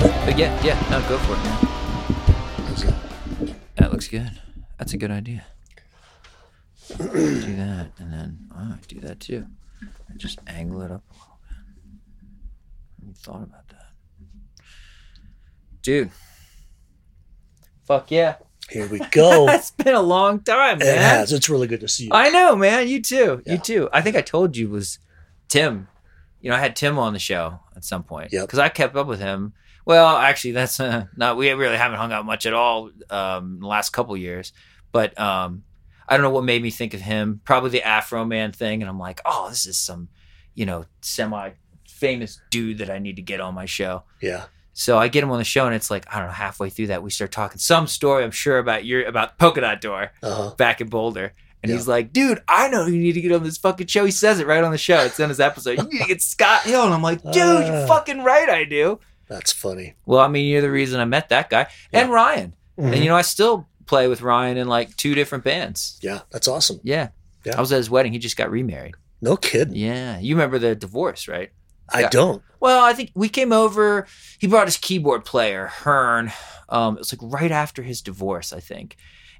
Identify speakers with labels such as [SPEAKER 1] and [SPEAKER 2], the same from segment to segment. [SPEAKER 1] Uh, yeah, yeah. No, go for it.
[SPEAKER 2] How's that?
[SPEAKER 1] That looks good. That's a good idea. do that, and then oh, do that too. And just angle it up a little bit. I hadn't thought about that, dude. Fuck yeah!
[SPEAKER 2] Here we go. it
[SPEAKER 1] It's been a long time, man.
[SPEAKER 2] has. It's really good to see you.
[SPEAKER 1] I know, man. You too.
[SPEAKER 2] Yeah.
[SPEAKER 1] You too. I think I told you was Tim. You know, I had Tim on the show at some point
[SPEAKER 2] Yep.
[SPEAKER 1] because I kept up with him. Well, actually, that's uh, not. We really haven't hung out much at all um, in the last couple years. But um, I don't know what made me think of him. Probably the Afro Man thing, and I'm like, oh, this is some, you know, semi famous dude that I need to get on my show.
[SPEAKER 2] yeah.
[SPEAKER 1] So I get him on the show, and it's like I don't know. Halfway through that, we start talking some story. I'm sure about your about Polka Dot Door
[SPEAKER 2] Uh-huh.
[SPEAKER 1] back in Boulder. And he's like, dude, I know who you need to get on this fucking show. He says it right on the show. It's in his episode. You need to get Scott Hill. And I'm like, dude,
[SPEAKER 2] Ah.
[SPEAKER 1] you're fucking right, I do.
[SPEAKER 2] That's funny.
[SPEAKER 1] Well, I mean, you're the reason I met that guy and Ryan.
[SPEAKER 2] Mm-hmm.
[SPEAKER 1] And, you know, I still play with Ryan in like two different bands.
[SPEAKER 2] Yeah, that's awesome.
[SPEAKER 1] Yeah.
[SPEAKER 2] Yeah.
[SPEAKER 1] I was at his wedding. He just got remarried.
[SPEAKER 2] No kidding.
[SPEAKER 1] Yeah. You remember the divorce, right?
[SPEAKER 2] I
[SPEAKER 1] Yeah.
[SPEAKER 2] don't.
[SPEAKER 1] Well, I think we came over. He brought his keyboard player, Hearn. Um, it was like right after his divorce, I think.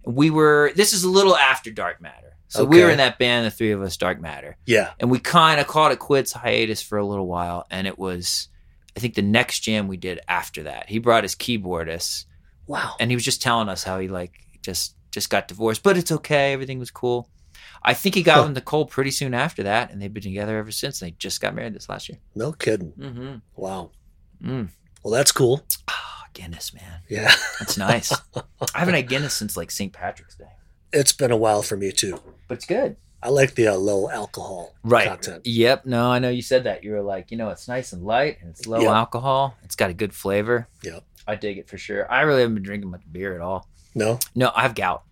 [SPEAKER 1] And we were, this is a little after Dark Matter. So we
[SPEAKER 2] Okay.
[SPEAKER 1] were in that band, the three of us, Dark Matter.
[SPEAKER 2] Yeah.
[SPEAKER 1] And we kind of called it quits hiatus for a little while. And it was, I think, the next jam we did after that. He brought his keyboardist
[SPEAKER 2] Wow.
[SPEAKER 1] and he was just telling us how he like just just got divorced, but it's okay. Everything was cool. I think he got
[SPEAKER 2] Huh.
[SPEAKER 1] with Nicole pretty soon after that, and they've been together ever since. They just got married this last year.
[SPEAKER 2] No kidding.
[SPEAKER 1] Mm-hmm.
[SPEAKER 2] Wow.
[SPEAKER 1] Mm.
[SPEAKER 2] Well, that's cool.
[SPEAKER 1] Ah, Guinness, man.
[SPEAKER 2] Yeah.
[SPEAKER 1] That's nice. I haven't had Guinness since like St. Patrick's Day,
[SPEAKER 2] It's been a while for me too.
[SPEAKER 1] but it's good.
[SPEAKER 2] I like the uh, low alcohol
[SPEAKER 1] Right.
[SPEAKER 2] content.
[SPEAKER 1] Yep. No, I know you said that. You were like, you know, it's nice and light and it's low
[SPEAKER 2] Yeah.
[SPEAKER 1] alcohol. It's got a good flavor.
[SPEAKER 2] Yep.
[SPEAKER 1] I dig it for sure. I really haven't been drinking much beer at all.
[SPEAKER 2] No.
[SPEAKER 1] No, I have gout.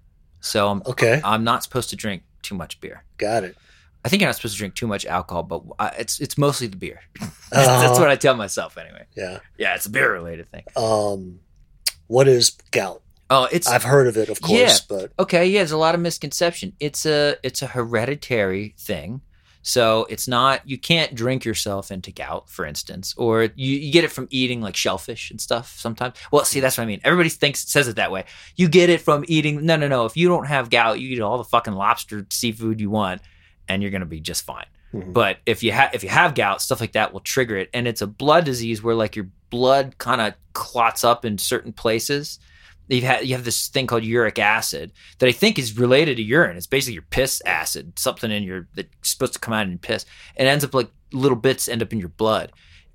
[SPEAKER 1] So I'm,
[SPEAKER 2] Okay.
[SPEAKER 1] I'm not supposed to drink too much beer.
[SPEAKER 2] Got it.
[SPEAKER 1] I think you're not supposed to drink too much alcohol, but I, it's it's mostly the beer. that's,
[SPEAKER 2] Uh,
[SPEAKER 1] that's what I tell myself anyway.
[SPEAKER 2] yeah.
[SPEAKER 1] Yeah, it's a beer related thing.
[SPEAKER 2] Um, what is gout?
[SPEAKER 1] Oh, it's
[SPEAKER 2] I've heard of it, of course,
[SPEAKER 1] Yeah.
[SPEAKER 2] but
[SPEAKER 1] okay. Yeah, there's a lot of misconception. It's a it's a hereditary thing. So it's not you can't drink yourself into gout, for instance, or you, you get it from eating like shellfish and stuff sometimes. Well, see, that's what I mean. Everybody thinks says it that way. You get it from eating. No, no, no. If you don't have gout, you eat all the fucking lobster seafood you want, and you're gonna be just fine.
[SPEAKER 2] Mhm.
[SPEAKER 1] But if you have if you have gout, stuff like that will trigger it, and it's a blood disease where like your blood kind of clots up in certain places. You've had, you have this thing called uric acid that I think is related to urine. It's basically your piss acid, something in your that's supposed to come out in piss, and it ends up like little bits end up in your blood.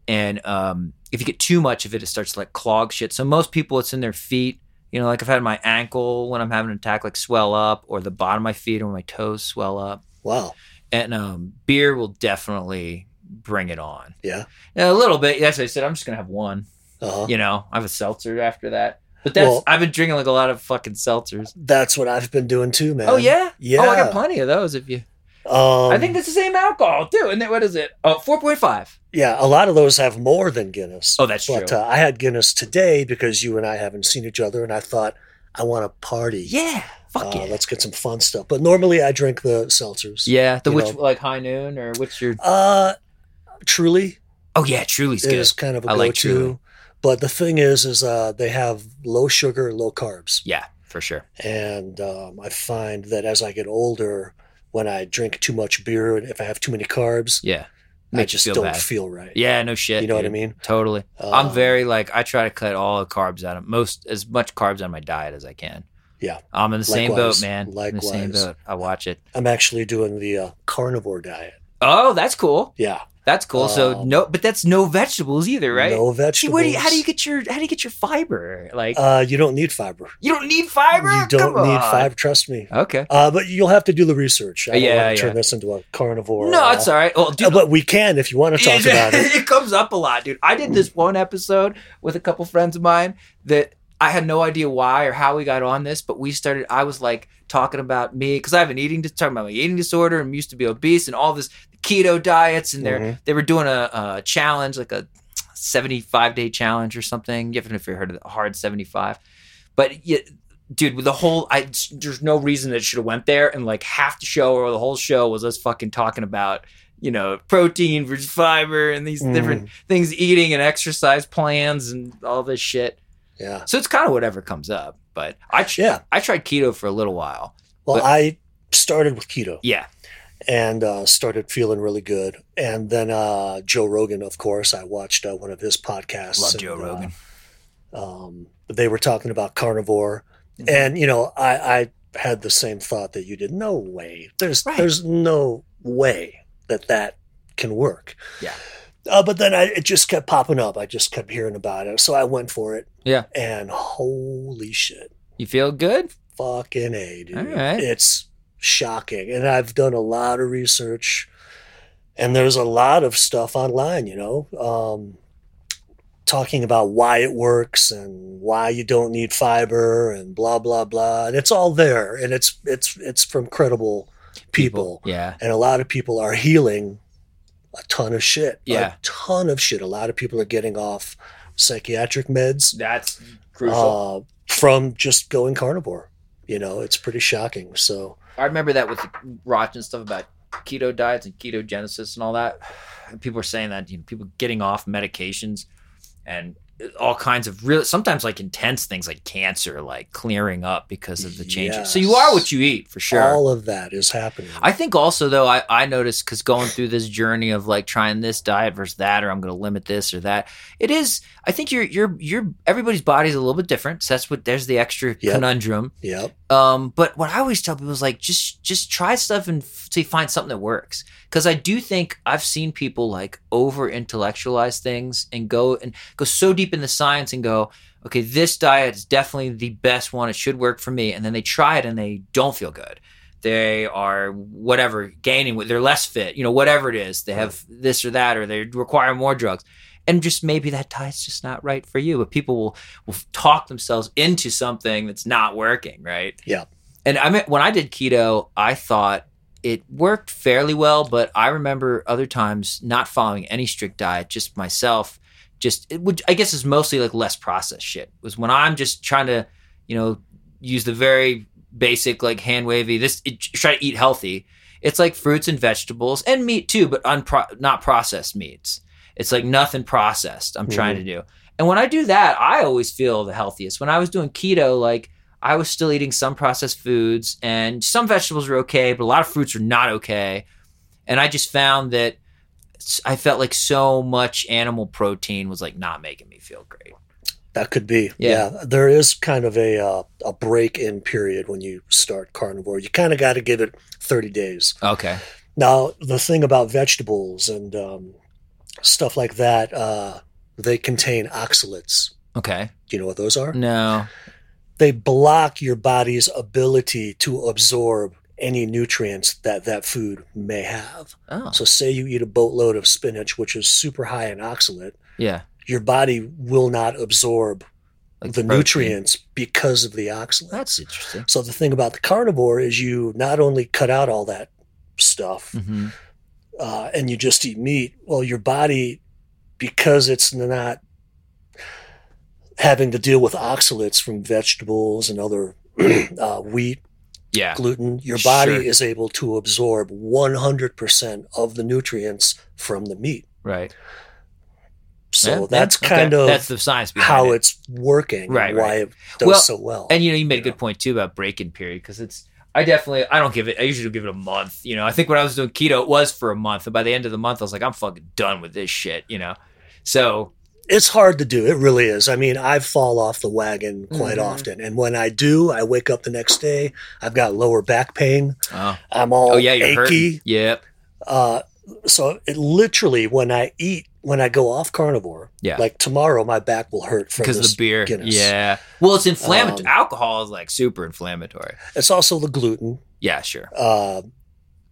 [SPEAKER 1] And um, if you get too much of it, it starts to like clog shit. So most people, it's in their feet. You know, like I've had my ankle when I'm having an attack, like swell up, or the bottom of my feet or my toes swell up
[SPEAKER 2] wow.
[SPEAKER 1] and um, beer will definitely bring it on.
[SPEAKER 2] Yeah.
[SPEAKER 1] a little bit. That's what I said. I'm just gonna have one.
[SPEAKER 2] Uh-huh.
[SPEAKER 1] You know, I have a seltzer after that. But that's
[SPEAKER 2] Well-
[SPEAKER 1] I've been drinking like a lot of fucking seltzers.
[SPEAKER 2] That's what I've been doing too, man.
[SPEAKER 1] oh yeah,
[SPEAKER 2] Yeah.
[SPEAKER 1] Oh, I got plenty of those. If you,
[SPEAKER 2] Um,
[SPEAKER 1] I think that's the same alcohol too. And then what is it? Oh, 4.5.
[SPEAKER 2] Yeah, a lot of those have more than Guinness.
[SPEAKER 1] Oh, that's
[SPEAKER 2] but
[SPEAKER 1] true.
[SPEAKER 2] uh, I had Guinness today because you and I haven't seen each other, and I thought I want to party.
[SPEAKER 1] yeah, fuck
[SPEAKER 2] Uh,
[SPEAKER 1] yeah.
[SPEAKER 2] Let's get some fun stuff. But normally I drink the seltzers.
[SPEAKER 1] Yeah, the
[SPEAKER 2] you
[SPEAKER 1] which
[SPEAKER 2] know.
[SPEAKER 1] like high noon or what's your?
[SPEAKER 2] Uh, truly
[SPEAKER 1] Oh yeah, Truly's good.
[SPEAKER 2] is kind of a
[SPEAKER 1] I
[SPEAKER 2] go-to.
[SPEAKER 1] like Truly.
[SPEAKER 2] But the thing is, is uh, they have low sugar, low carbs,
[SPEAKER 1] Yeah, for sure.
[SPEAKER 2] and um, I find that as I get older, when I drink too much beer and if I have too many carbs,
[SPEAKER 1] Yeah,
[SPEAKER 2] I
[SPEAKER 1] makes you
[SPEAKER 2] just
[SPEAKER 1] feel
[SPEAKER 2] don't
[SPEAKER 1] bad.
[SPEAKER 2] feel right.
[SPEAKER 1] Yeah, no shit.
[SPEAKER 2] you know what I
[SPEAKER 1] dude.
[SPEAKER 2] mean?
[SPEAKER 1] Totally. I'm
[SPEAKER 2] Um,
[SPEAKER 1] very like I try to cut all the carbs out of most as much carbs out of my diet as I can.
[SPEAKER 2] Yeah.
[SPEAKER 1] I'm in the same
[SPEAKER 2] Likewise.
[SPEAKER 1] boat, man. I'm in the same
[SPEAKER 2] Likewise.
[SPEAKER 1] boat. I watch it.
[SPEAKER 2] I'm actually doing the uh, carnivore diet.
[SPEAKER 1] Oh, that's cool.
[SPEAKER 2] Yeah,
[SPEAKER 1] That's cool. so
[SPEAKER 2] Um,
[SPEAKER 1] no, but that's no vegetables either, right?
[SPEAKER 2] No
[SPEAKER 1] Gee,
[SPEAKER 2] vegetables.
[SPEAKER 1] where do you, how do you get your how do you get your fiber? Like
[SPEAKER 2] Uh, you don't need fiber.
[SPEAKER 1] you don't need fiber.
[SPEAKER 2] You don't
[SPEAKER 1] Come
[SPEAKER 2] need
[SPEAKER 1] on.
[SPEAKER 2] fiber. Trust me.
[SPEAKER 1] Okay.
[SPEAKER 2] Uh, but you'll have to do the research. I don't
[SPEAKER 1] Yeah,
[SPEAKER 2] want to turn
[SPEAKER 1] yeah.
[SPEAKER 2] this into a carnivore.
[SPEAKER 1] no,
[SPEAKER 2] uh,
[SPEAKER 1] it's all right. Well, dude,
[SPEAKER 2] uh, but we can if you want to talk about it.
[SPEAKER 1] it comes up a lot, dude. I did this one episode with a couple friends of mine that I had no idea why or how we got on this, but we started. I was like talking about me because I have an eating dis- talking about my eating disorder and used to be obese and all this keto diets and they're
[SPEAKER 2] Mhm.
[SPEAKER 1] they were doing a, a challenge like a seventy five day challenge or something. Even if you heard of the hard seventy five, but yeah, dude, with the whole I there's no reason that it should have went there and like half the show or the whole show was us fucking talking about you know, protein versus fiber and these
[SPEAKER 2] Mm.
[SPEAKER 1] different things, eating and exercise plans and all this shit.
[SPEAKER 2] Yeah.
[SPEAKER 1] So it's kind of whatever comes up. But I tr-
[SPEAKER 2] Yeah.
[SPEAKER 1] I tried keto for a little while.
[SPEAKER 2] Well,
[SPEAKER 1] But-
[SPEAKER 2] I started with keto
[SPEAKER 1] Yeah.
[SPEAKER 2] and uh, started feeling really good. And then uh, Joe Rogan, of course, I watched uh, one of his podcasts.
[SPEAKER 1] Love
[SPEAKER 2] and,
[SPEAKER 1] Joe
[SPEAKER 2] uh,
[SPEAKER 1] Rogan.
[SPEAKER 2] um, they were talking about carnivore,
[SPEAKER 1] Mhm.
[SPEAKER 2] and you know, I, I had the same thought that you did. No way. There's
[SPEAKER 1] Right.
[SPEAKER 2] there's no way that that can work.
[SPEAKER 1] Yeah.
[SPEAKER 2] Uh, but then I, it just kept popping up. I just kept hearing about it, so I went for it.
[SPEAKER 1] Yeah.
[SPEAKER 2] And holy shit,
[SPEAKER 1] You feel good?
[SPEAKER 2] fucking a dude.
[SPEAKER 1] All right.
[SPEAKER 2] It's shocking, and I've done a lot of research, and there's a lot of stuff online. You know. Um, talking about why it works and why you don't need fiber and blah blah blah and it's all there and it's it's it's from credible people,
[SPEAKER 1] Yeah.
[SPEAKER 2] and a lot of people are healing a ton of shit a
[SPEAKER 1] Yeah.
[SPEAKER 2] ton of shit a lot of people are getting off psychiatric meds
[SPEAKER 1] That's Oh,
[SPEAKER 2] uh, from just going carnivore you know it's pretty shocking so
[SPEAKER 1] I remember that with watching stuff about keto diets and ketogenesis and all that. And people were saying that you know people getting off medications and all kinds of real sometimes like intense things like cancer like clearing up because of the changes. So you are what you eat for sure.
[SPEAKER 2] all of that is happening
[SPEAKER 1] I think also though I, I noticed because going through this journey of like trying this diet versus that or I'm going to limit this or that it is I think your your your everybody's body's a little bit different so that's what there's the extra
[SPEAKER 2] Yep.
[SPEAKER 1] conundrum
[SPEAKER 2] yep
[SPEAKER 1] um, but what I always tell people is like just just try stuff and f- to find something that works. Because I do think I've seen people like over intellectualize things and go and go so deep in the science and go, okay, this diet is definitely the best one. It should work for me. And then they try it and they don't feel good. They are whatever gaining. weight, They're less fit. You know, whatever it is, they have this or that, or they require more drugs. And just maybe that diet's just not right for you. But people will will f- talk themselves into something that's not working, right?
[SPEAKER 2] Yeah.
[SPEAKER 1] And I mean, when I did keto, I thought it worked fairly well, but I remember other times not following any strict diet, just myself, just it would I guess is mostly like less processed shit. Was when I'm just trying to, you know, use the very basic like hand wavy this it, try to eat healthy. It's like fruits and vegetables and meat too, but unpro- not processed meats. It's like nothing processed. I'm trying to do. And when I do that, I always feel the healthiest. When I was doing keto, like I was still eating some processed foods and some vegetables were okay, but a lot of fruits are not okay. And I just found that s- I felt like so much animal protein was like not making me feel great.
[SPEAKER 2] That could be.
[SPEAKER 1] Yeah.
[SPEAKER 2] Yeah. There is kind of a uh, a break in period when you start carnivore. You kind of got to give it 30 days.
[SPEAKER 1] Okay.
[SPEAKER 2] Now, the thing about vegetables and um, stuff like that, uh, they contain oxalates.
[SPEAKER 1] Okay.
[SPEAKER 2] Do you know what those are?
[SPEAKER 1] No.
[SPEAKER 2] They block your body's ability to absorb any nutrients that that food may have.
[SPEAKER 1] Oh.
[SPEAKER 2] So, say you eat a boatload of spinach, which is super high in oxalate,
[SPEAKER 1] Yeah.
[SPEAKER 2] your body will not absorb the
[SPEAKER 1] protein.
[SPEAKER 2] nutrients because of the oxalates.
[SPEAKER 1] That's interesting.
[SPEAKER 2] So the thing about the carnivore is you not only cut out all that stuff
[SPEAKER 1] hmm
[SPEAKER 2] uh, and you just eat meat. Well, your body, because it's not having to deal with oxalates from vegetables and other uh, wheat,
[SPEAKER 1] Yeah.
[SPEAKER 2] gluten, your body
[SPEAKER 1] Sure.
[SPEAKER 2] is able to absorb 100% of the nutrients from the meat.
[SPEAKER 1] Right. Yeah,
[SPEAKER 2] So
[SPEAKER 1] yeah,
[SPEAKER 2] that's
[SPEAKER 1] okay.
[SPEAKER 2] kind of
[SPEAKER 1] that's the science behind
[SPEAKER 2] how
[SPEAKER 1] it.
[SPEAKER 2] it's working,
[SPEAKER 1] Right,
[SPEAKER 2] and why
[SPEAKER 1] right.
[SPEAKER 2] it does
[SPEAKER 1] Well,
[SPEAKER 2] so well.
[SPEAKER 1] And you know, you made a
[SPEAKER 2] You
[SPEAKER 1] good
[SPEAKER 2] know?
[SPEAKER 1] point too about break-in period because it's. I definitely I don't give it. I usually give it a month. You know, I think when I was doing keto, it was for a month, and by the end of the month, I was like, I'm fucking done with this shit. You know, so
[SPEAKER 2] it's hard to do. It really is. I mean, I fall off the wagon quite
[SPEAKER 1] Mhm.
[SPEAKER 2] often. And when I do, I wake up the next day, I've got lower back pain.
[SPEAKER 1] oh,
[SPEAKER 2] I'm all
[SPEAKER 1] oh yeah, you're
[SPEAKER 2] achy.
[SPEAKER 1] hurting. Yep,
[SPEAKER 2] Uh, so it literally when I eat, when I go off carnivore,
[SPEAKER 1] Yeah.
[SPEAKER 2] like tomorrow my back will hurt from
[SPEAKER 1] because of
[SPEAKER 2] this.
[SPEAKER 1] the beer.
[SPEAKER 2] Guinness.
[SPEAKER 1] Yeah, well, it's inflammatory.
[SPEAKER 2] Um,
[SPEAKER 1] Alcohol is like super inflammatory.
[SPEAKER 2] it's also the gluten,
[SPEAKER 1] Yeah, sure.
[SPEAKER 2] uh,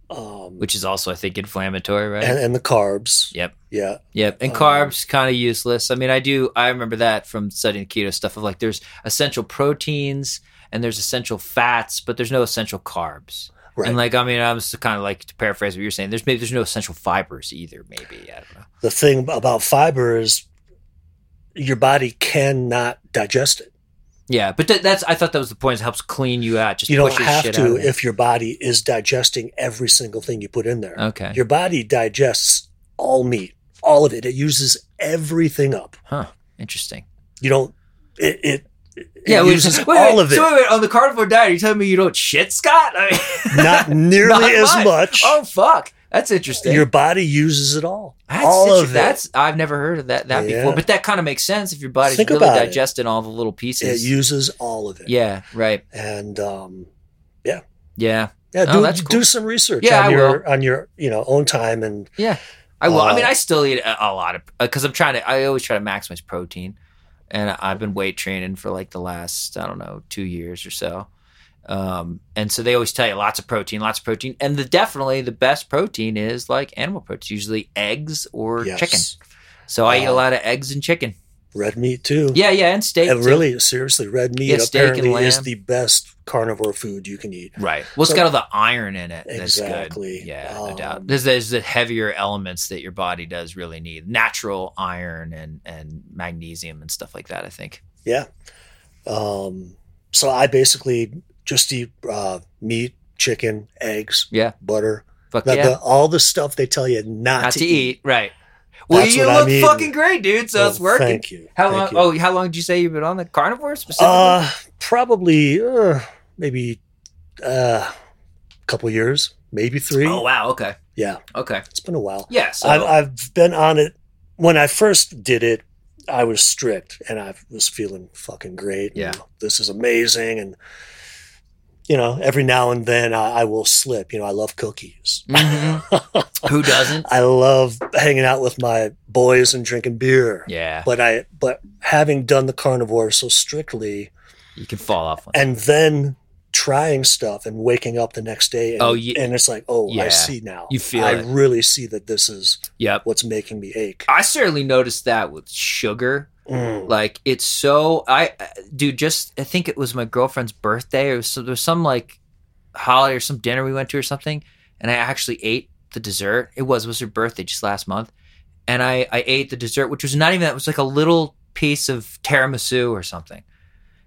[SPEAKER 2] um,
[SPEAKER 1] Which is also, I think, inflammatory, right?
[SPEAKER 2] and, and the carbs.
[SPEAKER 1] Yep.
[SPEAKER 2] Yeah.
[SPEAKER 1] Yep, and
[SPEAKER 2] Um,
[SPEAKER 1] carbs kind of useless. I mean, I do I remember that from studying keto stuff of like there's essential proteins and there's essential fats, but there's no essential carbs.
[SPEAKER 2] Right.
[SPEAKER 1] And like I mean, I was kind of like to paraphrase what you're saying. There's maybe there's no essential fibers either. Maybe I don't know.
[SPEAKER 2] The thing about fiber is your body cannot digest it.
[SPEAKER 1] Yeah, but that, that's I thought that was the point. It helps clean you out. Just
[SPEAKER 2] you don't
[SPEAKER 1] pushes
[SPEAKER 2] have
[SPEAKER 1] shit out
[SPEAKER 2] to
[SPEAKER 1] of there.
[SPEAKER 2] if your body is digesting every single thing you put in there.
[SPEAKER 1] okay.
[SPEAKER 2] Your body digests all meat, all of it. It uses everything up.
[SPEAKER 1] Interesting.
[SPEAKER 2] You don't. It it, it
[SPEAKER 1] Yeah, we
[SPEAKER 2] uses
[SPEAKER 1] wait, wait,
[SPEAKER 2] all of it.
[SPEAKER 1] so wait, wait, on the carnivore diet, are you telling me you don't shit, Scott? I mean,
[SPEAKER 2] not nearly
[SPEAKER 1] Not
[SPEAKER 2] as
[SPEAKER 1] much.
[SPEAKER 2] much.
[SPEAKER 1] oh fuck, that's interesting.
[SPEAKER 2] Your body uses it all.
[SPEAKER 1] that's
[SPEAKER 2] all
[SPEAKER 1] situ-
[SPEAKER 2] of it.
[SPEAKER 1] that's I've never heard of that that
[SPEAKER 2] Yeah.
[SPEAKER 1] before, but that kind of makes sense if your body's
[SPEAKER 2] Think
[SPEAKER 1] really
[SPEAKER 2] about it.
[SPEAKER 1] digesting all the little
[SPEAKER 2] It
[SPEAKER 1] pieces.
[SPEAKER 2] uses all of it.
[SPEAKER 1] yeah, right.
[SPEAKER 2] And um,
[SPEAKER 1] Yeah,
[SPEAKER 2] yeah,
[SPEAKER 1] Oh,
[SPEAKER 2] do
[SPEAKER 1] that's cool.
[SPEAKER 2] do some research
[SPEAKER 1] Yeah,
[SPEAKER 2] on
[SPEAKER 1] I
[SPEAKER 2] your on your you know own time and
[SPEAKER 1] I will. I
[SPEAKER 2] Uh,
[SPEAKER 1] mean, I still eat a, a lot of because I'm trying to. I always try to maximize protein, and I've been weight training for like the last I don't know two years or so. Um, and so they always tell you lots of protein, lots of protein, and the definitely the best protein is like animal protein, usually eggs or
[SPEAKER 2] yes,
[SPEAKER 1] chicken. So I eat a
[SPEAKER 2] Uh,
[SPEAKER 1] lot of eggs and chicken.
[SPEAKER 2] red meat too.
[SPEAKER 1] Yeah, yeah, and steak.
[SPEAKER 2] And
[SPEAKER 1] too.
[SPEAKER 2] really, seriously, red meat
[SPEAKER 1] Yeah, steak and
[SPEAKER 2] apparently is
[SPEAKER 1] lamb.
[SPEAKER 2] the best carnivore food you can eat.
[SPEAKER 1] Right. Well, it's
[SPEAKER 2] So-
[SPEAKER 1] got all the iron in it. That's
[SPEAKER 2] Exactly.
[SPEAKER 1] Good. Yeah, no
[SPEAKER 2] Um,
[SPEAKER 1] doubt. There's, there's the heavier elements that your body does really need natural iron and, and magnesium and stuff like that, I think.
[SPEAKER 2] Yeah. Um, so I basically just eat uh, meat, chicken, eggs,
[SPEAKER 1] Yeah.
[SPEAKER 2] butter,
[SPEAKER 1] Fuck
[SPEAKER 2] the,
[SPEAKER 1] yeah.
[SPEAKER 2] the- all the stuff they tell you not,
[SPEAKER 1] Not, to, eat. Right. Well,
[SPEAKER 2] That's
[SPEAKER 1] you
[SPEAKER 2] what I
[SPEAKER 1] look
[SPEAKER 2] mean.
[SPEAKER 1] fucking great, dude. So
[SPEAKER 2] Well,
[SPEAKER 1] it's working.
[SPEAKER 2] Oh, Thank you.
[SPEAKER 1] How
[SPEAKER 2] Thank
[SPEAKER 1] long?
[SPEAKER 2] you.
[SPEAKER 1] Oh, how long did you say you've been on the carnivore specifically? Oh,
[SPEAKER 2] uh, probably uh, maybe uh, a couple years, maybe three.
[SPEAKER 1] oh, wow. Okay.
[SPEAKER 2] Yeah,
[SPEAKER 1] Okay.
[SPEAKER 2] it's been a while.
[SPEAKER 1] Yeah. So
[SPEAKER 2] I've, I've been on it. When I first did it, I was strict and I was feeling fucking great.
[SPEAKER 1] Yeah.
[SPEAKER 2] And this is amazing. And, you know, every now and then I, I will slip. You know, I love cookies.
[SPEAKER 1] Mhm. who doesn't?
[SPEAKER 2] I love hanging out with my boys and drinking beer.
[SPEAKER 1] Yeah.
[SPEAKER 2] But I, but having done the carnivore so strictly
[SPEAKER 1] You can fall off. One.
[SPEAKER 2] and then trying stuff and waking up the next day and,
[SPEAKER 1] Oh, ye-
[SPEAKER 2] and it's like, oh,
[SPEAKER 1] Yeah.
[SPEAKER 2] I see now.
[SPEAKER 1] You feel
[SPEAKER 2] I
[SPEAKER 1] it.
[SPEAKER 2] really see that this is
[SPEAKER 1] Yep.
[SPEAKER 2] what's making me ache.
[SPEAKER 1] I certainly noticed that with sugar.
[SPEAKER 2] Mm.
[SPEAKER 1] Like it's so I I- dude just I think it was my girlfriend's birthday or so there was some like holiday or some dinner we went to or something and I actually ate the dessert. It was it was her birthday just last month and I I ate the dessert which was not even that it was like a little piece of tiramisu or something.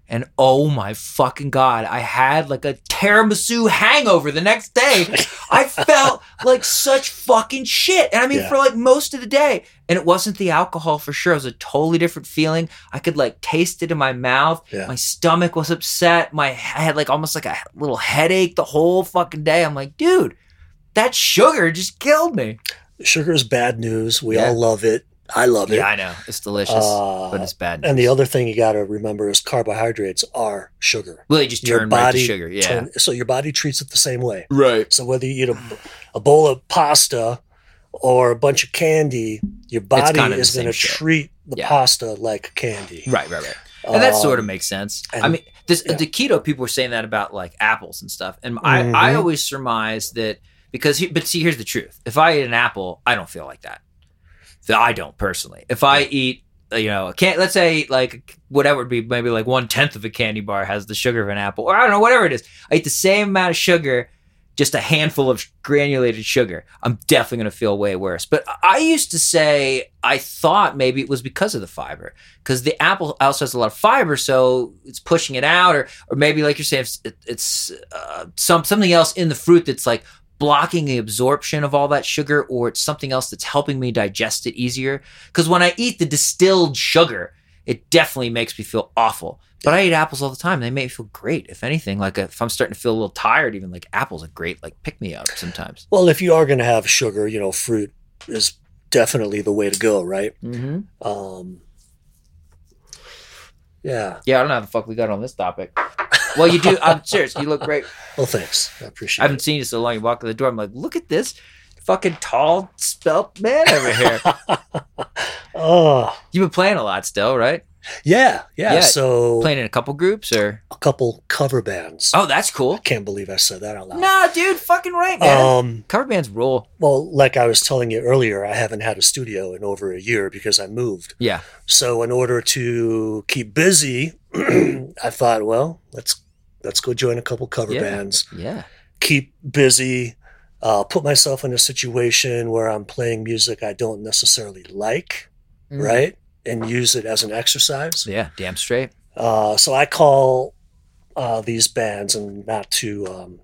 [SPEAKER 1] And oh my fucking god, I had like a tiramisu hangover the next day. I felt like such fucking shit. And I mean
[SPEAKER 2] Yeah.
[SPEAKER 1] for like most of the day and it wasn't the alcohol for sure. It was a totally different feeling. I could like taste it in my mouth.
[SPEAKER 2] Yeah.
[SPEAKER 1] My stomach was upset. My I had like almost like a little headache the whole fucking day. I'm like, dude, that sugar just killed me.
[SPEAKER 2] Sugar is bad news. We
[SPEAKER 1] Yeah.
[SPEAKER 2] all love it. I love it.
[SPEAKER 1] Yeah, I know it's delicious,
[SPEAKER 2] Oh, Uh,
[SPEAKER 1] but it's bad.
[SPEAKER 2] and the other thing you got to remember is carbohydrates are sugar.
[SPEAKER 1] well, they just
[SPEAKER 2] your
[SPEAKER 1] turn right to
[SPEAKER 2] body
[SPEAKER 1] sugar. Yeah, Mm.
[SPEAKER 2] Turn- So your body treats it the same way.
[SPEAKER 1] right.
[SPEAKER 2] So whether you eat a, a bowl of pasta or a bunch of candy, your body
[SPEAKER 1] kinda the
[SPEAKER 2] is going
[SPEAKER 1] same
[SPEAKER 2] to
[SPEAKER 1] shit.
[SPEAKER 2] treat the
[SPEAKER 1] Yeah.
[SPEAKER 2] pasta like candy.
[SPEAKER 1] Right, right, right. And that sort of
[SPEAKER 2] Um,
[SPEAKER 1] makes sense. I
[SPEAKER 2] and-
[SPEAKER 1] mean, this,
[SPEAKER 2] yeah.
[SPEAKER 1] the keto people were saying that about like apples and stuff, and I, I
[SPEAKER 2] Mhm.
[SPEAKER 1] always surmise that because, he, but see, here's the truth: if I eat an apple, I don't feel like that. Th- I don't personally. If I eat, uh, you know, a can let's say I eat, like whatever it would be, maybe like one tenth of a candy bar has the sugar of an apple, or I don't know, whatever it is. I eat the same amount of sugar, just a handful of granulated sugar. I'm definitely going to feel way worse. But I- I used to say I thought maybe it was because of the fiber because the apple also has a lot of fiber, so it's pushing it out, or or maybe like you're saying, it's, it, it's uh, some something else in the fruit that's like blocking the absorption of all that sugar, or it's something else that's helping me digest it easier. Because when I eat the distilled sugar, it definitely makes me feel awful. But I eat apples all the time; they make me feel great. If anything, like if I'm starting to feel a little tired, even like apples are great, like pick me up sometimes.
[SPEAKER 2] Well, if you are going to have sugar, you know, fruit is definitely the way to go, right?
[SPEAKER 1] Mm-hmm.
[SPEAKER 2] Um, yeah.
[SPEAKER 1] Yeah, I don't know how the fuck we got on this topic. Well, you do. I'm serious. You look great.
[SPEAKER 2] Well, thanks. I appreciate
[SPEAKER 1] I
[SPEAKER 2] it.
[SPEAKER 1] haven't seen you so long. You walk in the door. I'm like, look at this fucking tall, spelt man over here.
[SPEAKER 2] Oh,
[SPEAKER 1] You've been playing a lot still, right?
[SPEAKER 2] yeah, yeah.
[SPEAKER 1] Yeah,
[SPEAKER 2] so
[SPEAKER 1] Playing in a couple groups or?
[SPEAKER 2] a couple cover bands.
[SPEAKER 1] Oh, that's cool.
[SPEAKER 2] I can't believe I said that out loud.
[SPEAKER 1] Nah, dude, fucking right, man.
[SPEAKER 2] Um,
[SPEAKER 1] Cover bands rule.
[SPEAKER 2] well, like I was telling you earlier, I haven't had a studio in over a year because I moved.
[SPEAKER 1] Yeah.
[SPEAKER 2] So in order to keep busy, I thought, well, let's let's go join a couple cover
[SPEAKER 1] Yeah.
[SPEAKER 2] bands,
[SPEAKER 1] Yeah.
[SPEAKER 2] keep busy, uh, put myself in a situation where I'm playing music I don't necessarily like,
[SPEAKER 1] Mm.
[SPEAKER 2] right, and use it as an exercise.
[SPEAKER 1] Yeah, damn straight.
[SPEAKER 2] Uh, so I call uh, these bands, and not to um,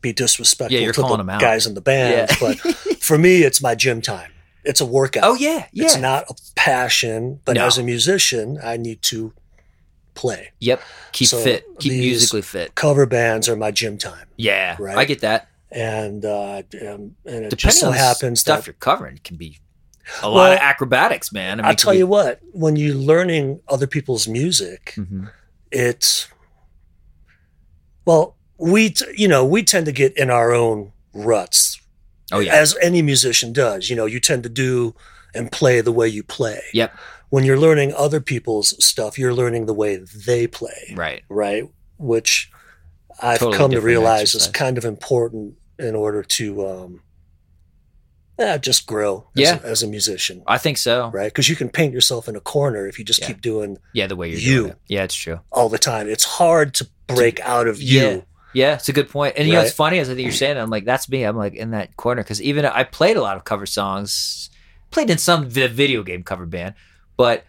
[SPEAKER 2] be disrespectful
[SPEAKER 1] Yeah, you're
[SPEAKER 2] to
[SPEAKER 1] calling
[SPEAKER 2] the
[SPEAKER 1] 'em out.
[SPEAKER 2] guys in the band,
[SPEAKER 1] Yeah.
[SPEAKER 2] but for me, it's my gym time. It's a workout.
[SPEAKER 1] Oh yeah, yeah.
[SPEAKER 2] It's not a passion, but
[SPEAKER 1] No.
[SPEAKER 2] as a musician, I need to play.
[SPEAKER 1] yep. Keep
[SPEAKER 2] So
[SPEAKER 1] fit. Keep
[SPEAKER 2] these-
[SPEAKER 1] musically fit.
[SPEAKER 2] Cover bands are my gym time,
[SPEAKER 1] Yeah,
[SPEAKER 2] Right.
[SPEAKER 1] I get that.
[SPEAKER 2] and uh, um, and it
[SPEAKER 1] Depending
[SPEAKER 2] just so
[SPEAKER 1] on the
[SPEAKER 2] happens
[SPEAKER 1] stuff
[SPEAKER 2] that
[SPEAKER 1] you're covering can be a lot
[SPEAKER 2] Well,
[SPEAKER 1] of acrobatics, man. I
[SPEAKER 2] I'll tell you what, when you're learning other people's music,
[SPEAKER 1] hmm
[SPEAKER 2] it's well, we t- you know we tend to get in our own ruts,
[SPEAKER 1] Oh yeah.
[SPEAKER 2] as any musician does. You know, you tend to do and play the way you play.
[SPEAKER 1] Yep.
[SPEAKER 2] When you're learning other people's stuff, you're learning the way they play,
[SPEAKER 1] right.
[SPEAKER 2] right? Which I've
[SPEAKER 1] Totally
[SPEAKER 2] come to
[SPEAKER 1] different
[SPEAKER 2] realize is
[SPEAKER 1] exercise.
[SPEAKER 2] kind of important in order to um, eh, just grow as,
[SPEAKER 1] Yeah.
[SPEAKER 2] a, as a musician
[SPEAKER 1] I think so.
[SPEAKER 2] right? Because you can paint yourself in a corner if you just
[SPEAKER 1] Yeah.
[SPEAKER 2] keep doing
[SPEAKER 1] Yeah, the way you're
[SPEAKER 2] You.
[SPEAKER 1] doing it. Yeah, it's true.
[SPEAKER 2] all the time. It's hard to break out of you.
[SPEAKER 1] Yeah. Yeah, it's a good point. And you know,
[SPEAKER 2] Right.
[SPEAKER 1] it's funny as I think you're saying, it, I'm like, that's me. I'm like in that corner because even I played a lot of cover songs, played in some vi- video game cover band, but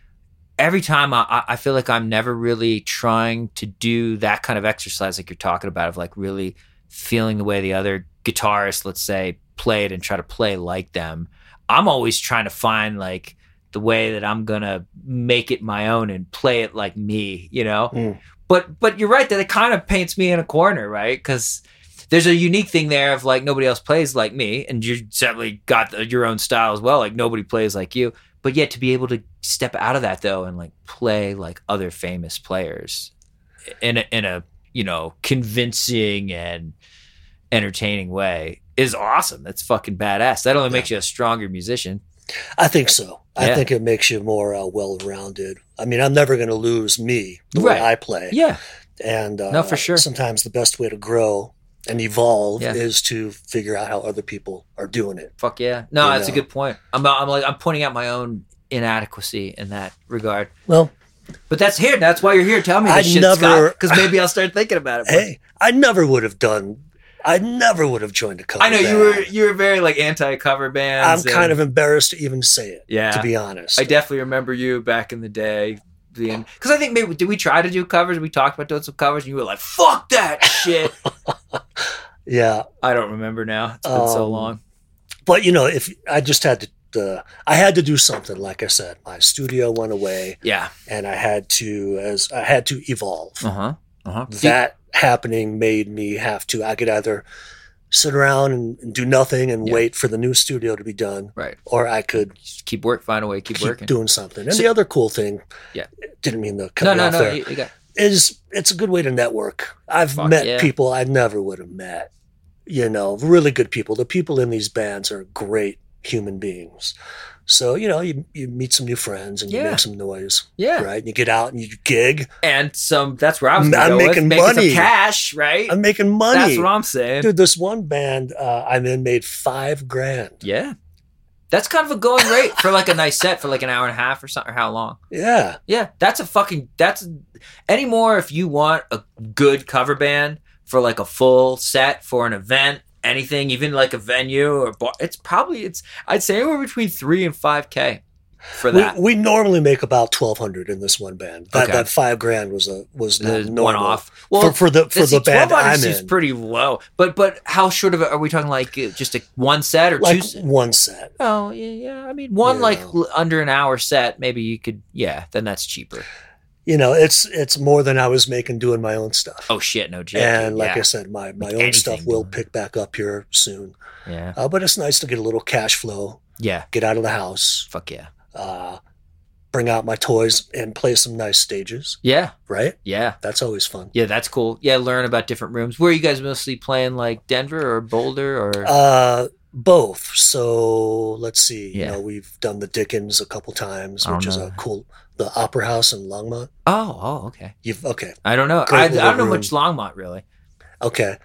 [SPEAKER 1] every time I, I- I feel like I'm never really trying to do that kind of exercise like you're talking about of like really feeling the way the other guitarist, let's say, played and try to play like them. I'm always trying to find like the way that I'm gonna make it my own and play it like me, you know.
[SPEAKER 2] Mm.
[SPEAKER 1] But but you're right that it kind of paints me in a corner, right? Because there's a unique thing there of like nobody else plays like me, and you certainly got the, your own style as well. Like nobody plays like you, but yet to be able to step out of that though and like play like other famous players in a, in a you know convincing and entertaining way is awesome. That's fucking badass. That only makes you a stronger musician.
[SPEAKER 2] I think so. I
[SPEAKER 1] Yeah.
[SPEAKER 2] think it makes you more uh, well-rounded. I mean, I'm never going to lose me the way
[SPEAKER 1] Right.
[SPEAKER 2] I play,
[SPEAKER 1] Yeah.
[SPEAKER 2] and uh,
[SPEAKER 1] No, for sure.
[SPEAKER 2] Sometimes the best way to grow and evolve
[SPEAKER 1] Yeah.
[SPEAKER 2] is to figure out how other people are doing it.
[SPEAKER 1] Fuck yeah. No,
[SPEAKER 2] You
[SPEAKER 1] that's
[SPEAKER 2] know.
[SPEAKER 1] a good point. I'm, I'm like I'm pointing out my own inadequacy in that regard.
[SPEAKER 2] Well,
[SPEAKER 1] But that's here. That's why you're here. Tell me
[SPEAKER 2] I
[SPEAKER 1] this shit,
[SPEAKER 2] never-
[SPEAKER 1] because maybe I'll start thinking about it. but-
[SPEAKER 2] hey, I never would have done. I never would have joined a cover.
[SPEAKER 1] I know you
[SPEAKER 2] band.
[SPEAKER 1] were you were very like anti cover bands.
[SPEAKER 2] I'm kind of
[SPEAKER 1] and-
[SPEAKER 2] embarrassed to even say it.
[SPEAKER 1] yeah.
[SPEAKER 2] To be honest,
[SPEAKER 1] I definitely remember you back in the day being because I think maybe did we try to do covers? We talked about doing some covers, and you were like, "Fuck that shit."
[SPEAKER 2] yeah.
[SPEAKER 1] I don't remember now. It's been so
[SPEAKER 2] Um,
[SPEAKER 1] long.
[SPEAKER 2] but you know, if I just had to, uh, I had to do something. Like I said, my studio went away,
[SPEAKER 1] Yeah.
[SPEAKER 2] and I had to as I had to evolve.
[SPEAKER 1] Uh huh. Uh huh.
[SPEAKER 2] uh-huh. That happening made me have to. I could either sit around and, and do nothing and
[SPEAKER 1] Yeah.
[SPEAKER 2] wait for the new studio to be done,
[SPEAKER 1] Right.
[SPEAKER 2] or I could
[SPEAKER 1] Just keep work. Find a way. Keep,
[SPEAKER 2] keep
[SPEAKER 1] working.
[SPEAKER 2] doing something. And
[SPEAKER 1] So-
[SPEAKER 2] the other cool thing,
[SPEAKER 1] Yeah.
[SPEAKER 2] didn't mean to cut
[SPEAKER 1] no,
[SPEAKER 2] you
[SPEAKER 1] no,
[SPEAKER 2] off
[SPEAKER 1] no.
[SPEAKER 2] there.
[SPEAKER 1] You, you got
[SPEAKER 2] Is it's a good way to network. I've
[SPEAKER 1] Fuck
[SPEAKER 2] met
[SPEAKER 1] yeah.
[SPEAKER 2] people I never would have met. You know, really good people. The people in these bands are great human beings. So you know, you you meet some new friends and you
[SPEAKER 1] Yeah.
[SPEAKER 2] make some noise,
[SPEAKER 1] yeah.
[SPEAKER 2] right? And you get out and you gig.
[SPEAKER 1] and some that's where I was gonna
[SPEAKER 2] I'm
[SPEAKER 1] go
[SPEAKER 2] making
[SPEAKER 1] with, making
[SPEAKER 2] money.
[SPEAKER 1] some cash, right?
[SPEAKER 2] I'm making money.
[SPEAKER 1] That's what I'm saying.
[SPEAKER 2] Dude, this one band uh, I'm in made five grand.
[SPEAKER 1] Yeah. That's kind of a going rate for like a nice set for like an hour and a half or something or how long.
[SPEAKER 2] Yeah,
[SPEAKER 1] Yeah, that's a fucking that's anymore if you want a good cover band for like a full set for an event, anything, even like a venue or bar, it's probably it's I'd say anywhere between 3 and 5k for
[SPEAKER 2] we,
[SPEAKER 1] that.
[SPEAKER 2] we normally make about twelve hundred in this one band. That,
[SPEAKER 1] Okay.
[SPEAKER 2] that five grand was a was not normal
[SPEAKER 1] one off.
[SPEAKER 2] for, for the for
[SPEAKER 1] This-
[SPEAKER 2] the band
[SPEAKER 1] 12
[SPEAKER 2] I'm
[SPEAKER 1] hours is
[SPEAKER 2] in.
[SPEAKER 1] pretty low, but but how short of it are we talking? Like uh, just a one set or
[SPEAKER 2] Like
[SPEAKER 1] two? se-
[SPEAKER 2] one set.
[SPEAKER 1] Oh yeah, yeah. I mean, one
[SPEAKER 2] Yeah.
[SPEAKER 1] like l- under an hour set, maybe you could. Yeah, then that's cheaper.
[SPEAKER 2] You know, it's it's more than I was making doing my own stuff.
[SPEAKER 1] Oh shit, no joke.
[SPEAKER 2] and like
[SPEAKER 1] yeah,
[SPEAKER 2] I said, my my
[SPEAKER 1] Like
[SPEAKER 2] own stuff
[SPEAKER 1] anything
[SPEAKER 2] will
[SPEAKER 1] going.
[SPEAKER 2] pick back up here soon.
[SPEAKER 1] yeah,
[SPEAKER 2] Uh, but it's nice to get a little cash flow,
[SPEAKER 1] yeah.
[SPEAKER 2] get out of the house,
[SPEAKER 1] Fuck yeah,
[SPEAKER 2] uh, bring out my toys, and play some nice stages.
[SPEAKER 1] yeah,
[SPEAKER 2] Right?
[SPEAKER 1] yeah,
[SPEAKER 2] That's always fun.
[SPEAKER 1] yeah. That's cool. Yeah, learn about different rooms. Where are you guys mostly playing? Like Denver or Boulder or?
[SPEAKER 2] Uh, both. So let's see. You
[SPEAKER 1] Yeah.
[SPEAKER 2] know, we've done the Dickens a couple times,
[SPEAKER 1] I don't
[SPEAKER 2] which is
[SPEAKER 1] know.
[SPEAKER 2] a cool. The Opera House in Longmont.
[SPEAKER 1] oh, oh, okay.
[SPEAKER 2] You've okay,
[SPEAKER 1] I don't know.
[SPEAKER 2] Great
[SPEAKER 1] I, I don't know
[SPEAKER 2] little
[SPEAKER 1] much Longmont really.
[SPEAKER 2] okay.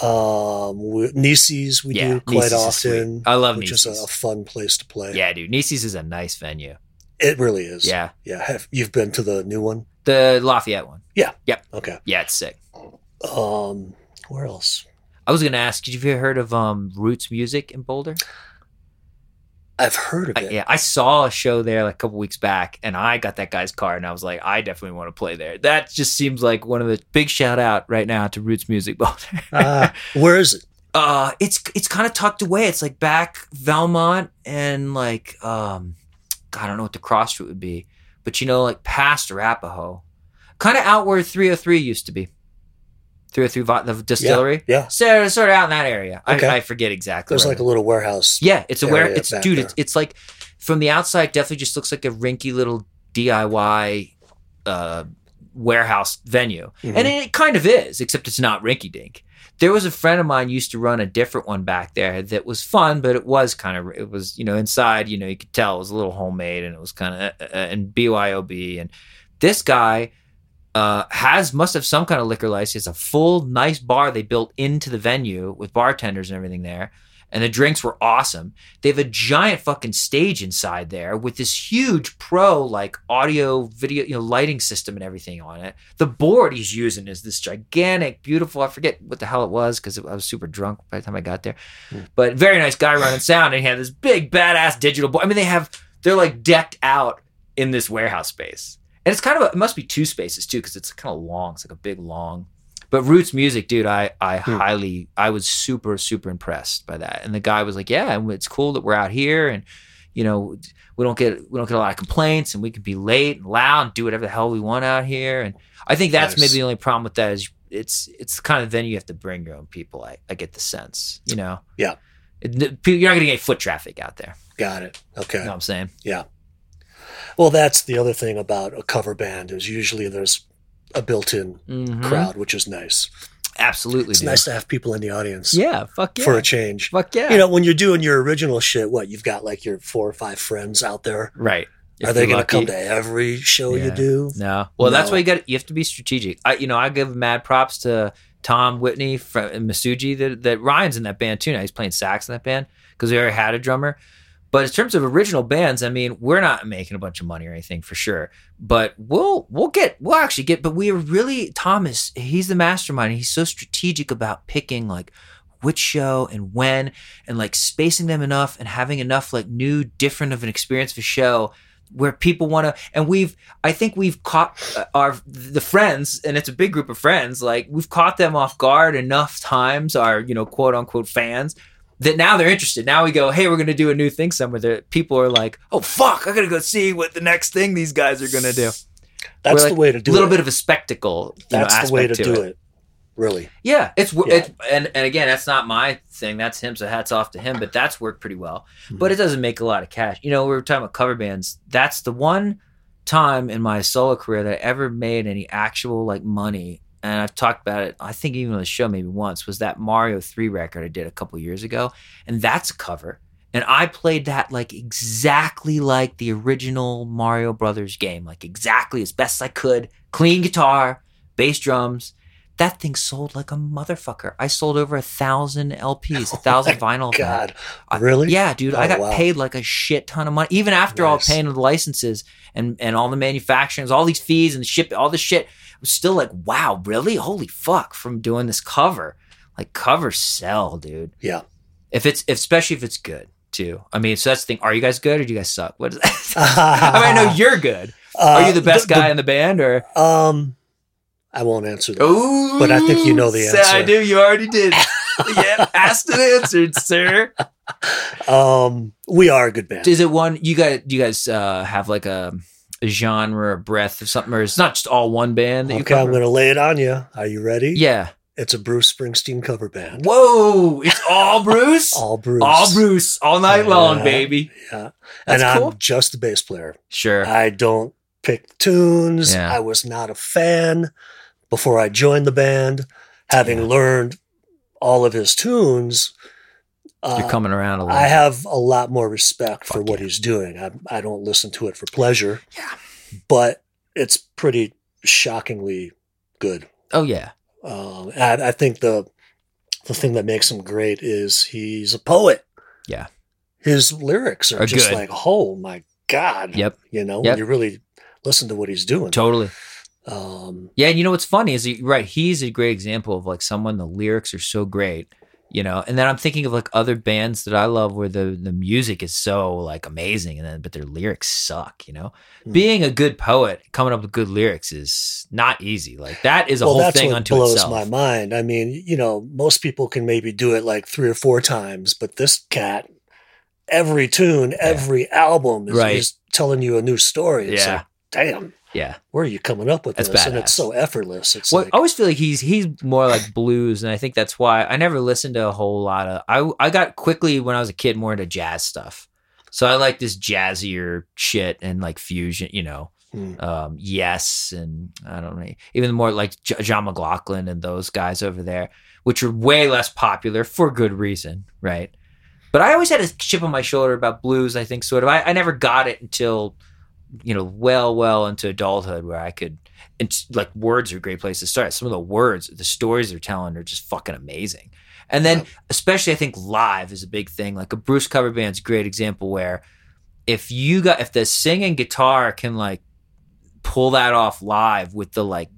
[SPEAKER 2] Um, we, Nieces we
[SPEAKER 1] yeah,
[SPEAKER 2] do quite
[SPEAKER 1] Nieces is
[SPEAKER 2] often,
[SPEAKER 1] sweet. I love
[SPEAKER 2] which
[SPEAKER 1] Nieces.
[SPEAKER 2] is a, a fun place to play.
[SPEAKER 1] yeah, dude. Nieces is a nice venue.
[SPEAKER 2] It really is.
[SPEAKER 1] Yeah,
[SPEAKER 2] Yeah. Have, you've been to the new one?
[SPEAKER 1] the Lafayette one.
[SPEAKER 2] Okay.
[SPEAKER 1] Yeah, it's sick.
[SPEAKER 2] Um, where else?
[SPEAKER 1] I was gonna ask, did you ever heard of um Roots Music in Boulder?
[SPEAKER 2] I've heard of
[SPEAKER 1] I,
[SPEAKER 2] it.
[SPEAKER 1] yeah, I saw a show there like a couple weeks back, and I got that guy's card, and I was like, I definitely want to play there. That just seems like one of the big shout out right now to Roots Music Boulder.
[SPEAKER 2] Ah, where is it?
[SPEAKER 1] uh, it's it's kind of tucked away. It's like back Valmont and like um, God, I don't know what the cross route would be, but you know, like past Arapahoe, kind of out where 303 used to be. 303 Vi- the distillery.
[SPEAKER 2] Yeah,
[SPEAKER 1] So sort of out in that area.
[SPEAKER 2] Okay.
[SPEAKER 1] I, I forget exactly.
[SPEAKER 2] there's
[SPEAKER 1] where
[SPEAKER 2] like a little warehouse.
[SPEAKER 1] yeah, it's aware.
[SPEAKER 2] area
[SPEAKER 1] It's
[SPEAKER 2] back
[SPEAKER 1] dude.
[SPEAKER 2] there.
[SPEAKER 1] It's, it's like from the outside, definitely just looks like a rinky little DIY uh, warehouse venue,
[SPEAKER 2] Mhm.
[SPEAKER 1] and it kind of is, except it's not rinky dink. There was a friend of mine used to run a different one back there that was fun, but it was kind of it was you know inside you know you could tell it was a little homemade and it was kind of uh, uh, and BYOB and this guy uh, has must have some kind of liquor license. A full nice bar they built into the venue with bartenders and everything there, and the drinks were awesome. They have a giant fucking stage inside there with this huge pro like audio video you know lighting system and everything on it. The board he's using is this gigantic, beautiful. I forget what the hell it was because I was super drunk by the time I got there,
[SPEAKER 2] Hmm.
[SPEAKER 1] but very nice guy running sound. And he had this big badass digital board. I mean, they have they're like decked out in this warehouse space. And it's kind of a, it must be two spaces too because it's kind of long. It's like a big long. But Roots Music, dude, I I
[SPEAKER 2] Hmm.
[SPEAKER 1] highly I was super super impressed by that. And the guy was like, "Yeah, and it's cool that we're out here, and you know we don't get we don't get a lot of complaints, and we can be late and loud and do whatever the hell we want out here." And I think that's
[SPEAKER 2] Nice.
[SPEAKER 1] maybe the only problem with that is it's it's the kind of venue you have to bring your own people. I I get the sense, you know.
[SPEAKER 2] Yeah.
[SPEAKER 1] It- the- you're not gonna get foot traffic out there.
[SPEAKER 2] Got it. Okay.
[SPEAKER 1] You know what I'm saying?
[SPEAKER 2] Well, that's the other thing about a cover band is usually there's a built-in
[SPEAKER 1] Mhm.
[SPEAKER 2] crowd, which is nice.
[SPEAKER 1] Absolutely.
[SPEAKER 2] It's
[SPEAKER 1] dude.
[SPEAKER 2] nice to have people in the audience
[SPEAKER 1] Yeah. Fuck yeah.
[SPEAKER 2] for a change.
[SPEAKER 1] fuck yeah.
[SPEAKER 2] You know, when you're doing your original shit, what you've got like your four or five friends out there.
[SPEAKER 1] right. If
[SPEAKER 2] Are they
[SPEAKER 1] you're
[SPEAKER 2] going to
[SPEAKER 1] lucky.
[SPEAKER 2] come to every show you
[SPEAKER 1] Yeah.
[SPEAKER 2] do?
[SPEAKER 1] No. Well, that's
[SPEAKER 2] No.
[SPEAKER 1] why you got you have to be strategic. I you know, I give mad props to Tom Whitney from and Masuji that that Ryan's in that band too now. He's playing sax in that band because we already had a drummer. But in terms of original bands, I mean, we're not making a bunch of money or anything for sure. But we'll we'll get we'll actually get but we are really Thomas, he's the mastermind. He's so strategic about picking like which show and when and like spacing them enough and having enough like new different of an experience of a show where people want to and we've I think we've caught uh, our the friends, and it's a big group of friends. Like we've caught them off guard enough times, our you know quote unquote fans, that now they're interested. Now we go, hey, we're gonna do a new thing somewhere. That people are like, oh fuck, I gotta go see what the next thing these guys are gonna do.
[SPEAKER 2] That's
[SPEAKER 1] We're
[SPEAKER 2] the
[SPEAKER 1] like,
[SPEAKER 2] way to do
[SPEAKER 1] a little
[SPEAKER 2] it.
[SPEAKER 1] bit of a spectacle. you know,
[SPEAKER 2] That's the way to
[SPEAKER 1] aspect
[SPEAKER 2] do it. Really.
[SPEAKER 1] yeah, it's wor-
[SPEAKER 2] Yeah.
[SPEAKER 1] It's, and and again, that's not my thing. That's him. So hats off to him. But that's worked pretty well. But it doesn't make a lot of cash. You know, we were talking about cover bands. That's the one time in my solo career that I ever made any actual like money. And I've talked about it. I think even on the show maybe once was that Mario Three record I did a couple years ago, and that's a cover. And I played that like exactly like the original Mario Brothers game, like exactly as best I could. Clean guitar, bass drums, that thing sold like a motherfucker. I sold over a thousand LPs, a thousand vinyl. of
[SPEAKER 2] Oh,
[SPEAKER 1] that.
[SPEAKER 2] God.
[SPEAKER 1] I-
[SPEAKER 2] Really?
[SPEAKER 1] Yeah, dude, I
[SPEAKER 2] Oh,
[SPEAKER 1] got
[SPEAKER 2] wow.
[SPEAKER 1] paid like a shit ton of money, even after all
[SPEAKER 2] Nice.
[SPEAKER 1] paying the licenses and and all the manufacturings, all these fees and ship, all this shit. I was still like, wow, really? Holy fuck! From doing this cover, like covers sell, dude.
[SPEAKER 2] Yeah.
[SPEAKER 1] If it's if, especially if it's good too. I mean, so that's the thing. Are you guys good or do you guys suck? What is that? I mean, I know you're good.
[SPEAKER 2] Uh,
[SPEAKER 1] Are you the best guy in the band or?
[SPEAKER 2] Um, I won't answer that.
[SPEAKER 1] Oh,
[SPEAKER 2] But I think you know the
[SPEAKER 1] I
[SPEAKER 2] answer.
[SPEAKER 1] do. You already did. yeah, asked and answered, sir. Oh.
[SPEAKER 2] Um, we are a good band.
[SPEAKER 1] Is it one you guys? Do you guys uh, have like a, a genre, or breath, or something, or it's not just all one band that you
[SPEAKER 2] okay, I'm
[SPEAKER 1] cover?
[SPEAKER 2] going to lay it on you. Are you ready?
[SPEAKER 1] yeah.
[SPEAKER 2] It's a Bruce Springsteen cover band.
[SPEAKER 1] Whoa! It's all Bruce. all
[SPEAKER 2] All Bruce.
[SPEAKER 1] Bruce. All night long,
[SPEAKER 2] Yeah.
[SPEAKER 1] baby.
[SPEAKER 2] Yeah.
[SPEAKER 1] That's
[SPEAKER 2] and
[SPEAKER 1] cool.
[SPEAKER 2] I'm just the bass player.
[SPEAKER 1] Sure.
[SPEAKER 2] I don't pick tunes.
[SPEAKER 1] Yeah.
[SPEAKER 2] I was not a fan before I joined the band. Having
[SPEAKER 1] Yeah.
[SPEAKER 2] learned all of his tunes,
[SPEAKER 1] You're
[SPEAKER 2] uh,
[SPEAKER 1] coming around a little.
[SPEAKER 2] I have a lot more respect for
[SPEAKER 1] Fuck
[SPEAKER 2] what
[SPEAKER 1] yeah.
[SPEAKER 2] he's doing. I, I don't listen to it for pleasure.
[SPEAKER 1] Yeah.
[SPEAKER 2] But it's pretty shockingly good.
[SPEAKER 1] oh yeah.
[SPEAKER 2] Um, and I, I think the the thing that makes him great is he's a poet.
[SPEAKER 1] Yeah.
[SPEAKER 2] his lyrics are,
[SPEAKER 1] Are
[SPEAKER 2] just
[SPEAKER 1] good.
[SPEAKER 2] like, oh my god.
[SPEAKER 1] Yep.
[SPEAKER 2] You know,
[SPEAKER 1] Yep.
[SPEAKER 2] when you really listen to what he's doing.
[SPEAKER 1] Totally.
[SPEAKER 2] Um,
[SPEAKER 1] Yeah, and you know what's funny is that- right, he's a great example of like someone the lyrics are so great you know and then i'm thinking of like other bands that i love where the the music is so like amazing and then but their lyrics suck you know
[SPEAKER 2] Hmm.
[SPEAKER 1] being a good poet coming up with good lyrics is not easy like that is a whole thing unto
[SPEAKER 2] blows
[SPEAKER 1] itself
[SPEAKER 2] my mind. I mean, you know, most people can maybe do it like three or four times, but this cat, every tune, every album is,
[SPEAKER 1] Right.
[SPEAKER 2] is telling you a new story. It's
[SPEAKER 1] Yeah.
[SPEAKER 2] like, damn,
[SPEAKER 1] yeah
[SPEAKER 2] where are you coming up with
[SPEAKER 1] That's
[SPEAKER 2] this? And it's
[SPEAKER 1] badass.
[SPEAKER 2] so effortless. It's
[SPEAKER 1] well,
[SPEAKER 2] like,
[SPEAKER 1] i always feel like he's he's more like blues and i think that's why i never listened to a whole lot of i i got quickly when i was a kid more into jazz stuff so i like this jazzier shit and like fusion you know
[SPEAKER 2] hmm.
[SPEAKER 1] um, Yes, and I don't know, even more like J- John McLaughlin and those guys over there, which are way less popular for good reason, right? But I always had a chip on my shoulder about blues. I think sort of. I, I never got it until, you know, well, well into adulthood, where I could. It's like words are a great place to start. Some of the words, the stories they're telling, are just fucking amazing. And then,
[SPEAKER 2] Yeah.
[SPEAKER 1] especially, I think live is a big thing. Like a Bruce cover band's a great example where, if you got if the singing guitar can like pull that off live with the like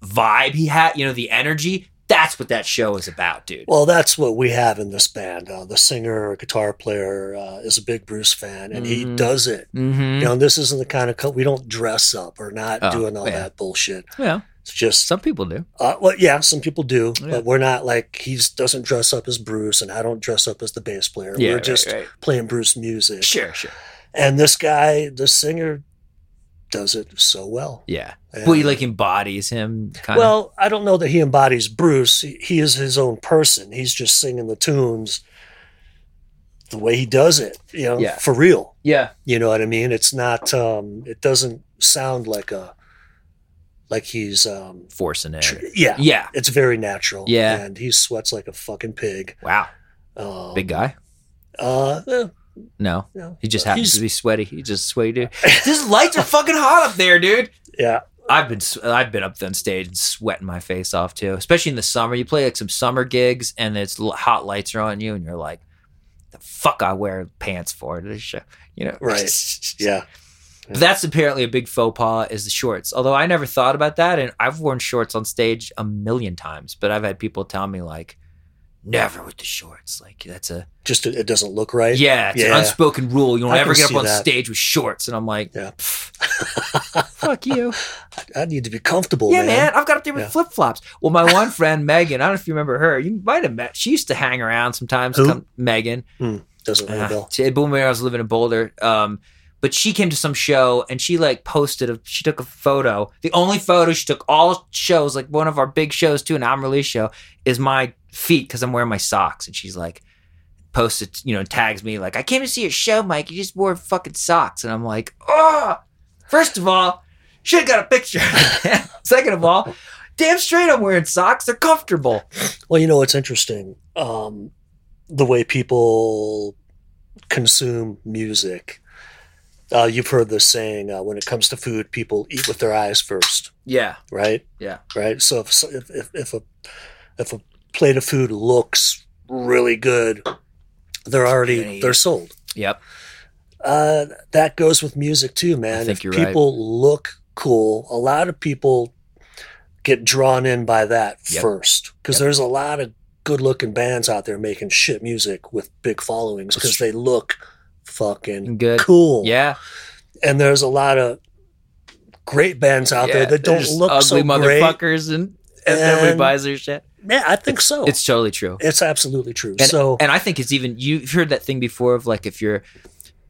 [SPEAKER 1] vibe he had, you know, the energy. That's what that show is about, dude.
[SPEAKER 2] well, that's what we have in this band. Uh, the singer, guitar player, uh, is a big Bruce fan, and he
[SPEAKER 1] Mhm.
[SPEAKER 2] does it.
[SPEAKER 1] Mm-hmm.
[SPEAKER 2] You know, and this isn't the kind of co- we don't dress up or not
[SPEAKER 1] Oh,
[SPEAKER 2] doing all
[SPEAKER 1] yeah.
[SPEAKER 2] that bullshit.
[SPEAKER 1] Well,
[SPEAKER 2] It's just
[SPEAKER 1] some people do.
[SPEAKER 2] Uh, well, yeah, some people do,
[SPEAKER 1] Yeah.
[SPEAKER 2] but we're not like he doesn't dress up as Bruce, and I don't dress up as the bass player.
[SPEAKER 1] Yeah,
[SPEAKER 2] we're
[SPEAKER 1] right,
[SPEAKER 2] just
[SPEAKER 1] right.
[SPEAKER 2] playing Bruce music,
[SPEAKER 1] sure, sure.
[SPEAKER 2] and this guy, the singer, does it so well.
[SPEAKER 1] Yeah,
[SPEAKER 2] And-
[SPEAKER 1] well, he like embodies him. Kind of.
[SPEAKER 2] well, I don't know that he embodies Bruce. He, he is his own person. He's just singing the tunes the way he does it, you know,
[SPEAKER 1] Yeah.
[SPEAKER 2] for real.
[SPEAKER 1] yeah,
[SPEAKER 2] You know what I mean? It's not. um It doesn't sound like a like he's. um
[SPEAKER 1] forcing it.
[SPEAKER 2] tr- Yeah,
[SPEAKER 1] Yeah.
[SPEAKER 2] It's very natural.
[SPEAKER 1] Yeah.
[SPEAKER 2] And he sweats like a fucking pig.
[SPEAKER 1] Wow.
[SPEAKER 2] Um,
[SPEAKER 1] Big guy.
[SPEAKER 2] Uh, eh,
[SPEAKER 1] No,
[SPEAKER 2] no.
[SPEAKER 1] he just
[SPEAKER 2] Uh,
[SPEAKER 1] happens
[SPEAKER 2] he's-
[SPEAKER 1] to be sweaty. He just sweaty. Dude. These lights are fucking hot up there, dude.
[SPEAKER 2] Yeah.
[SPEAKER 1] I've been s- I've been up on stage and sweating my face off too, especially in the summer. You play like some summer gigs and it's l- hot lights are on you, and you're like, "The fuck I wear pants for to this show," you know?
[SPEAKER 2] Right. Yeah.
[SPEAKER 1] But that's apparently a big faux pas is the shorts. Although I never thought about that, and I've worn shorts on stage a million times, but I've had people tell me like, "Never with the shorts." Like that's a
[SPEAKER 2] Just it, it doesn't look right.
[SPEAKER 1] yeah, it's an
[SPEAKER 2] Yeah.
[SPEAKER 1] unspoken rule. You don't
[SPEAKER 2] I can
[SPEAKER 1] ever get up
[SPEAKER 2] see
[SPEAKER 1] on
[SPEAKER 2] that.
[SPEAKER 1] stage with shorts. And I'm like,
[SPEAKER 2] Yeah.
[SPEAKER 1] "Pfft, fuck you.
[SPEAKER 2] I need to be comfortable,
[SPEAKER 1] yeah, man. I've got up there with
[SPEAKER 2] Yeah.
[SPEAKER 1] flip flops. Well, my one friend, Megan, I don't know if you remember her. You might have met. She used to hang around sometimes.
[SPEAKER 2] Who?
[SPEAKER 1] Megan.
[SPEAKER 2] Doesn't ring a
[SPEAKER 1] Uh,
[SPEAKER 2] bell.
[SPEAKER 1] she- boom, when I was living in Boulder. Um, but she came to some show and she like posted a she took a photo. The only photo she took all shows, like one of our big shows too, an album release show, is my feet because I'm wearing my socks. And she's like posted, you know, tags me like, I came to see your show, Mike. You just wore fucking socks. And I'm like, oh first of all, should have got a picture. Second of all, damn straight I'm wearing socks. They're comfortable.
[SPEAKER 2] Well, you know it's interesting. Um, the way people consume music. Uh, you've heard this saying: uh, when it comes to food, people eat with their eyes first,
[SPEAKER 1] Yeah.
[SPEAKER 2] right?
[SPEAKER 1] Yeah.
[SPEAKER 2] Right. So if so- if if, if a if a plate of food looks really good, they're
[SPEAKER 1] You're gonna
[SPEAKER 2] already
[SPEAKER 1] eat
[SPEAKER 2] they're
[SPEAKER 1] it.
[SPEAKER 2] sold.
[SPEAKER 1] Yep.
[SPEAKER 2] Uh, that goes with music too, man.
[SPEAKER 1] think
[SPEAKER 2] if
[SPEAKER 1] you're right.
[SPEAKER 2] people look cool, a lot of people get drawn in by that
[SPEAKER 1] Yep.
[SPEAKER 2] first because
[SPEAKER 1] Yep.
[SPEAKER 2] there's a lot of good-looking bands out there making shit music with big followings
[SPEAKER 1] That's
[SPEAKER 2] because they look fucking
[SPEAKER 1] Good.
[SPEAKER 2] cool.
[SPEAKER 1] Yeah.
[SPEAKER 2] and there's a lot of great bands out there
[SPEAKER 1] Yeah,
[SPEAKER 2] that
[SPEAKER 1] they're
[SPEAKER 2] don't
[SPEAKER 1] just
[SPEAKER 2] look
[SPEAKER 1] ugly
[SPEAKER 2] so great.
[SPEAKER 1] motherfuckers and, and nobody
[SPEAKER 2] And-
[SPEAKER 1] buys their shit.
[SPEAKER 2] Yeah, I think so.
[SPEAKER 1] It's totally true.
[SPEAKER 2] it's absolutely true. so
[SPEAKER 1] And I think it's even you've heard that thing before of like if you're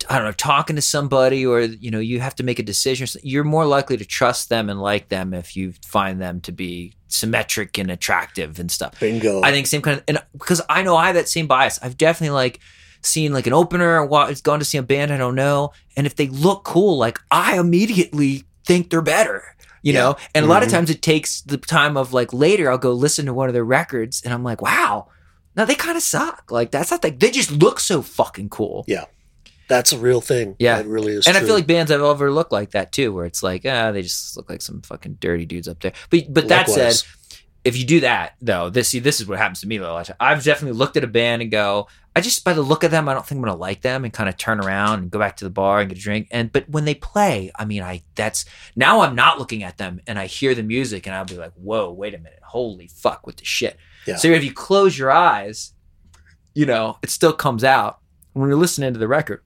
[SPEAKER 1] I don't know talking to somebody or you know you have to make a decision or something, you're more likely to trust them and like them if you find them to be symmetric and attractive and stuff.
[SPEAKER 2] bingo.
[SPEAKER 1] I think same kind of, and because I know I have that same bias. I've definitely like seen like an opener, wa- gone to see a band I don't know, and if they look cool, like I immediately think they're better, you know. And a lot of
[SPEAKER 2] Mhm.
[SPEAKER 1] times it takes the time of like later I'll go listen to one of their records, and I'm like, wow, no, they kind of suck. Like that's not like they just look so fucking cool.
[SPEAKER 2] that's a real thing.
[SPEAKER 1] Yeah.
[SPEAKER 2] it really is.
[SPEAKER 1] And I
[SPEAKER 2] true.
[SPEAKER 1] feel like bands I've overlooked like that too, where it's like, ah, they just look like some fucking dirty dudes up there. But but that said,
[SPEAKER 2] Likewise.
[SPEAKER 1] if you do that though, this see this is what happens to me a lot. of time. I've definitely looked at a band and go, I just by the look of them, I don't think I'm gonna like them, and kind of turn around and go back to the bar and get a drink. And but when they play, I mean, I that's now I'm not looking at them, and I hear the music, and I'll be like, whoa, wait a minute, holy fuck with the shit.
[SPEAKER 2] Yeah.
[SPEAKER 1] So if you close your eyes you know, it still comes out. When you're listening to the record,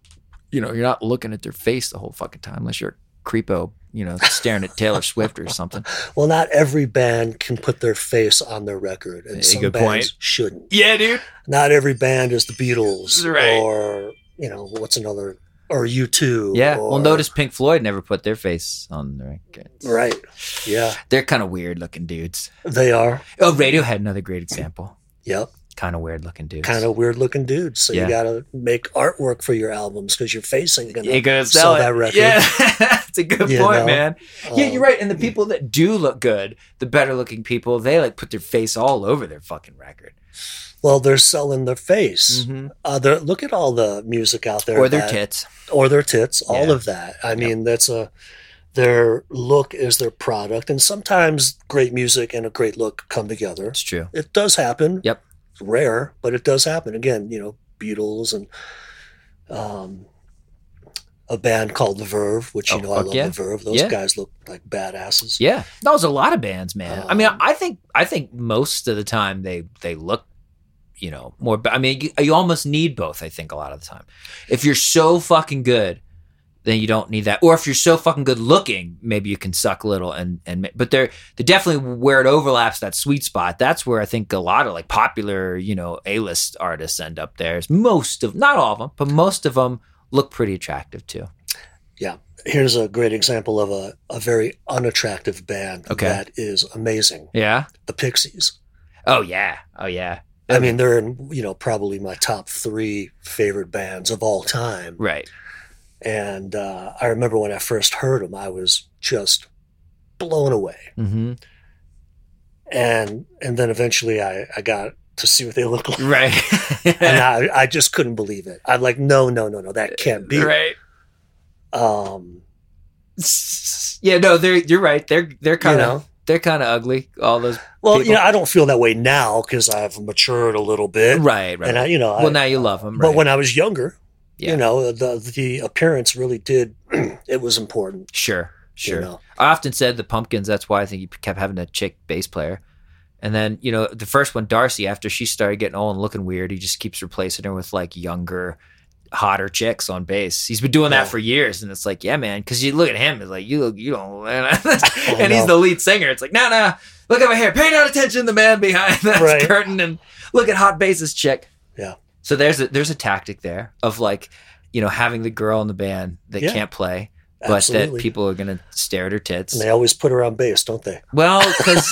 [SPEAKER 1] you know, you're not looking at their face the whole fucking time unless you're a creepo, you know, staring at Taylor Swift or something.
[SPEAKER 2] Well, not every band can put their face on their record, and
[SPEAKER 1] Hey,
[SPEAKER 2] some
[SPEAKER 1] good
[SPEAKER 2] bands
[SPEAKER 1] point.
[SPEAKER 2] shouldn't.
[SPEAKER 1] Yeah, dude.
[SPEAKER 2] Not every band is the Beatles,
[SPEAKER 1] Right.
[SPEAKER 2] or you know, what's another, or U two.
[SPEAKER 1] Yeah.
[SPEAKER 2] or,
[SPEAKER 1] Well, notice Pink Floyd never put their face on the record.
[SPEAKER 2] Right. Yeah,
[SPEAKER 1] They're kind of weird looking dudes.
[SPEAKER 2] they are.
[SPEAKER 1] Oh, Radiohead, another great example.
[SPEAKER 2] Yep.
[SPEAKER 1] Kind of weird looking dudes.
[SPEAKER 2] Kind of weird looking dudes. So
[SPEAKER 1] Yeah.
[SPEAKER 2] you got to make artwork for your albums because your face ain't gonna.
[SPEAKER 1] You're gonna
[SPEAKER 2] Sell
[SPEAKER 1] sell, it.
[SPEAKER 2] that record.
[SPEAKER 1] Yeah, that's a good
[SPEAKER 2] You
[SPEAKER 1] point,
[SPEAKER 2] know?
[SPEAKER 1] man. yeah,
[SPEAKER 2] um,
[SPEAKER 1] you're right. And the people that do look good, the better looking people, they like put their face all over their fucking record.
[SPEAKER 2] Well, they're selling their face.
[SPEAKER 1] Mm-hmm.
[SPEAKER 2] Uh, they're- look at all the music out there.
[SPEAKER 1] Or their
[SPEAKER 2] that-
[SPEAKER 1] tits.
[SPEAKER 2] or their tits, all
[SPEAKER 1] Yeah.
[SPEAKER 2] of that. I mean, that's a their look is their product, and sometimes great music and a great look come together.
[SPEAKER 1] It's true.
[SPEAKER 2] It does happen.
[SPEAKER 1] Yep.
[SPEAKER 2] It's rare, but it does happen. Again, you know, Beatles and um, a band called The Verve, which you
[SPEAKER 1] Oh,
[SPEAKER 2] know I
[SPEAKER 1] fuck
[SPEAKER 2] love
[SPEAKER 1] yeah.
[SPEAKER 2] The Verve. Those
[SPEAKER 1] Yeah.
[SPEAKER 2] guys look like badasses.
[SPEAKER 1] Yeah, that was a lot of bands, man. I mean,
[SPEAKER 2] Um,
[SPEAKER 1] I think I think most of the time they they look, you know, more. I mean, you, you almost need both. I think a lot of the time, if you're so fucking good, then you don't need that. Or if you're so fucking good looking, maybe you can suck a little and and. ma- But they're they definitely where it overlaps that sweet spot. That's where I think a lot of like popular, you know, A list artists end up there. Is most of not all of them, but most of them look pretty attractive too.
[SPEAKER 2] Here's a great example of a, a very unattractive band
[SPEAKER 1] Okay.
[SPEAKER 2] that is amazing.
[SPEAKER 1] Yeah.
[SPEAKER 2] The Pixies.
[SPEAKER 1] Oh yeah. Oh yeah.
[SPEAKER 2] I mean, they're in you know probably my top three favorite bands of all time.
[SPEAKER 1] Right.
[SPEAKER 2] And uh, I remember when I first heard them, I was just blown away.
[SPEAKER 1] Mm-hmm.
[SPEAKER 2] And and then eventually, I I got to see what they look like,
[SPEAKER 1] Right.
[SPEAKER 2] and I I just couldn't believe it. I'm like, no, no, no, no, that can't be.
[SPEAKER 1] right.
[SPEAKER 2] Um,
[SPEAKER 1] Yeah, no, they're you're right. They're they're
[SPEAKER 2] you
[SPEAKER 1] kind of
[SPEAKER 2] know.
[SPEAKER 1] they're kind of ugly. All those
[SPEAKER 2] Well, you
[SPEAKER 1] people-
[SPEAKER 2] know, I don't feel that way now because I've matured a little bit,
[SPEAKER 1] right, right.
[SPEAKER 2] and I, you know, I,
[SPEAKER 1] well, now you love them, right?
[SPEAKER 2] but when I was younger,
[SPEAKER 1] Yeah.
[SPEAKER 2] you know, the the appearance really did. it was important.
[SPEAKER 1] sure, sure.
[SPEAKER 2] You know?
[SPEAKER 1] I often said the Pumpkins. That's why I think he kept having a chick bass player. And then you know the first one, Darcy. After she started getting old and looking weird, he just keeps replacing her with like younger, hotter chicks on bass. He's been doing
[SPEAKER 2] Yeah.
[SPEAKER 1] that for years, and it's like, yeah, man. Because you look at him, it's like you look, you don't. and
[SPEAKER 2] no.
[SPEAKER 1] he's the lead singer. It's like, no, no. Look at my hair. Pay no attention to the man behind that
[SPEAKER 2] Right.
[SPEAKER 1] curtain, and look at hot bassist chick.
[SPEAKER 2] Yeah.
[SPEAKER 1] So there's a there's a tactic there of like, you know, having the girl in the band that
[SPEAKER 2] Yeah.
[SPEAKER 1] can't play, but
[SPEAKER 2] Absolutely.
[SPEAKER 1] that people are gonna stare at her tits.
[SPEAKER 2] And they always put her on bass, don't they?
[SPEAKER 1] Well, because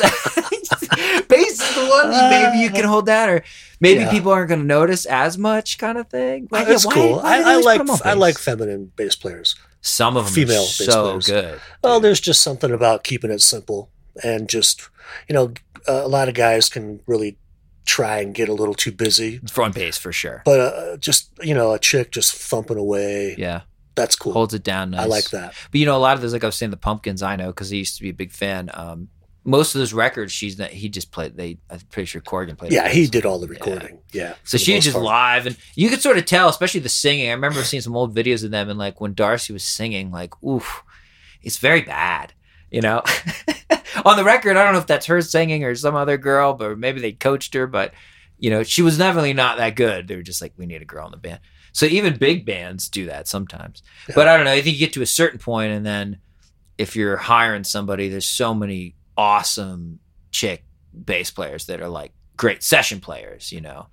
[SPEAKER 1] bass is the one maybe you can hold that, or maybe
[SPEAKER 2] Uh, Yeah.
[SPEAKER 1] people aren't going to notice as much, kind of thing. Why-
[SPEAKER 2] That's
[SPEAKER 1] why-
[SPEAKER 2] cool.
[SPEAKER 1] why do they
[SPEAKER 2] I, I
[SPEAKER 1] always put
[SPEAKER 2] like
[SPEAKER 1] them on
[SPEAKER 2] I
[SPEAKER 1] bass?
[SPEAKER 2] like feminine bass players.
[SPEAKER 1] some of them
[SPEAKER 2] female
[SPEAKER 1] are
[SPEAKER 2] bass
[SPEAKER 1] so
[SPEAKER 2] players.
[SPEAKER 1] good.
[SPEAKER 2] Well,
[SPEAKER 1] dude.
[SPEAKER 2] there's just something about keeping it simple and just you know a lot of guys can really try and get a little too busy,
[SPEAKER 1] front bass for sure.
[SPEAKER 2] but uh, just you know a chick just thumping away.
[SPEAKER 1] Yeah,
[SPEAKER 2] That's cool.
[SPEAKER 1] holds it down. Nice.
[SPEAKER 2] I like that.
[SPEAKER 1] But you know, a lot of those, like I was saying, the Pumpkins. I know because I used to be a big fan. Um, most of those records, she's not, he just played. They, I'm pretty sure Corgan played.
[SPEAKER 2] Yeah,
[SPEAKER 1] the
[SPEAKER 2] he
[SPEAKER 1] bass.
[SPEAKER 2] did all the
[SPEAKER 1] Yeah.
[SPEAKER 2] recording. Yeah.
[SPEAKER 1] So
[SPEAKER 2] for the
[SPEAKER 1] she was
[SPEAKER 2] most
[SPEAKER 1] just
[SPEAKER 2] part.
[SPEAKER 1] live, and you could sort of tell, especially the singing. I remember seeing some old videos of them, and like when Darcy was singing, like, oof, it's very bad, you know. On the record, I don't know if that's her singing or some other girl, but maybe they coached her. But you know, she was definitely not that good. They were just like, we need a girl in the band. So even big bands do that sometimes.
[SPEAKER 2] Yeah.
[SPEAKER 1] But I don't know. I think you get to a certain point, and then if you're hiring somebody, there's so many awesome chick bass players that are like great session players, you know.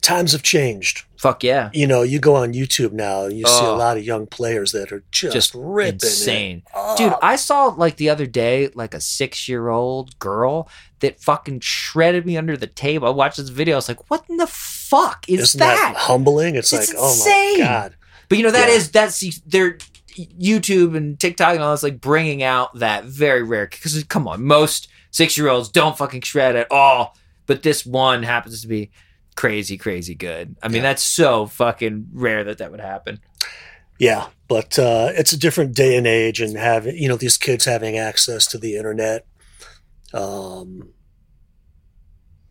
[SPEAKER 2] Times have changed.
[SPEAKER 1] Fuck yeah.
[SPEAKER 2] You know, you go on YouTube now and you see a
[SPEAKER 1] Oh.
[SPEAKER 2] lot of young players that are just,
[SPEAKER 1] Just
[SPEAKER 2] ripping it Oh,
[SPEAKER 1] Insane.
[SPEAKER 2] up.
[SPEAKER 1] Dude, I saw like the other day, like a six year old girl that fucking shredded me under the table. I watched this video. I was like, what in the fuck is
[SPEAKER 2] Isn't that,
[SPEAKER 1] that?
[SPEAKER 2] humbling? It's,
[SPEAKER 1] It's
[SPEAKER 2] like, oh
[SPEAKER 1] insane.
[SPEAKER 2] my god.
[SPEAKER 1] But you know, that
[SPEAKER 2] Yeah.
[SPEAKER 1] is that's they're YouTube and TikTok and all this like bringing out that very rare because come on, most six year olds don't fucking shred at all. But this one happens to be crazy, crazy good. I mean,
[SPEAKER 2] Yeah.
[SPEAKER 1] that's so fucking rare that that would happen.
[SPEAKER 2] Yeah, but uh, it's a different day and age, and having you know these kids having access to the internet. Um,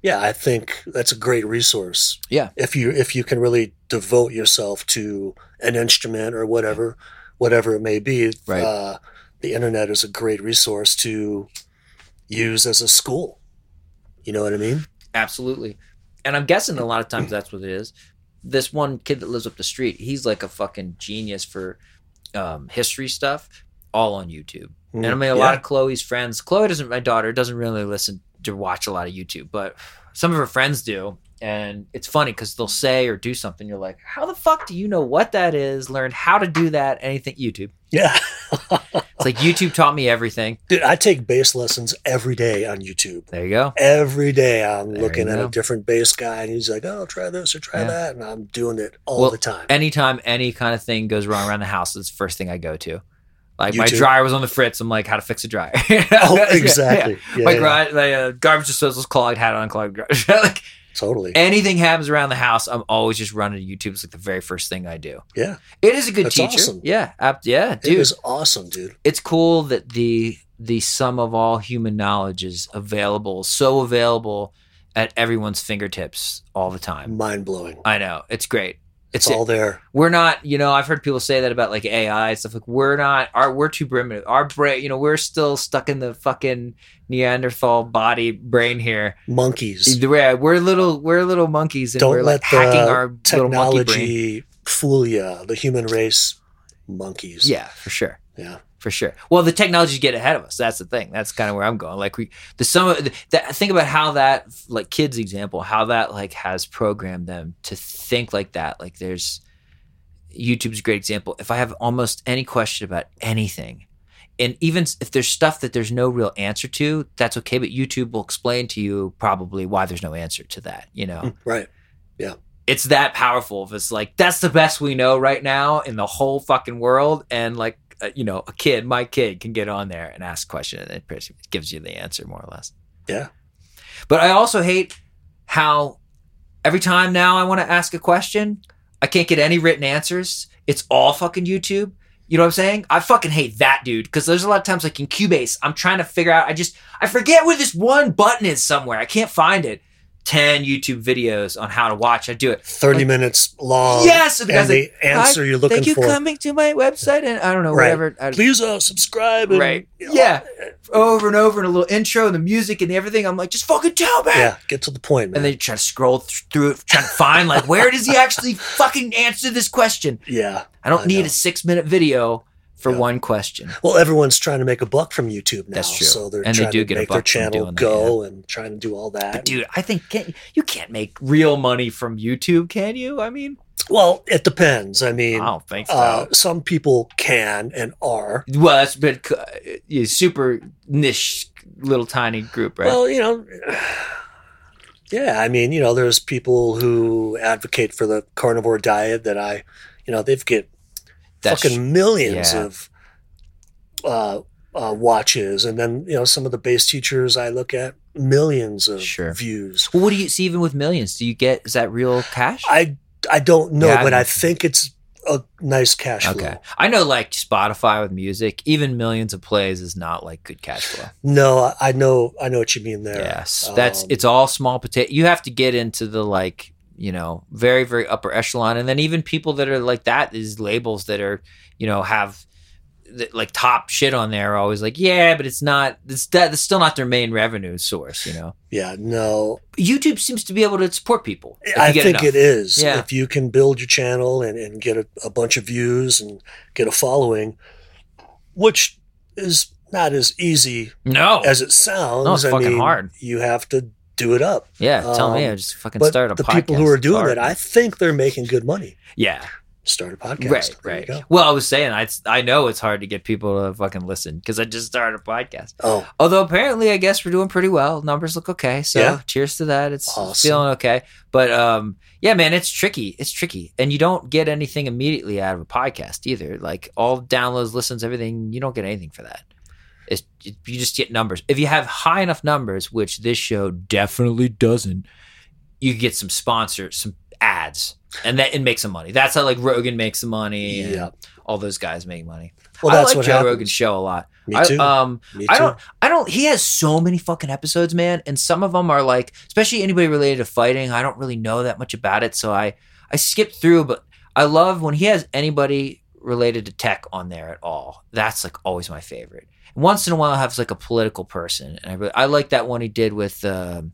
[SPEAKER 2] yeah, I think that's a great resource.
[SPEAKER 1] Yeah.
[SPEAKER 2] if you if you can really devote yourself to an instrument or whatever, whatever it may be,
[SPEAKER 1] Right.
[SPEAKER 2] uh, the internet is a great resource to use as a school. You know what I mean?
[SPEAKER 1] Absolutely. and I'm guessing a lot of times that's what it is. This one kid that lives up the street, he's like a fucking genius for um, history stuff, all on YouTube. And I mean, a
[SPEAKER 2] Mm.
[SPEAKER 1] lot
[SPEAKER 3] Yeah.
[SPEAKER 1] of Chloe's friends. Chloe doesn't. My daughter doesn't really listen to watch a lot of YouTube, but some of her friends do, and it's funny because they'll say or do something. You're like, how the fuck do you know what that is? Learn how to do that? Anything YouTube?
[SPEAKER 2] Yeah.
[SPEAKER 1] It's like YouTube taught me everything.
[SPEAKER 2] Dude, I take bass lessons every day on YouTube.
[SPEAKER 1] There you go.
[SPEAKER 2] Every day I'm
[SPEAKER 1] There
[SPEAKER 2] looking
[SPEAKER 1] you
[SPEAKER 2] at
[SPEAKER 1] go.
[SPEAKER 2] a different bass guy and he's like, oh, try this or try
[SPEAKER 1] Yeah.
[SPEAKER 2] that. And I'm doing it all
[SPEAKER 1] Well,
[SPEAKER 2] the time.
[SPEAKER 1] Anytime any kind of thing goes wrong around the house, it's the first thing I go to. Like my
[SPEAKER 2] YouTube.
[SPEAKER 1] dryer was on the fritz. I'm like, how to fix a dryer?
[SPEAKER 2] oh,
[SPEAKER 1] Yeah,
[SPEAKER 2] exactly. Yeah,
[SPEAKER 1] my
[SPEAKER 2] yeah,
[SPEAKER 1] garage, my, uh, garbage disposal's clogged. Had it unclogged. Garage. like
[SPEAKER 2] Totally.
[SPEAKER 1] anything happens around the house, I'm always just running to YouTube. It's like the very first thing I do.
[SPEAKER 2] Yeah.
[SPEAKER 1] It is a good
[SPEAKER 2] That's
[SPEAKER 1] teacher.
[SPEAKER 2] awesome.
[SPEAKER 1] Yeah, ab- yeah,
[SPEAKER 2] It
[SPEAKER 1] dude.
[SPEAKER 2] is awesome, dude.
[SPEAKER 1] it's cool that the the sum of all human knowledge is available, so available at everyone's fingertips all the time.
[SPEAKER 2] Mind blowing.
[SPEAKER 1] I know it's great.
[SPEAKER 2] Mm. It's
[SPEAKER 1] It's,
[SPEAKER 2] all there.
[SPEAKER 1] we're not, you know, I've heard people say that about like AI and stuff. Like we're not, our we're too primitive. Our brain, you know, we're still stuck in the fucking Neanderthal body brain here.
[SPEAKER 2] Monkeys.
[SPEAKER 1] Yeah, we're little, we're little monkeys, and
[SPEAKER 2] Don't
[SPEAKER 1] we're
[SPEAKER 2] let
[SPEAKER 1] like hacking
[SPEAKER 2] the
[SPEAKER 1] our little monkey brain.
[SPEAKER 2] Technology fool ya. The human race, monkeys.
[SPEAKER 1] Yeah, for sure.
[SPEAKER 2] Yeah.
[SPEAKER 1] for sure. Well, the technologies get ahead of us. That's the thing. That's kind of where I'm going. Like we, the some of the, that- think about how that like kids example, how that like has programmed them to think like that. Like there's YouTube's a great example. If I have almost any question about anything, and even s- if there's stuff that there's no real answer to, that's okay. But YouTube will explain to you probably why there's no answer to that. You know
[SPEAKER 2] Hmm, Right.
[SPEAKER 1] it's that powerful. If it's like that's the best we know right now in the whole fucking world, and like uh, you know, a kid, my kid, can get on there and ask a question, and it pretty much gives you the answer more or less.
[SPEAKER 2] Yeah.
[SPEAKER 1] But I also hate how every time now I want to ask a question, I can't get any written answers. It's all fucking YouTube. You know what I'm saying? I fucking hate that dude because there's a lot of times like in Cubase, I'm trying to figure out. I just I forget where this one button is somewhere. I can't find it. Ten YouTube videos on how to watch. I do it.
[SPEAKER 2] 30
[SPEAKER 1] Like-
[SPEAKER 2] minutes long.
[SPEAKER 1] Yes, and the guy's
[SPEAKER 2] Um, And the answer you're looking
[SPEAKER 1] Thank you
[SPEAKER 2] for.
[SPEAKER 1] coming to my website and I don't know
[SPEAKER 2] Right.
[SPEAKER 1] whatever. I,
[SPEAKER 2] Please uh, subscribe. And,
[SPEAKER 1] Right. Yeah. over and over and a little intro and the music and everything. I'm like, just fucking tell me.
[SPEAKER 2] Yeah. Get to the point, man.
[SPEAKER 1] And then you try to scroll th- through it, trying to find like where does he actually fucking answer this question?
[SPEAKER 2] yeah.
[SPEAKER 1] I don't
[SPEAKER 2] I
[SPEAKER 1] need
[SPEAKER 2] know.
[SPEAKER 1] a six minute video for
[SPEAKER 2] Yeah.
[SPEAKER 1] one question.
[SPEAKER 2] Well, everyone's trying to make a buck from YouTube now.
[SPEAKER 1] That's true.
[SPEAKER 2] So they're
[SPEAKER 1] And they
[SPEAKER 2] trying
[SPEAKER 1] do
[SPEAKER 2] to
[SPEAKER 1] get a
[SPEAKER 2] make their
[SPEAKER 1] buck from
[SPEAKER 2] channel
[SPEAKER 1] doing that,
[SPEAKER 2] go and trying to do all
[SPEAKER 1] But
[SPEAKER 2] that.
[SPEAKER 1] dude, I think can't, you can't make real money from YouTube, can you? I mean,
[SPEAKER 2] Well, it depends. I mean,
[SPEAKER 1] I don't think so.
[SPEAKER 2] uh, some people can and are.
[SPEAKER 1] well, that's been uh, yeah, super niche, little tiny group, right?
[SPEAKER 2] Well, you know, yeah, I mean, you know, there's people who advocate for the carnivore diet that I, you know, they've get
[SPEAKER 1] That's-
[SPEAKER 2] fucking millions
[SPEAKER 1] yeah.
[SPEAKER 2] of uh, uh, watches, and then you know, some of the bass teachers I look at, millions of
[SPEAKER 1] Sure.
[SPEAKER 2] views.
[SPEAKER 1] Well, what do you see? Even with millions, do you get is that real cash?
[SPEAKER 2] I I don't know,
[SPEAKER 1] Yeah, I
[SPEAKER 2] but I,
[SPEAKER 1] don't-
[SPEAKER 2] think it's a nice cash flow.
[SPEAKER 1] Okay. I know like Spotify with music, even millions of plays is not like good cash flow.
[SPEAKER 2] No, I- I know, I know what you mean there.
[SPEAKER 1] Yes. That's
[SPEAKER 2] Um,
[SPEAKER 1] it's all small potato. You have to get into the like, you know, very very upper echelon and then even people that are like that is labels that are, you know, have that, like top shit on there are always like, yeah, but it's not it's that it's still not their main revenue source, you know.
[SPEAKER 2] Yeah, no,
[SPEAKER 1] YouTube seems to be able to support people. if you
[SPEAKER 2] I
[SPEAKER 1] get
[SPEAKER 2] think
[SPEAKER 1] enough.
[SPEAKER 2] it is.
[SPEAKER 1] Yeah.
[SPEAKER 2] If you can build your channel and, and get a, a bunch of views and get a following, which is not as easy
[SPEAKER 1] No.
[SPEAKER 2] as it sounds.
[SPEAKER 1] No, it's
[SPEAKER 2] I
[SPEAKER 1] fucking
[SPEAKER 2] mean,
[SPEAKER 1] hard.
[SPEAKER 2] You have to do it up.
[SPEAKER 1] yeah, tell me.
[SPEAKER 2] um,
[SPEAKER 1] I just fucking
[SPEAKER 2] But
[SPEAKER 1] start a
[SPEAKER 2] the
[SPEAKER 1] podcast.
[SPEAKER 2] people who are doing that,
[SPEAKER 1] Hard.
[SPEAKER 2] I think they're making good money.
[SPEAKER 1] yeah.
[SPEAKER 2] Start a podcast.
[SPEAKER 1] Right,
[SPEAKER 2] There you
[SPEAKER 1] right.
[SPEAKER 2] go.
[SPEAKER 1] Well, I was saying I I know it's hard to get people to fucking listen because I just started a podcast.
[SPEAKER 2] Oh,
[SPEAKER 1] Although apparently, I guess we're doing pretty well. Numbers look okay, so
[SPEAKER 2] Yeah.
[SPEAKER 1] cheers to that. It's it's
[SPEAKER 2] Awesome.
[SPEAKER 1] feeling okay, but um, yeah, man, it's tricky. It's tricky, and you don't get anything immediately out of a podcast either. Like all downloads, listens, everything, you don't get anything for that. It's you just get numbers. If you have high enough numbers, which this show definitely doesn't, you get some sponsors, some ads, and that and make some money. That's how like Rogan makes some money. and
[SPEAKER 2] yeah.
[SPEAKER 1] all those guys make money.
[SPEAKER 2] Well,
[SPEAKER 1] I
[SPEAKER 2] that's
[SPEAKER 1] like
[SPEAKER 2] what
[SPEAKER 1] Joe
[SPEAKER 2] happens.
[SPEAKER 1] Rogan's show a lot.
[SPEAKER 2] Me
[SPEAKER 1] I,
[SPEAKER 2] too.
[SPEAKER 1] um,
[SPEAKER 2] Me
[SPEAKER 1] I
[SPEAKER 2] too.
[SPEAKER 1] don't, I don't. He has so many fucking episodes, man, and some of them are like, especially anybody related to fighting. I don't really know that much about it, so I, I skip through. But I love when he has anybody related to tech on there at all. That's like always my favorite. Once in a while, I have like a political person, and I, really, I like that one he did with. Um,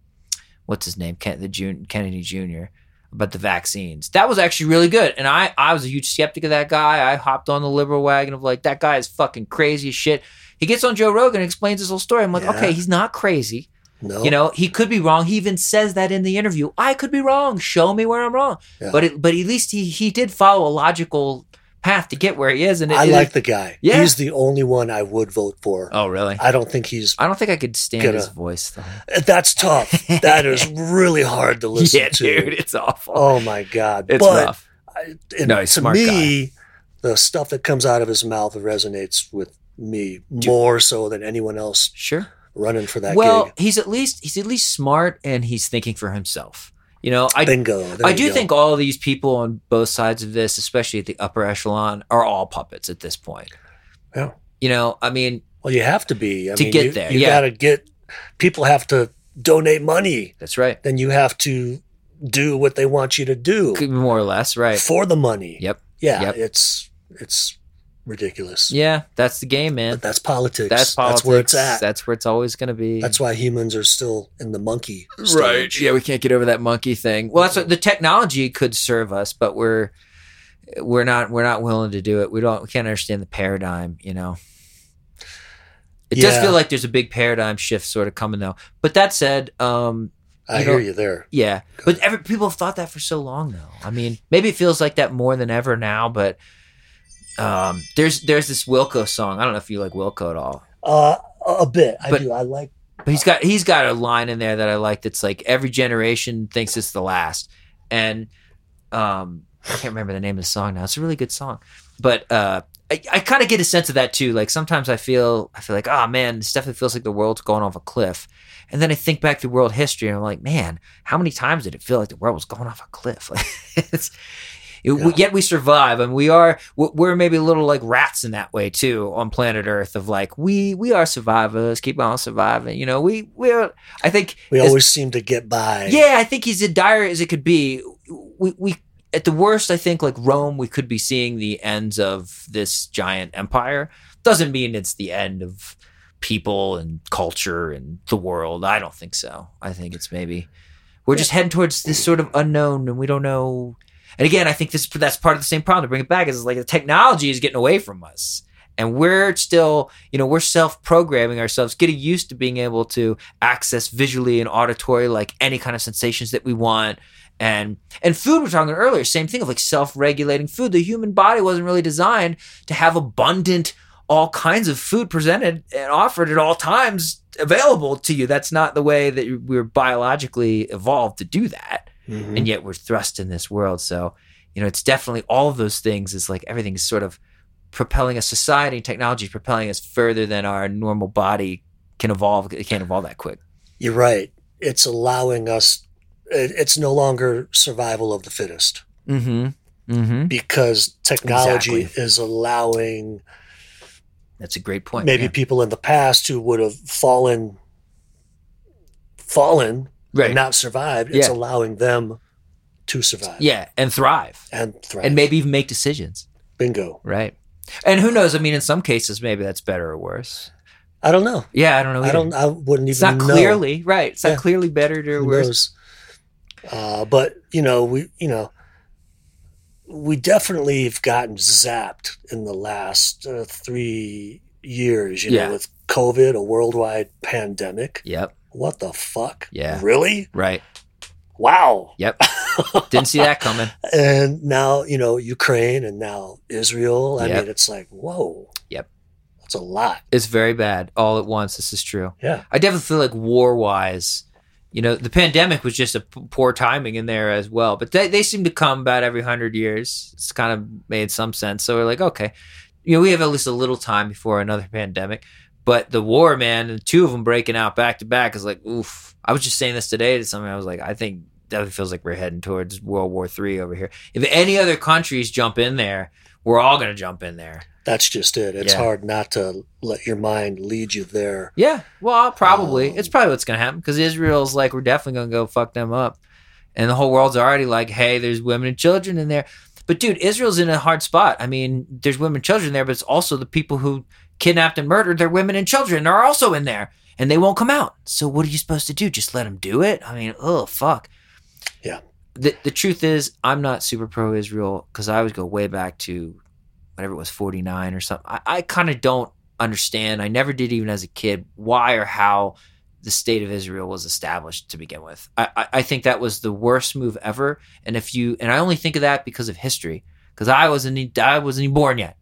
[SPEAKER 1] what's his name, Ken, the Jun- Kennedy Jr. about the vaccines. That was actually really good, and I I was a huge skeptic of that guy. I hopped on the liberal wagon of like that guy is fucking crazy as shit. He gets on Joe Rogan and explains his whole story. I'm like,
[SPEAKER 2] Yeah.
[SPEAKER 1] okay, he's not crazy.
[SPEAKER 2] No,
[SPEAKER 1] You know, he could be wrong. He even says that in the interview. I could be wrong. Show me where I'm wrong.
[SPEAKER 2] Yeah.
[SPEAKER 1] But it, but at least he he did follow a logical path to get where he is. And it,
[SPEAKER 2] I
[SPEAKER 1] it-
[SPEAKER 2] like the guy.
[SPEAKER 1] Yeah.
[SPEAKER 2] He's the only one I would vote for.
[SPEAKER 1] Oh, really?
[SPEAKER 2] I don't think he's.
[SPEAKER 1] I don't think I could stand
[SPEAKER 2] Gonna-
[SPEAKER 1] his voice. Though.
[SPEAKER 2] That's tough. That is really hard to listen
[SPEAKER 1] yeah,
[SPEAKER 2] to.
[SPEAKER 1] dude, it's awful.
[SPEAKER 2] Oh my god!
[SPEAKER 1] it's
[SPEAKER 2] but
[SPEAKER 1] rough.
[SPEAKER 2] I, and
[SPEAKER 1] No, he's a
[SPEAKER 2] to
[SPEAKER 1] smart
[SPEAKER 2] me, the stuff that comes out of his mouth resonates with me more so than anyone else
[SPEAKER 1] Sure.
[SPEAKER 2] running for that
[SPEAKER 1] Well,
[SPEAKER 2] gig.
[SPEAKER 1] he's at least he's at least smart and he's thinking for himself. You know, I
[SPEAKER 2] Bingo. There
[SPEAKER 1] I
[SPEAKER 2] you
[SPEAKER 1] do
[SPEAKER 2] go.
[SPEAKER 1] think all these people on both sides of this, especially at the upper echelon, are all puppets at this point.
[SPEAKER 2] Yeah.
[SPEAKER 1] You know, I mean,
[SPEAKER 2] Well, you have to be I
[SPEAKER 1] To
[SPEAKER 2] mean,
[SPEAKER 1] get
[SPEAKER 2] you,
[SPEAKER 1] there,
[SPEAKER 2] You
[SPEAKER 1] yeah.
[SPEAKER 2] got to get. People have to donate money.
[SPEAKER 1] that's right.
[SPEAKER 2] Then you have to do what they want you to do
[SPEAKER 1] More or less, right?
[SPEAKER 2] for the money.
[SPEAKER 1] Yep.
[SPEAKER 2] Yeah.
[SPEAKER 1] Yep.
[SPEAKER 2] It's it's ridiculous.
[SPEAKER 1] Yeah, that's the game, man.
[SPEAKER 2] But that's politics.
[SPEAKER 1] That's politics.
[SPEAKER 2] That's where it's at.
[SPEAKER 1] That's where it's always going to be.
[SPEAKER 2] That's why humans are still in the monkey stage.
[SPEAKER 1] Yeah, we can't get over that monkey thing. Well, that's what the technology could serve us, but we're we're not we're not willing to do it. We don't we can't understand the paradigm, you know. It does
[SPEAKER 2] Yeah.
[SPEAKER 1] feel like there's a big paradigm shift sort of coming though. But that said, um
[SPEAKER 2] I
[SPEAKER 1] You
[SPEAKER 2] hear
[SPEAKER 1] know-
[SPEAKER 2] you there.
[SPEAKER 1] yeah, but every, people have thought that for so long though. I mean, maybe it feels like that more than ever now, but um there's there's this Wilco song. I don't know if you like Wilco at all.
[SPEAKER 2] Uh, a a bit. I
[SPEAKER 1] But-
[SPEAKER 2] do. I like.
[SPEAKER 1] But he's got he's got a line in there that I like that's like every generation thinks it's the last. And um I can't remember the name of the song now. It's a really good song. But uh I, I kind of get a sense of that too. Like sometimes I feel I feel like, oh man, this definitely feels like the world's going off a cliff. And then I think back to world history and I'm like, man, how many times did it feel like the world was going off a cliff? Like it's it, we-
[SPEAKER 2] Yeah.
[SPEAKER 1] yet we survive and we are we're- we're maybe a little like rats in that way too on planet earth of like we we are survivors keep on surviving you know we we're i think
[SPEAKER 2] We
[SPEAKER 1] as-
[SPEAKER 2] always seem to get by.
[SPEAKER 1] yeah i think he's as dire as it could be we we at the worst i think like rome we could be seeing the ends of this giant empire doesn't mean it's the end of people and culture and the world i don't think so i think it's maybe we're just heading towards this sort of unknown and we don't know and again i think this that's part of the same problem to bring it back is like the technology is getting away from us and we're still you know we're self-programming ourselves getting used to being able to access visually and auditory like any kind of sensations that we want and and food we were talking earlier same thing of like self-regulating food the human body wasn't really designed to have abundant all kinds of food presented and offered at all times available to you that's not the way that we were biologically evolved to do that
[SPEAKER 2] Mhm.
[SPEAKER 1] and yet we're thrust in this world. So, you know, it's definitely all of those things is like everything's sort of propelling us, society and technology is propelling us further than our normal body can evolve. It can't evolve that quick.
[SPEAKER 2] You're right. It's allowing us. it- It's no longer survival of the fittest
[SPEAKER 1] Mm hmm. Mm
[SPEAKER 2] Mm-hmm.
[SPEAKER 1] hmm.
[SPEAKER 2] because technology
[SPEAKER 1] Exactly.
[SPEAKER 2] is allowing
[SPEAKER 1] That's a great point.
[SPEAKER 2] maybe
[SPEAKER 1] yeah.
[SPEAKER 2] people in the past who would have fallen, fallen,
[SPEAKER 1] Right.
[SPEAKER 2] and not survived. It's
[SPEAKER 1] Yeah.
[SPEAKER 2] allowing them to survive.
[SPEAKER 1] yeah. And thrive.
[SPEAKER 2] and thrive.
[SPEAKER 1] And maybe even make decisions.
[SPEAKER 2] bingo.
[SPEAKER 1] Right. And who knows? I mean, in some cases, maybe that's better or worse.
[SPEAKER 2] I don't know.
[SPEAKER 1] Yeah. I don't know.
[SPEAKER 2] I
[SPEAKER 1] either.
[SPEAKER 2] don't. I wouldn't even.
[SPEAKER 1] It's not
[SPEAKER 2] know.
[SPEAKER 1] clearly right. It's
[SPEAKER 2] Yeah.
[SPEAKER 1] not clearly better or
[SPEAKER 2] Who
[SPEAKER 1] worse.
[SPEAKER 2] knows? Uh, but you know, we you know, we definitely have gotten zapped in the last uh, three years. You
[SPEAKER 1] Yeah.
[SPEAKER 2] know, with COVID, a worldwide pandemic.
[SPEAKER 1] Yep.
[SPEAKER 2] What the fuck?
[SPEAKER 1] Yeah.
[SPEAKER 2] Really?
[SPEAKER 1] Right.
[SPEAKER 2] Wow.
[SPEAKER 1] Yep. Didn't see that coming.
[SPEAKER 2] And now you know Ukraine, and now Israel. I
[SPEAKER 1] Yep.
[SPEAKER 2] mean, it's like whoa.
[SPEAKER 1] Yep.
[SPEAKER 2] That's a lot.
[SPEAKER 1] It's very bad all at once. This is true.
[SPEAKER 2] Yeah.
[SPEAKER 1] I definitely feel like war wise, you know, the pandemic was just a p- poor timing in there as well. But they, they seem to come about every hundred years. It's kind of made some sense. So we're like, okay, you know, we have at least a little time before another pandemic. But the war, man, and two of them breaking out back to back is like, oof. I was just saying this today to somebody. I was like, I think definitely feels like we're heading towards World War Three over here. If any other countries jump in there, we're all going to jump in there.
[SPEAKER 2] That's just it. It's
[SPEAKER 1] Yeah.
[SPEAKER 2] hard not to let your mind lead you there.
[SPEAKER 1] Yeah, well, probably
[SPEAKER 2] Um,
[SPEAKER 1] it's probably what's gonna happen because Israel's like we're definitely gonna go fuck them up, and the whole world's already like, hey, there's women and children in there. But dude, Israel's in a hard spot. I mean, there's women and children there, but it's also the people who kidnapped and murdered their women and children are also in there, and they won't come out. So what are you supposed to do? Just let them do it? I mean, oh fuck.
[SPEAKER 2] Yeah.
[SPEAKER 1] The the truth is, I'm not super pro Israel because I always go way back to whatever it was, 49 or something. I, I kind of don't understand. I never did even as a kid why or how the state of Israel was established to begin with. I, I, I think that was the worst move ever. And if you and I only think of that because of history, because I wasn't e- I wasn't even born yet.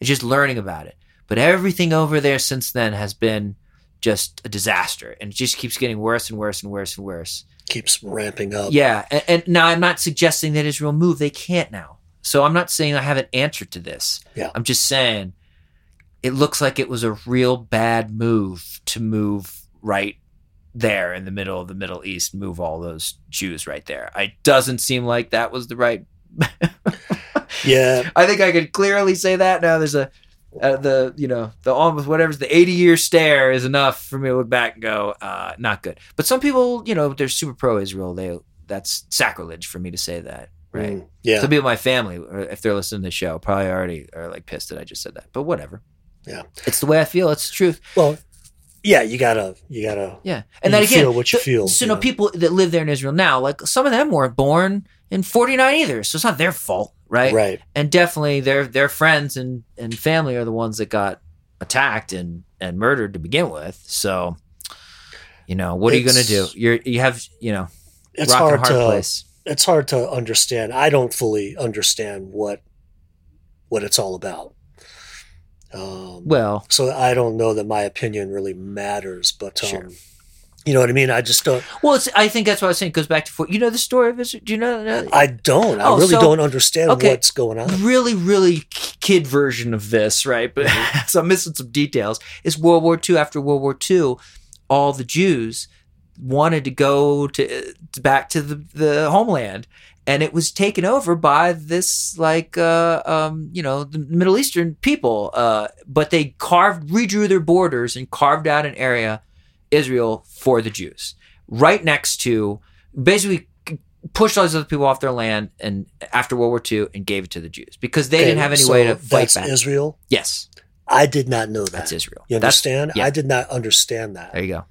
[SPEAKER 1] It's just learning about it. But everything over there since then has been just a disaster, and it just keeps getting worse and worse and worse and worse.
[SPEAKER 2] Keeps ramping up.
[SPEAKER 1] Yeah, and, and now I'm not suggesting that Israel move; they can't now. So I'm not saying I have an answer to this.
[SPEAKER 2] Yeah.
[SPEAKER 1] I'm just saying it looks like it was a real bad move to move right there in the middle of the Middle East, move all those Jews right there. It doesn't seem like that was the right.
[SPEAKER 2] Yeah.
[SPEAKER 1] I think I could clearly say that now. There's a uh, the you know the almost whatever's the 80 year stare is enough for me to look back and go uh, not good. But some people, you know, they're super pro Israel. They that's sacrilege for me to say that, right?
[SPEAKER 2] Mm. Yeah.
[SPEAKER 1] Some people in my family, or if they're listening to the show, probably already are like pissed that I just said that. But whatever.
[SPEAKER 2] Yeah.
[SPEAKER 1] It's the way I feel. It's the truth.
[SPEAKER 2] well, yeah, you gotta, you gotta.
[SPEAKER 1] Yeah.
[SPEAKER 2] You
[SPEAKER 1] And then again,
[SPEAKER 2] feel what you
[SPEAKER 1] the-
[SPEAKER 2] feel,
[SPEAKER 1] So,
[SPEAKER 2] you
[SPEAKER 1] no,
[SPEAKER 2] know.
[SPEAKER 1] people that live there in Israel now, like some of them weren't born in 49 either. So it's not their fault, right?
[SPEAKER 2] Right.
[SPEAKER 1] And definitely their their friends and, and family are the ones that got attacked and, and murdered to begin with. So, you know, what are you going to do?
[SPEAKER 2] It's-
[SPEAKER 1] You're, you have, you know,
[SPEAKER 2] It's
[SPEAKER 1] rock
[SPEAKER 2] hard,
[SPEAKER 1] and hard
[SPEAKER 2] to.
[SPEAKER 1] place.
[SPEAKER 2] It's hard to understand. I don't fully understand what what it's all about. Um,
[SPEAKER 1] Well,
[SPEAKER 2] so I don't know that my opinion really matters, but um,
[SPEAKER 1] Sure.
[SPEAKER 2] you know what I mean. I just don't.
[SPEAKER 1] well, it's, I think that's what I was saying. It goes back to, four. you know, the story of Israel. Do you know? know
[SPEAKER 2] I don't. I
[SPEAKER 1] Oh,
[SPEAKER 2] really
[SPEAKER 1] so-
[SPEAKER 2] don't understand
[SPEAKER 1] okay.
[SPEAKER 2] what's going on.
[SPEAKER 1] really, really k- kid version of this, right? But so I'm missing some details. Is World War II after World War II, all the Jews wanted to go to, to back to the, the homeland, and it was taken over by this like uh, um, you know the Middle Eastern people. Uh, but they carved, redrew their borders, and carved out an area, Israel, for the Jews, right next to basically pushed all these other people off their land and after World War II and gave it to the Jews because they didn't
[SPEAKER 2] Okay,
[SPEAKER 1] have any
[SPEAKER 2] so
[SPEAKER 1] way to fight
[SPEAKER 2] that's
[SPEAKER 1] back.
[SPEAKER 2] Israel.
[SPEAKER 1] yes,
[SPEAKER 2] I did not know that.
[SPEAKER 1] that's Israel.
[SPEAKER 2] You
[SPEAKER 1] That's
[SPEAKER 2] understand?
[SPEAKER 1] yeah.
[SPEAKER 2] I did not understand that.
[SPEAKER 1] there you go.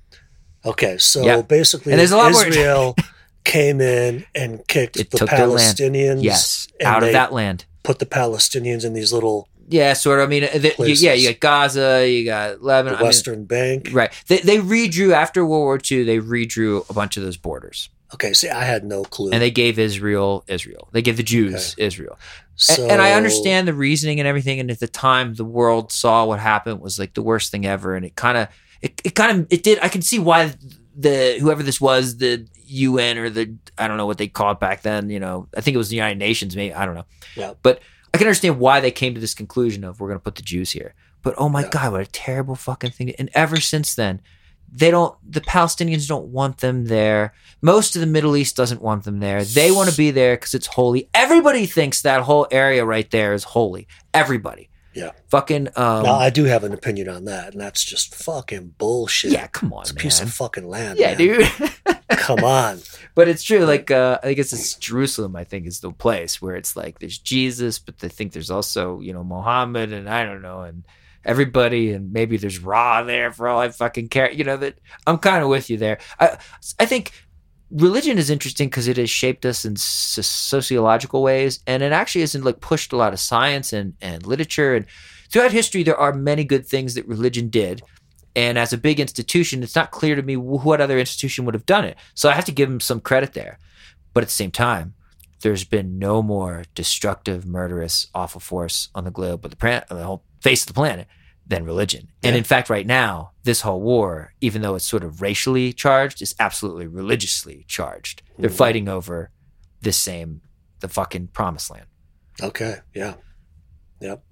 [SPEAKER 2] Okay, so
[SPEAKER 1] Yeah.
[SPEAKER 2] basically,
[SPEAKER 1] And there's a lot more-
[SPEAKER 2] Israel came in and kicked
[SPEAKER 1] It
[SPEAKER 2] the
[SPEAKER 1] took their land.
[SPEAKER 2] Palestinians.
[SPEAKER 1] Yes,
[SPEAKER 2] and
[SPEAKER 1] out
[SPEAKER 2] they-
[SPEAKER 1] of that land.
[SPEAKER 2] Put the Palestinians in these little
[SPEAKER 1] Yeah, sort of. I mean, uh, the, you, yeah,
[SPEAKER 2] Places.
[SPEAKER 1] you got Gaza, you got
[SPEAKER 2] the
[SPEAKER 1] Lebanon, I mean,
[SPEAKER 2] Western Bank.
[SPEAKER 1] right? They, they redrew after World War II. They redrew a bunch of those borders,
[SPEAKER 2] Okay, see, I had no clue.
[SPEAKER 1] and they gave Israel Israel. They gave the Jews Israel. A-
[SPEAKER 2] so,
[SPEAKER 1] and I understand the reasoning and everything. And at the time, the world saw what happened was like the worst thing ever. And it kind of, it, it kind of, it did. I can see why the whoever this was, the UN or the I don't know what they called back then. You know, I think it was the United Nations. Maybe I don't know.
[SPEAKER 2] Yeah.
[SPEAKER 1] But I can understand why they came to this conclusion of we're going to put the Jews here. But oh my
[SPEAKER 2] Yeah.
[SPEAKER 1] God, what a terrible fucking thing! to- And ever since then, they don't. The Palestinians don't want them there. Most of the Middle East doesn't want them there. They want to be there because it's holy. Everybody thinks that whole area right there is holy. Everybody.
[SPEAKER 2] Yeah.
[SPEAKER 1] Fucking. Um,
[SPEAKER 2] now I do have an opinion on that, and that's just fucking bullshit.
[SPEAKER 1] yeah. Come on,
[SPEAKER 2] it's a
[SPEAKER 1] man.
[SPEAKER 2] piece of fucking land.
[SPEAKER 1] yeah,
[SPEAKER 2] man.
[SPEAKER 1] dude.
[SPEAKER 2] Come on.
[SPEAKER 1] but it's true. Like, uh, I guess it's Jerusalem. I think is the place where it's like there's Jesus, but they think there's also you know Mohammed and I don't know and everybody and maybe there's Ra there for all I fucking care. You know that I'm kind of with you there. I I think religion is interesting because it has shaped us in so- sociological ways, and it actually isn't like pushed a lot of science and and literature and throughout history there are many good things that religion did. And as a big institution, it's not clear to me wh- what other institution would have done it. So I have to give them some credit there. But at the same time, there's been no more destructive, murderous, awful force on the globe, but the, plan- on the whole face of the planet than religion. And
[SPEAKER 2] Yeah.
[SPEAKER 1] in fact, right now, this whole war, even though it's sort of racially charged, is absolutely religiously charged. They're
[SPEAKER 2] Mhm.
[SPEAKER 1] fighting over this same, the fucking promised land.
[SPEAKER 2] Okay. Yeah.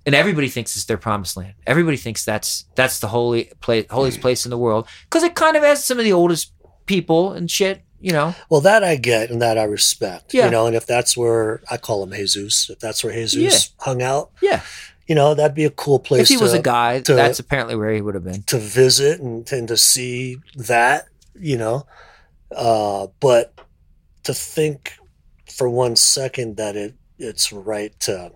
[SPEAKER 1] And everybody thinks it's their promised land. Everybody thinks that's that's the holy place, holiest place in the world because it kind of has some of the oldest people and shit. You know,
[SPEAKER 2] Well, that I get and that I respect.
[SPEAKER 1] Yeah.
[SPEAKER 2] You know, and if that's where I call him Jesus, if that's where Jesus hung out,
[SPEAKER 1] Yeah.
[SPEAKER 2] you know, that'd be a cool place
[SPEAKER 1] if he
[SPEAKER 2] to,
[SPEAKER 1] was a guy,
[SPEAKER 2] to-
[SPEAKER 1] that's apparently where he would have been.
[SPEAKER 2] to visit and, and to see that, you know. Uh, but to think for one second that it it's right to,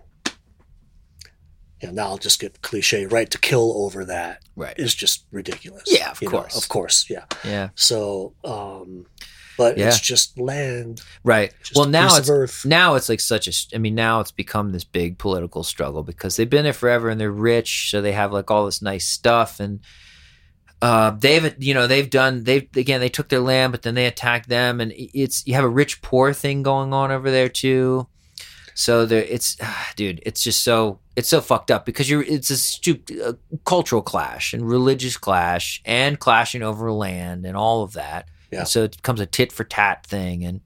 [SPEAKER 2] you know, now I'll just get cliche right to kill over that
[SPEAKER 1] Right.
[SPEAKER 2] is just ridiculous.
[SPEAKER 1] Yeah, of
[SPEAKER 2] you know,
[SPEAKER 1] course.
[SPEAKER 2] of course, yeah.
[SPEAKER 1] Yeah.
[SPEAKER 2] So, um, but
[SPEAKER 1] Yeah.
[SPEAKER 2] it's just land.
[SPEAKER 1] Right.
[SPEAKER 2] Just
[SPEAKER 1] well,
[SPEAKER 2] a
[SPEAKER 1] now
[SPEAKER 2] piece
[SPEAKER 1] it's
[SPEAKER 2] of earth.
[SPEAKER 1] now it's like such a s- i mean now it's become this big political struggle because they've been there forever and they're rich so they have like all this nice stuff and uh, they've you know they've done they've again they took their land but then they attacked them and i- it's you have a rich poor thing going on over there too so there it's ah, dude it's just so it's so fucked up because you're it's a stupid uh, cultural clash and religious clash and clashing over land and all of that
[SPEAKER 2] Yeah.
[SPEAKER 1] And so it becomes a tit for tat thing and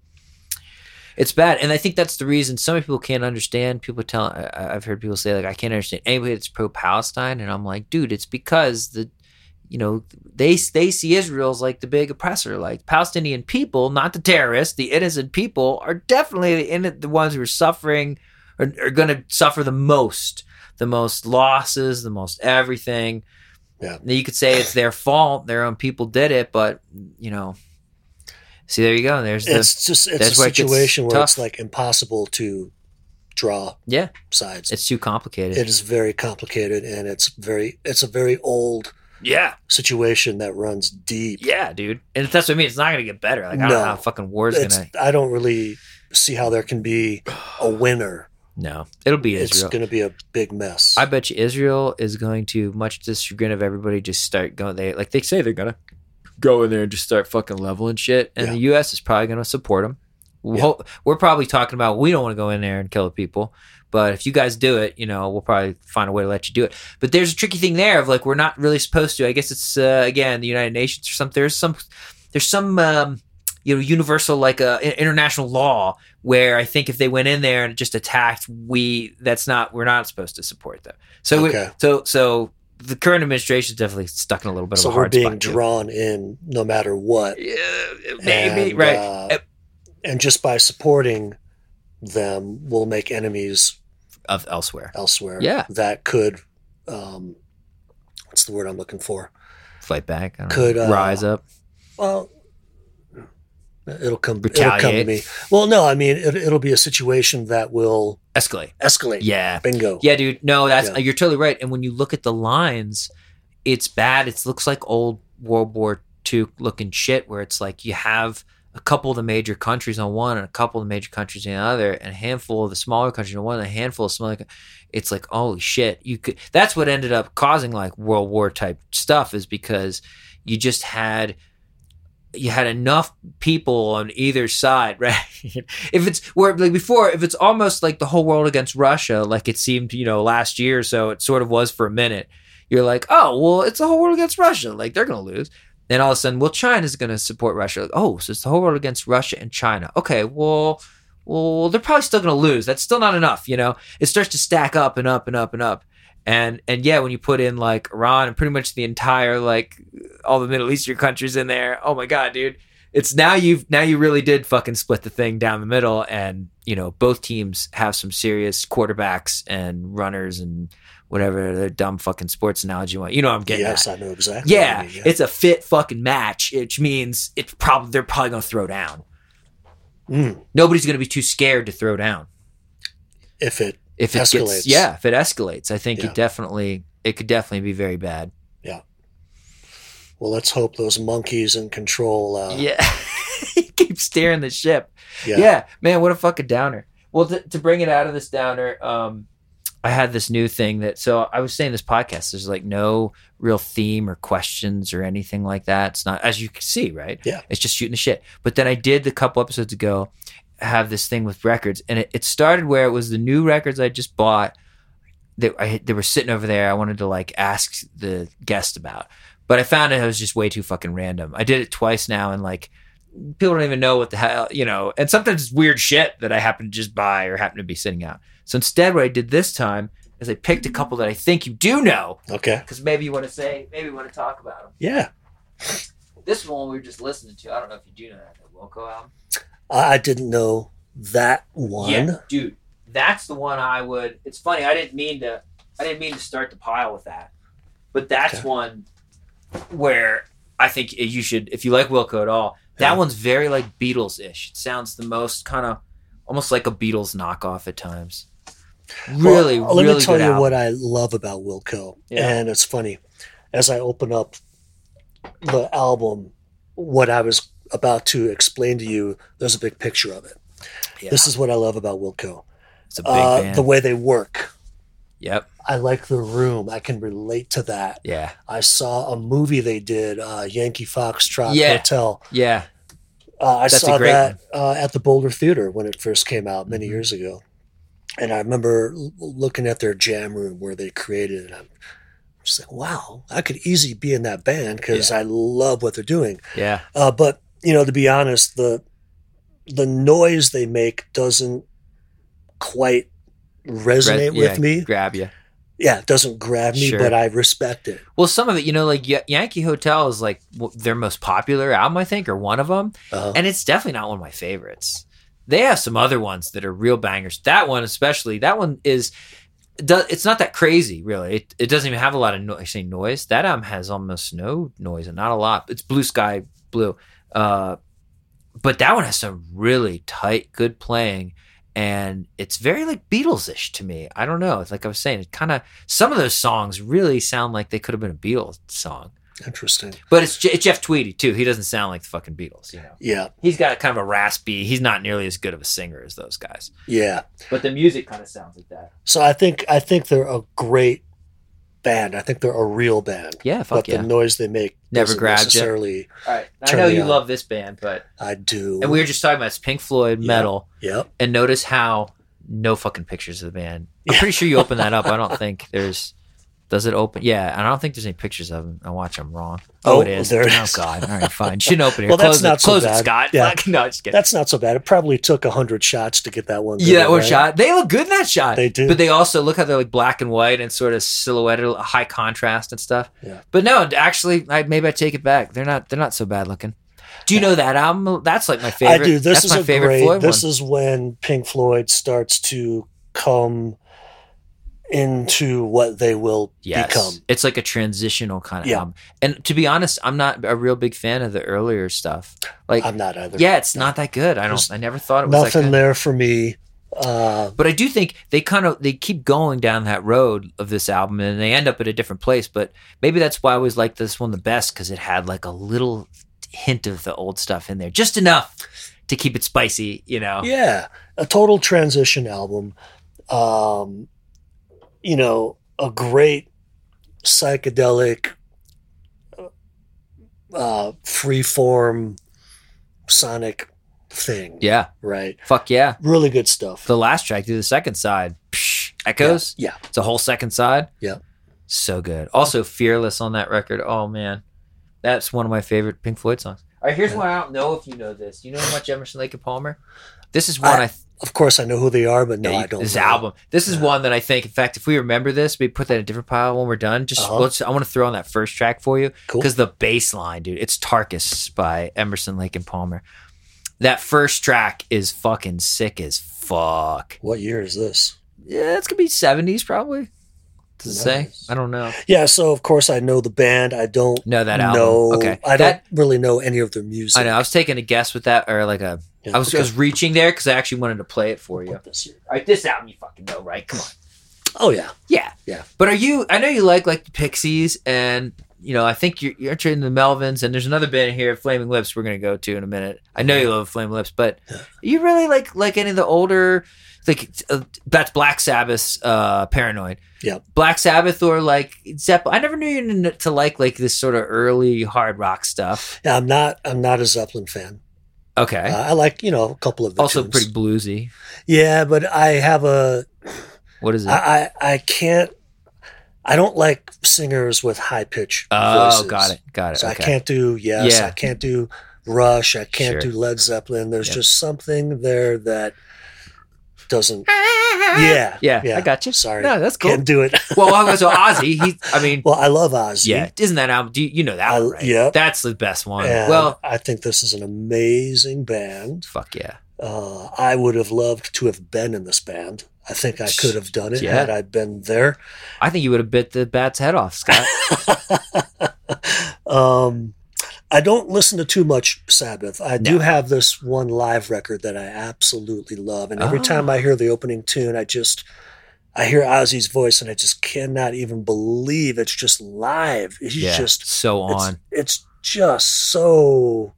[SPEAKER 1] it's bad and i think that's the reason so many people can't understand people tell I- I- i've heard people say like i can't understand anybody that's pro-palestine and i'm like dude it's because the you know they they see israel as like the big oppressor like palestinian people not the terrorists the innocent people are definitely the, in, the ones who are suffering are, are going to suffer the most the most losses the most everything
[SPEAKER 2] Yeah.
[SPEAKER 1] Now, you could say it's their fault their own people did it but you know see there you go there's the
[SPEAKER 2] it's just it's a
[SPEAKER 1] that's where it gets
[SPEAKER 2] situation where it's
[SPEAKER 1] tough.
[SPEAKER 2] like impossible to draw
[SPEAKER 1] yeah
[SPEAKER 2] sides.
[SPEAKER 1] it's too complicated
[SPEAKER 2] It is very complicated, and it's very it's a very old
[SPEAKER 1] yeah
[SPEAKER 2] situation that runs deep.
[SPEAKER 1] yeah dude and that's what i mean it's not going to get better like i don't
[SPEAKER 2] No.
[SPEAKER 1] know how fucking war's going
[SPEAKER 2] It's,
[SPEAKER 1] to
[SPEAKER 2] I don't really see how there can be a winner.
[SPEAKER 1] no it'll be
[SPEAKER 2] It's
[SPEAKER 1] israel
[SPEAKER 2] going to be a big mess.
[SPEAKER 1] I bet you Israel is going to, much to the chagrin of everybody, just start going. They like they say they're gonna go in there and just start fucking leveling shit, and
[SPEAKER 2] Yeah.
[SPEAKER 1] the U.S. is probably gonna support them. We'll, We're probably talking about we don't want to go in there and kill the people, but if you guys do it, you know we'll probably find a way to let you do it. But there's a tricky thing there of like we're not really supposed to. I guess it's uh, again the United Nations or something. There's some there's some um, you know universal like uh, i- international law where I think if they went in there and just attacked, we that's not we're not supposed to support them. So we-
[SPEAKER 2] Okay.
[SPEAKER 1] so so the current administration is definitely stuck in a little bit
[SPEAKER 2] so
[SPEAKER 1] of a
[SPEAKER 2] we're
[SPEAKER 1] hard
[SPEAKER 2] being
[SPEAKER 1] spot. too.
[SPEAKER 2] drawn in no matter what.
[SPEAKER 1] yeah, maybe
[SPEAKER 2] And,
[SPEAKER 1] right.
[SPEAKER 2] uh,
[SPEAKER 1] Yep.
[SPEAKER 2] and just by supporting them, we'll make enemies
[SPEAKER 1] of elsewhere.
[SPEAKER 2] elsewhere.
[SPEAKER 1] Yeah.
[SPEAKER 2] that could. Um, what's the word I'm looking for?
[SPEAKER 1] Fight back. I don't
[SPEAKER 2] Could,
[SPEAKER 1] know.
[SPEAKER 2] uh,
[SPEAKER 1] rise up.
[SPEAKER 2] Well, it'll come. It'll come to
[SPEAKER 1] Retaliate.
[SPEAKER 2] me. Well, no, I mean it, it'll be a situation that will
[SPEAKER 1] Escalate.
[SPEAKER 2] escalate.
[SPEAKER 1] Yeah.
[SPEAKER 2] Bingo.
[SPEAKER 1] Yeah, dude. No, that's
[SPEAKER 2] Yeah.
[SPEAKER 1] you're totally right. And when you look at the lines, it's bad. It looks like old World War II looking shit, where it's like you have a couple of the major countries on one, and a couple of the major countries on the other, and a handful of the smaller countries on one, and a handful of smaller. co- It's like holy shit. You could. That's what ended up causing like World War type stuff is because you just had. You had enough people on either side, right? if it's where like before if it's almost like the whole world against russia like it seemed you know last year so it sort of was for a minute you're like oh well it's the whole world against russia like they're gonna lose then all of a sudden well china's gonna support russia Like, oh so it's the whole world against russia and china okay well well they're probably still gonna lose that's still not enough you know it starts to stack up and up and up and up and and yeah when you put in like iran and pretty much the entire like all the middle eastern countries in there oh my god dude it's now you've now you really did fucking split the thing down the middle and you know both teams have some serious quarterbacks and runners and whatever the dumb fucking sports analogy you want you know what i'm getting
[SPEAKER 2] yes,
[SPEAKER 1] at.
[SPEAKER 2] I know exactly. what
[SPEAKER 1] yeah
[SPEAKER 2] you mean,
[SPEAKER 1] it's a fit fucking match which means it's probably they're probably gonna throw down
[SPEAKER 2] Mm,
[SPEAKER 1] nobody's gonna be too scared to throw down
[SPEAKER 2] if it
[SPEAKER 1] if it
[SPEAKER 2] Escalates.
[SPEAKER 1] gets yeah if it escalates i think
[SPEAKER 2] Yeah.
[SPEAKER 1] it definitely it could definitely be very bad
[SPEAKER 2] well, let's hope those monkeys in control. Uh,
[SPEAKER 1] yeah keep steering the ship
[SPEAKER 2] yeah,
[SPEAKER 1] yeah. man what a fucking downer well to, to bring it out of this downer um i had this new thing that so i was saying this podcast there's like no real theme or questions or anything like that it's not as you can see right
[SPEAKER 2] Yeah.
[SPEAKER 1] it's just shooting the shit but then i did a couple episodes ago have this thing with records and it, it started where it was the new records i just bought that I, had- they were sitting over there i wanted to like ask the guest about but i found it was just way too fucking random i did it twice now and like people don't even know what the hell, you know, and sometimes it's weird shit that I happen to just buy or happen to be sitting out. So instead, what I did this time is I picked a couple that I think you do know
[SPEAKER 2] Okay.
[SPEAKER 1] because maybe you want to say, maybe you want to talk about them.
[SPEAKER 2] Yeah.
[SPEAKER 1] This one we were just listening to. I don't know if you do know that, that Wilco album.
[SPEAKER 2] I, I didn't know that one.
[SPEAKER 1] Yeah, dude, that's the one I would. It's funny. I didn't mean to. I didn't mean to start the pile with that, but that's
[SPEAKER 2] Okay.
[SPEAKER 1] one where I think you should, if you like Wilco at all, that
[SPEAKER 2] Yeah.
[SPEAKER 1] one's very like Beatles ish. It sounds the most kind of almost like a Beatles knockoff at times. Really,
[SPEAKER 2] Well,
[SPEAKER 1] really
[SPEAKER 2] let me tell
[SPEAKER 1] good
[SPEAKER 2] you
[SPEAKER 1] album.
[SPEAKER 2] what I love about Wilco,
[SPEAKER 1] Yeah.
[SPEAKER 2] and it's funny. As I open up the album, what I was about to explain to you, there's a big picture of it.
[SPEAKER 1] Yeah.
[SPEAKER 2] This is what I love about Wilco:
[SPEAKER 1] It's a big
[SPEAKER 2] uh,
[SPEAKER 1] band.
[SPEAKER 2] the way they work.
[SPEAKER 1] yep.
[SPEAKER 2] I like the room. I can relate to that.
[SPEAKER 1] Yeah.
[SPEAKER 2] I saw a movie they did, uh, Yankee Foxtrot
[SPEAKER 1] Yeah.
[SPEAKER 2] Hotel.
[SPEAKER 1] Yeah.
[SPEAKER 2] Uh, I
[SPEAKER 1] That's a
[SPEAKER 2] saw
[SPEAKER 1] great
[SPEAKER 2] that uh, at the Boulder Theater when it first came out many
[SPEAKER 1] Mhm.
[SPEAKER 2] years ago, and I remember l- looking at their jam room where they created it. I'm just like, wow, I could easily be in that band because I love what they're doing.
[SPEAKER 1] Yeah.
[SPEAKER 2] Uh, but you know, to be honest, the the noise they make doesn't quite resonate
[SPEAKER 1] yeah,
[SPEAKER 2] with me.
[SPEAKER 1] Grab you.
[SPEAKER 2] Yeah, it doesn't grab me,
[SPEAKER 1] Sure.
[SPEAKER 2] but I respect it.
[SPEAKER 1] Well, some of it, you know, like Ya- Yankee Hotel is like w- their most popular album, I think, or one of them,
[SPEAKER 2] Uh,
[SPEAKER 1] and it's definitely not one of my favorites. They have some other ones that are real bangers. That one, especially, that one is. do- It's not that crazy, really. It, it doesn't even have a lot of noise. Say noise. That album has almost no noise and not a lot. It's blue sky blue, uh, but that one has some really tight, good playing, and it's very like Beatles-ish to me. I don't know. It's like I was saying, it kind of some of those songs really sound like they could have been a Beatles song.
[SPEAKER 2] interesting.
[SPEAKER 1] But it's, Je- it's Jeff Tweedy too. He doesn't sound like the fucking Beatles. You know,
[SPEAKER 2] Yeah,
[SPEAKER 1] he's got kind of a raspy. He's not nearly as good of a singer as those guys.
[SPEAKER 2] yeah.
[SPEAKER 1] But the music kind of sounds like that.
[SPEAKER 2] So I think I think they're a great band. I think they're a real band.
[SPEAKER 1] Yeah, fuck
[SPEAKER 2] but
[SPEAKER 1] yeah.
[SPEAKER 2] the noise they make
[SPEAKER 1] Never
[SPEAKER 2] doesn't
[SPEAKER 1] grabs ya.
[SPEAKER 2] necessarily.
[SPEAKER 1] All right, I
[SPEAKER 2] Turn
[SPEAKER 1] know
[SPEAKER 2] me
[SPEAKER 1] you
[SPEAKER 2] on.
[SPEAKER 1] love this band, but
[SPEAKER 2] I do.
[SPEAKER 1] and we were just talking about it's Pink Floyd
[SPEAKER 2] Yeah.
[SPEAKER 1] metal,
[SPEAKER 2] Yep.
[SPEAKER 1] and notice how no fucking pictures of the band. I'm pretty sure you open that up. I don't think there's. Does it open? Yeah, I don't think there's any pictures of them. I watch them wrong. Oh,
[SPEAKER 2] Oh,
[SPEAKER 1] it is.
[SPEAKER 2] there it
[SPEAKER 1] oh
[SPEAKER 2] is.
[SPEAKER 1] god. All right, fine. Shouldn't open it.
[SPEAKER 2] Well, that's
[SPEAKER 1] close it.
[SPEAKER 2] not so
[SPEAKER 1] close it,
[SPEAKER 2] bad.
[SPEAKER 1] Scott.
[SPEAKER 2] Yeah.
[SPEAKER 1] Fuck, no, just kidding.
[SPEAKER 2] That's not so bad. It probably took a hundred shots to get that one.
[SPEAKER 1] yeah, that
[SPEAKER 2] good,
[SPEAKER 1] one
[SPEAKER 2] right?
[SPEAKER 1] shot. They look good in that shot.
[SPEAKER 2] They do.
[SPEAKER 1] But they also look how they're like black and white and sort of silhouetted, high contrast and stuff.
[SPEAKER 2] Yeah.
[SPEAKER 1] But no, actually, I, maybe I take it back. They're not. They're not so bad looking. Do you know that album? That's like my favorite.
[SPEAKER 2] I do. This
[SPEAKER 1] That's
[SPEAKER 2] is
[SPEAKER 1] my
[SPEAKER 2] a
[SPEAKER 1] favorite
[SPEAKER 2] great.
[SPEAKER 1] Floyd
[SPEAKER 2] this
[SPEAKER 1] one.
[SPEAKER 2] is when Pink Floyd starts to come into what they will
[SPEAKER 1] yes.
[SPEAKER 2] become.
[SPEAKER 1] It's like a transitional kind of
[SPEAKER 2] Yeah.
[SPEAKER 1] album. And to be honest, I'm not a real big fan of the earlier stuff. Like,
[SPEAKER 2] I'm not either.
[SPEAKER 1] yeah, it's not that good. I don't.
[SPEAKER 2] There's
[SPEAKER 1] I never thought it was that
[SPEAKER 2] Nothing
[SPEAKER 1] good.
[SPEAKER 2] there for me. Uh,
[SPEAKER 1] But I do think they kind of they keep going down that road of this album, and they end up at a different place. But maybe that's why I always liked this one the best because it had like a little hint of the old stuff in there, just enough to keep it spicy. You know?
[SPEAKER 2] Yeah, a total transition album. Um, you know, a great psychedelic, uh, freeform sonic thing.
[SPEAKER 1] Yeah.
[SPEAKER 2] Right.
[SPEAKER 1] Fuck yeah!
[SPEAKER 2] Really good stuff.
[SPEAKER 1] The last track, do the second side, psh, echoes.
[SPEAKER 2] Yeah.
[SPEAKER 1] It's a whole second side.
[SPEAKER 2] Yeah.
[SPEAKER 1] So good. Also, Fearless on that record. Oh man, that's one of my favorite Pink Floyd songs. All right, here's one I don't know if you know this. You know how much Emerson, Lake and Palmer. This is one I,
[SPEAKER 2] I- Of course, I know who they are, but no,
[SPEAKER 1] Yeah,
[SPEAKER 2] I don't.
[SPEAKER 1] This
[SPEAKER 2] know.
[SPEAKER 1] album. This is
[SPEAKER 2] Yeah.
[SPEAKER 1] one that I think. In fact, if we remember this, we put that in a different pile when we're done. Just
[SPEAKER 2] Uh-huh.
[SPEAKER 1] let's. I want to throw on that first track for you
[SPEAKER 2] Cool.
[SPEAKER 1] because the bass line, dude. It's Tarkus by Emerson, Lake and Palmer. That first track is fucking sick as fuck.
[SPEAKER 2] What year is this?
[SPEAKER 1] Yeah, it's gonna be seventies probably. Does it say?
[SPEAKER 2] Nice.
[SPEAKER 1] I don't know.
[SPEAKER 2] Yeah. So of course, I know the band. I don't
[SPEAKER 1] No, that album.
[SPEAKER 2] know.
[SPEAKER 1] okay,
[SPEAKER 2] I
[SPEAKER 1] That-
[SPEAKER 2] don't really know any of their music.
[SPEAKER 1] I know. I was taking a guess with that, or like a.
[SPEAKER 2] Yeah,
[SPEAKER 1] I was
[SPEAKER 2] okay.
[SPEAKER 1] I was reaching there because I actually wanted to play it for you. All
[SPEAKER 2] Put this here.
[SPEAKER 1] right, this album you fucking know, right? Come on.
[SPEAKER 2] Oh yeah.
[SPEAKER 1] Yeah,
[SPEAKER 2] Yeah.
[SPEAKER 1] But are you? I know you like like the Pixies, and you know I think you're you're trading the Melvins, and there's another band here, Flaming Lips. We're gonna go to in a minute. I know you love Flaming Lips, but
[SPEAKER 2] Yeah.
[SPEAKER 1] you really like like any of the older like uh, that's Black Sabbath's uh, Paranoid.
[SPEAKER 2] Yep.
[SPEAKER 1] Black Sabbath or like Zeppelin. I never knew you kn- to like like this sort of early hard rock stuff.
[SPEAKER 2] Yeah. I'm not. I'm not a Zeppelin fan.
[SPEAKER 1] Okay.
[SPEAKER 2] Uh, I like you know a couple of the
[SPEAKER 1] Eh? also
[SPEAKER 2] tunes.
[SPEAKER 1] pretty bluesy.
[SPEAKER 2] Yeah, but I have a
[SPEAKER 1] What is it?
[SPEAKER 2] I I, I can't I don't like singers with high pitch.
[SPEAKER 1] oh,
[SPEAKER 2] voices.
[SPEAKER 1] got it, got it.
[SPEAKER 2] So
[SPEAKER 1] okay.
[SPEAKER 2] I can't do yes,
[SPEAKER 1] Yeah.
[SPEAKER 2] I can't do Rush, I can't
[SPEAKER 1] Sure.
[SPEAKER 2] do Led Zeppelin. There's
[SPEAKER 1] Yeah.
[SPEAKER 2] just something there that doesn't. Yeah,
[SPEAKER 1] Yeah,
[SPEAKER 2] yeah.
[SPEAKER 1] I got you.
[SPEAKER 2] Sorry.
[SPEAKER 1] No, that's cool.
[SPEAKER 2] Can't do it.
[SPEAKER 1] well, so Ozzy, he, I mean,
[SPEAKER 2] well, I love Ozzy.
[SPEAKER 1] Yeah, isn't that album? Do you, you know that
[SPEAKER 2] I-
[SPEAKER 1] one, right?
[SPEAKER 2] yep.
[SPEAKER 1] that's the best one.
[SPEAKER 2] And
[SPEAKER 1] Well,
[SPEAKER 2] I think this is an amazing band.
[SPEAKER 1] fuck yeah,
[SPEAKER 2] Uh, I would have loved to have been in this band. I think I could have done it
[SPEAKER 1] Yeah.
[SPEAKER 2] had I been there.
[SPEAKER 1] I think you would have bit the bat's head off, Scott.
[SPEAKER 2] um, I don't listen to too much Sabbath. I
[SPEAKER 1] No.
[SPEAKER 2] do have this one live record that I absolutely love, and every
[SPEAKER 1] Ah.
[SPEAKER 2] time I hear the opening tune, I just I hear Ozzy's voice and I just cannot even believe it's just live. He's
[SPEAKER 1] yeah,
[SPEAKER 2] just
[SPEAKER 1] so on.
[SPEAKER 2] it's, it's just so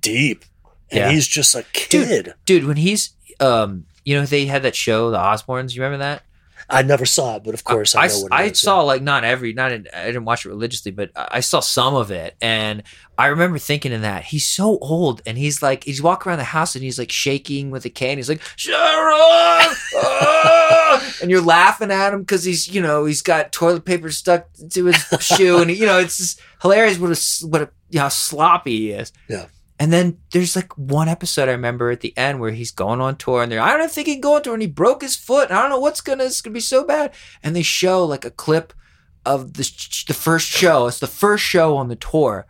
[SPEAKER 2] deep. And
[SPEAKER 1] Yeah.
[SPEAKER 2] he's just a kid.
[SPEAKER 1] Dude, when he's um you know they had that show, the Osbournes, you remember that?
[SPEAKER 2] I never saw it, but of course I,
[SPEAKER 1] I,
[SPEAKER 2] know what it
[SPEAKER 1] I
[SPEAKER 2] is, yeah.
[SPEAKER 1] saw like not every not in, I didn't watch it religiously, but I I saw some of it, and I remember thinking in that he's so old, and he's like he's walking around the house and he's like shaking with a cane. He's like Sharon, ah!" and you're laughing at him because he's you know he's got toilet paper stuck to his shoe, and you know it's just hilarious what a s- what a you know, how sloppy he is.
[SPEAKER 2] Yeah.
[SPEAKER 1] And then there's like one episode I remember at the end where he's going on tour and they're I don't think he can go on tour and he broke his foot and I don't know what's gonna it's gonna be so bad and they show like a clip of the sh- the first show. It's the first show on the tour.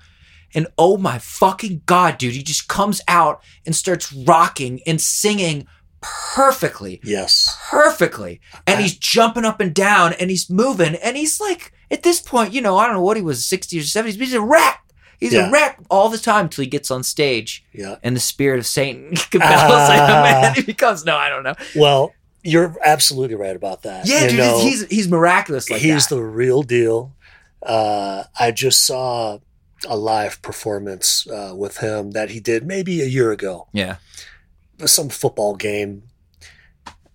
[SPEAKER 1] And oh my fucking god, dude, he just comes out and starts rocking and singing perfectly.
[SPEAKER 2] Yes.
[SPEAKER 1] Perfectly. And he's jumping up and down and he's moving and he's like at this point, you know, I don't know what he was, 60 or 70s, but he's a wreck. He's
[SPEAKER 2] Yeah.
[SPEAKER 1] a wreck all the time till he gets on stage
[SPEAKER 2] Yeah.
[SPEAKER 1] and the spirit of Satan compels him
[SPEAKER 2] Ah.
[SPEAKER 1] and he becomes no, I don't know.
[SPEAKER 2] Well, you're absolutely right about that.
[SPEAKER 1] Yeah,
[SPEAKER 2] You
[SPEAKER 1] dude,
[SPEAKER 2] know,
[SPEAKER 1] he's he's miraculous like
[SPEAKER 2] he's
[SPEAKER 1] that.
[SPEAKER 2] the real deal. Uh, I just saw a live performance uh, with him that he did maybe a year ago,
[SPEAKER 1] yeah.
[SPEAKER 2] some football game.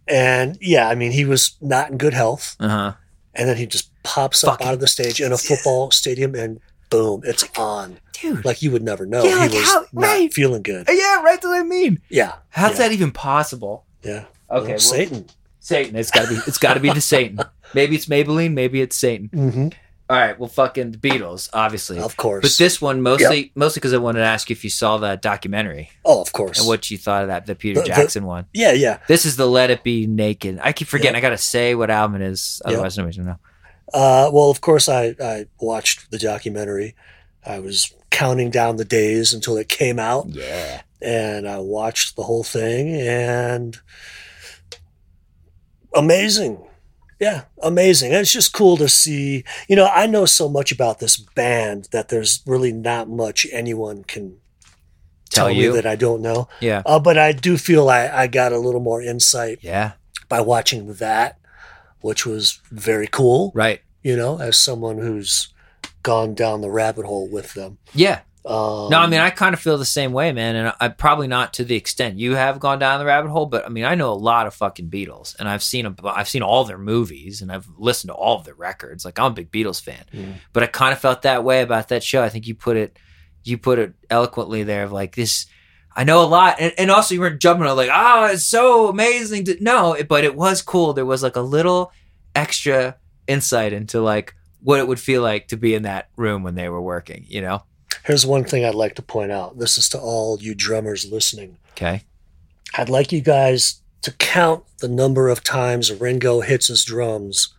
[SPEAKER 2] And yeah, I mean, he was not in good health.
[SPEAKER 1] Uh-huh.
[SPEAKER 2] And then he just pops up
[SPEAKER 1] Fucking-
[SPEAKER 2] out of the stage in a football stadium and boom, it's on.
[SPEAKER 1] Dude.
[SPEAKER 2] Like you would never know.
[SPEAKER 1] Yeah, like
[SPEAKER 2] he was
[SPEAKER 1] how-
[SPEAKER 2] not
[SPEAKER 1] right.
[SPEAKER 2] feeling good.
[SPEAKER 1] Yeah, right. That's what I mean.
[SPEAKER 2] Yeah.
[SPEAKER 1] How's
[SPEAKER 2] Yeah.
[SPEAKER 1] that even possible?
[SPEAKER 2] Yeah.
[SPEAKER 1] Okay,
[SPEAKER 2] Well,
[SPEAKER 1] well,
[SPEAKER 2] Satan.
[SPEAKER 1] Satan. It's gotta be. It's gotta be the Satan. Maybe it's Maybelline. Maybe it's Satan.
[SPEAKER 2] hmm
[SPEAKER 1] All right. Well, fucking the Beatles, obviously.
[SPEAKER 2] Of course.
[SPEAKER 1] But this one mostly, mostly because I wanted to ask you if you saw that documentary
[SPEAKER 2] oh, of course.
[SPEAKER 1] and what you thought of that, the Peter
[SPEAKER 2] The- the-
[SPEAKER 1] Jackson one.
[SPEAKER 2] yeah, yeah.
[SPEAKER 1] This is the Let It Be Naked. I keep forgetting. I gotta say what album it is,
[SPEAKER 2] Yeah.
[SPEAKER 1] otherwise nobody's gonna know.
[SPEAKER 2] Uh, well, of course, I, I watched the documentary. I was counting down the days until it came out,
[SPEAKER 1] Yeah.
[SPEAKER 2] and I watched the whole thing, and amazing. Yeah, amazing. And it's just cool to see. You know, I know so much about this band that there's really not much anyone can
[SPEAKER 1] Tell, you.
[SPEAKER 2] me that I don't know.
[SPEAKER 1] yeah.
[SPEAKER 2] Uh, but I do feel I, I got a little more insight
[SPEAKER 1] Yeah.
[SPEAKER 2] by watching that, which was very cool
[SPEAKER 1] Right.
[SPEAKER 2] you know, as someone who's gone down the rabbit hole with them.
[SPEAKER 1] Yeah.
[SPEAKER 2] Um,
[SPEAKER 1] No, I mean, I kind of feel the same way, man. And I probably not to the extent you have gone down the rabbit hole, but I mean, I know a lot of fucking Beatles, and I've seen a, I've seen all their movies, and I've listened to all of their records. Like I'm a big Beatles fan,
[SPEAKER 2] Mm.
[SPEAKER 1] but I kind of felt that way about that show. I think you put it, you put it eloquently there of like this. I know a lot, and, and also you weren't jumping on like, oh, it's so amazing. To, no, it, but it was cool. There was like a little extra insight into like what it would feel like to be in that room when they were working. You know?
[SPEAKER 2] here's one thing I'd like to point out. This is to all you drummers listening.
[SPEAKER 1] Okay.
[SPEAKER 2] I'd like you guys to count the number of times Ringo hits his drums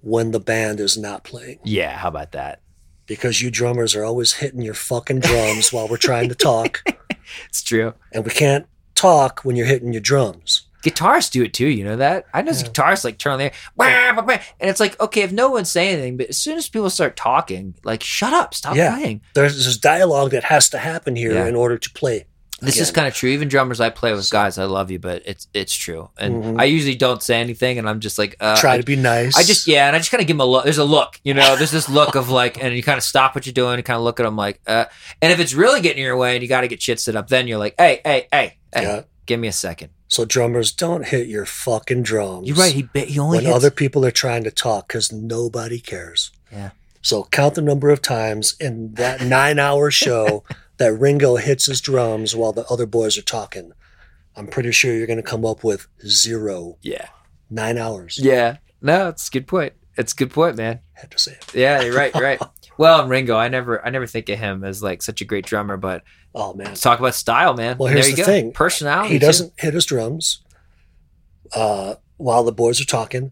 [SPEAKER 2] when the band is not playing,
[SPEAKER 1] Yeah. How about that?
[SPEAKER 2] because you drummers are always hitting your fucking drums while we're trying to talk,
[SPEAKER 1] It's true.
[SPEAKER 2] and we can't talk when you're hitting your drums.
[SPEAKER 1] Guitarists do it too. You know that? I know
[SPEAKER 2] Yeah.
[SPEAKER 1] guitarists like turn on the air, wah, wah, wah, and it's like, okay, if no one's saying anything, but as soon as people start talking, like, shut up, stop
[SPEAKER 2] Yeah.
[SPEAKER 1] playing.
[SPEAKER 2] There's this dialogue that has to happen here
[SPEAKER 1] Yeah.
[SPEAKER 2] in order to play.
[SPEAKER 1] This is
[SPEAKER 2] Again.
[SPEAKER 1] kind of true. Even drummers I play with, guys, I love you, but it's it's true. And
[SPEAKER 2] Mhm.
[SPEAKER 1] I usually don't say anything, and I'm just like, uh,
[SPEAKER 2] Try
[SPEAKER 1] I,
[SPEAKER 2] to be nice.
[SPEAKER 1] I just yeah, and I just kind of give them a look. There's a look, you know. There's this look of like, and you kind of stop what you're doing and kind of look at them like, uh. And if it's really getting in your way and you got to get shit set up, then you're like, hey, hey, hey, hey,
[SPEAKER 2] Yeah.
[SPEAKER 1] give me a second.
[SPEAKER 2] So drummers, don't hit your fucking drums.
[SPEAKER 1] You're right. He ba- he only
[SPEAKER 2] when
[SPEAKER 1] hits.
[SPEAKER 2] other people are trying to talk because nobody cares.
[SPEAKER 1] Yeah.
[SPEAKER 2] So count the number of times in that nine-hour show that Ringo hits his drums while the other boys are talking. I'm pretty sure you're going to come up with zero.
[SPEAKER 1] yeah.
[SPEAKER 2] Nine hours.
[SPEAKER 1] Yeah. No, it's a good point. It's a good point, man.
[SPEAKER 2] Had to say it.
[SPEAKER 1] Yeah, you're right, you're right. Well, and Ringo, I never I never think of him as like such a great drummer, but
[SPEAKER 2] Oh man,
[SPEAKER 1] let's talk about style, man.
[SPEAKER 2] Well,
[SPEAKER 1] And
[SPEAKER 2] here's
[SPEAKER 1] there you
[SPEAKER 2] the
[SPEAKER 1] go.
[SPEAKER 2] thing.
[SPEAKER 1] Personality.
[SPEAKER 2] he
[SPEAKER 1] too.
[SPEAKER 2] doesn't hit his drums uh, while the boys are talking.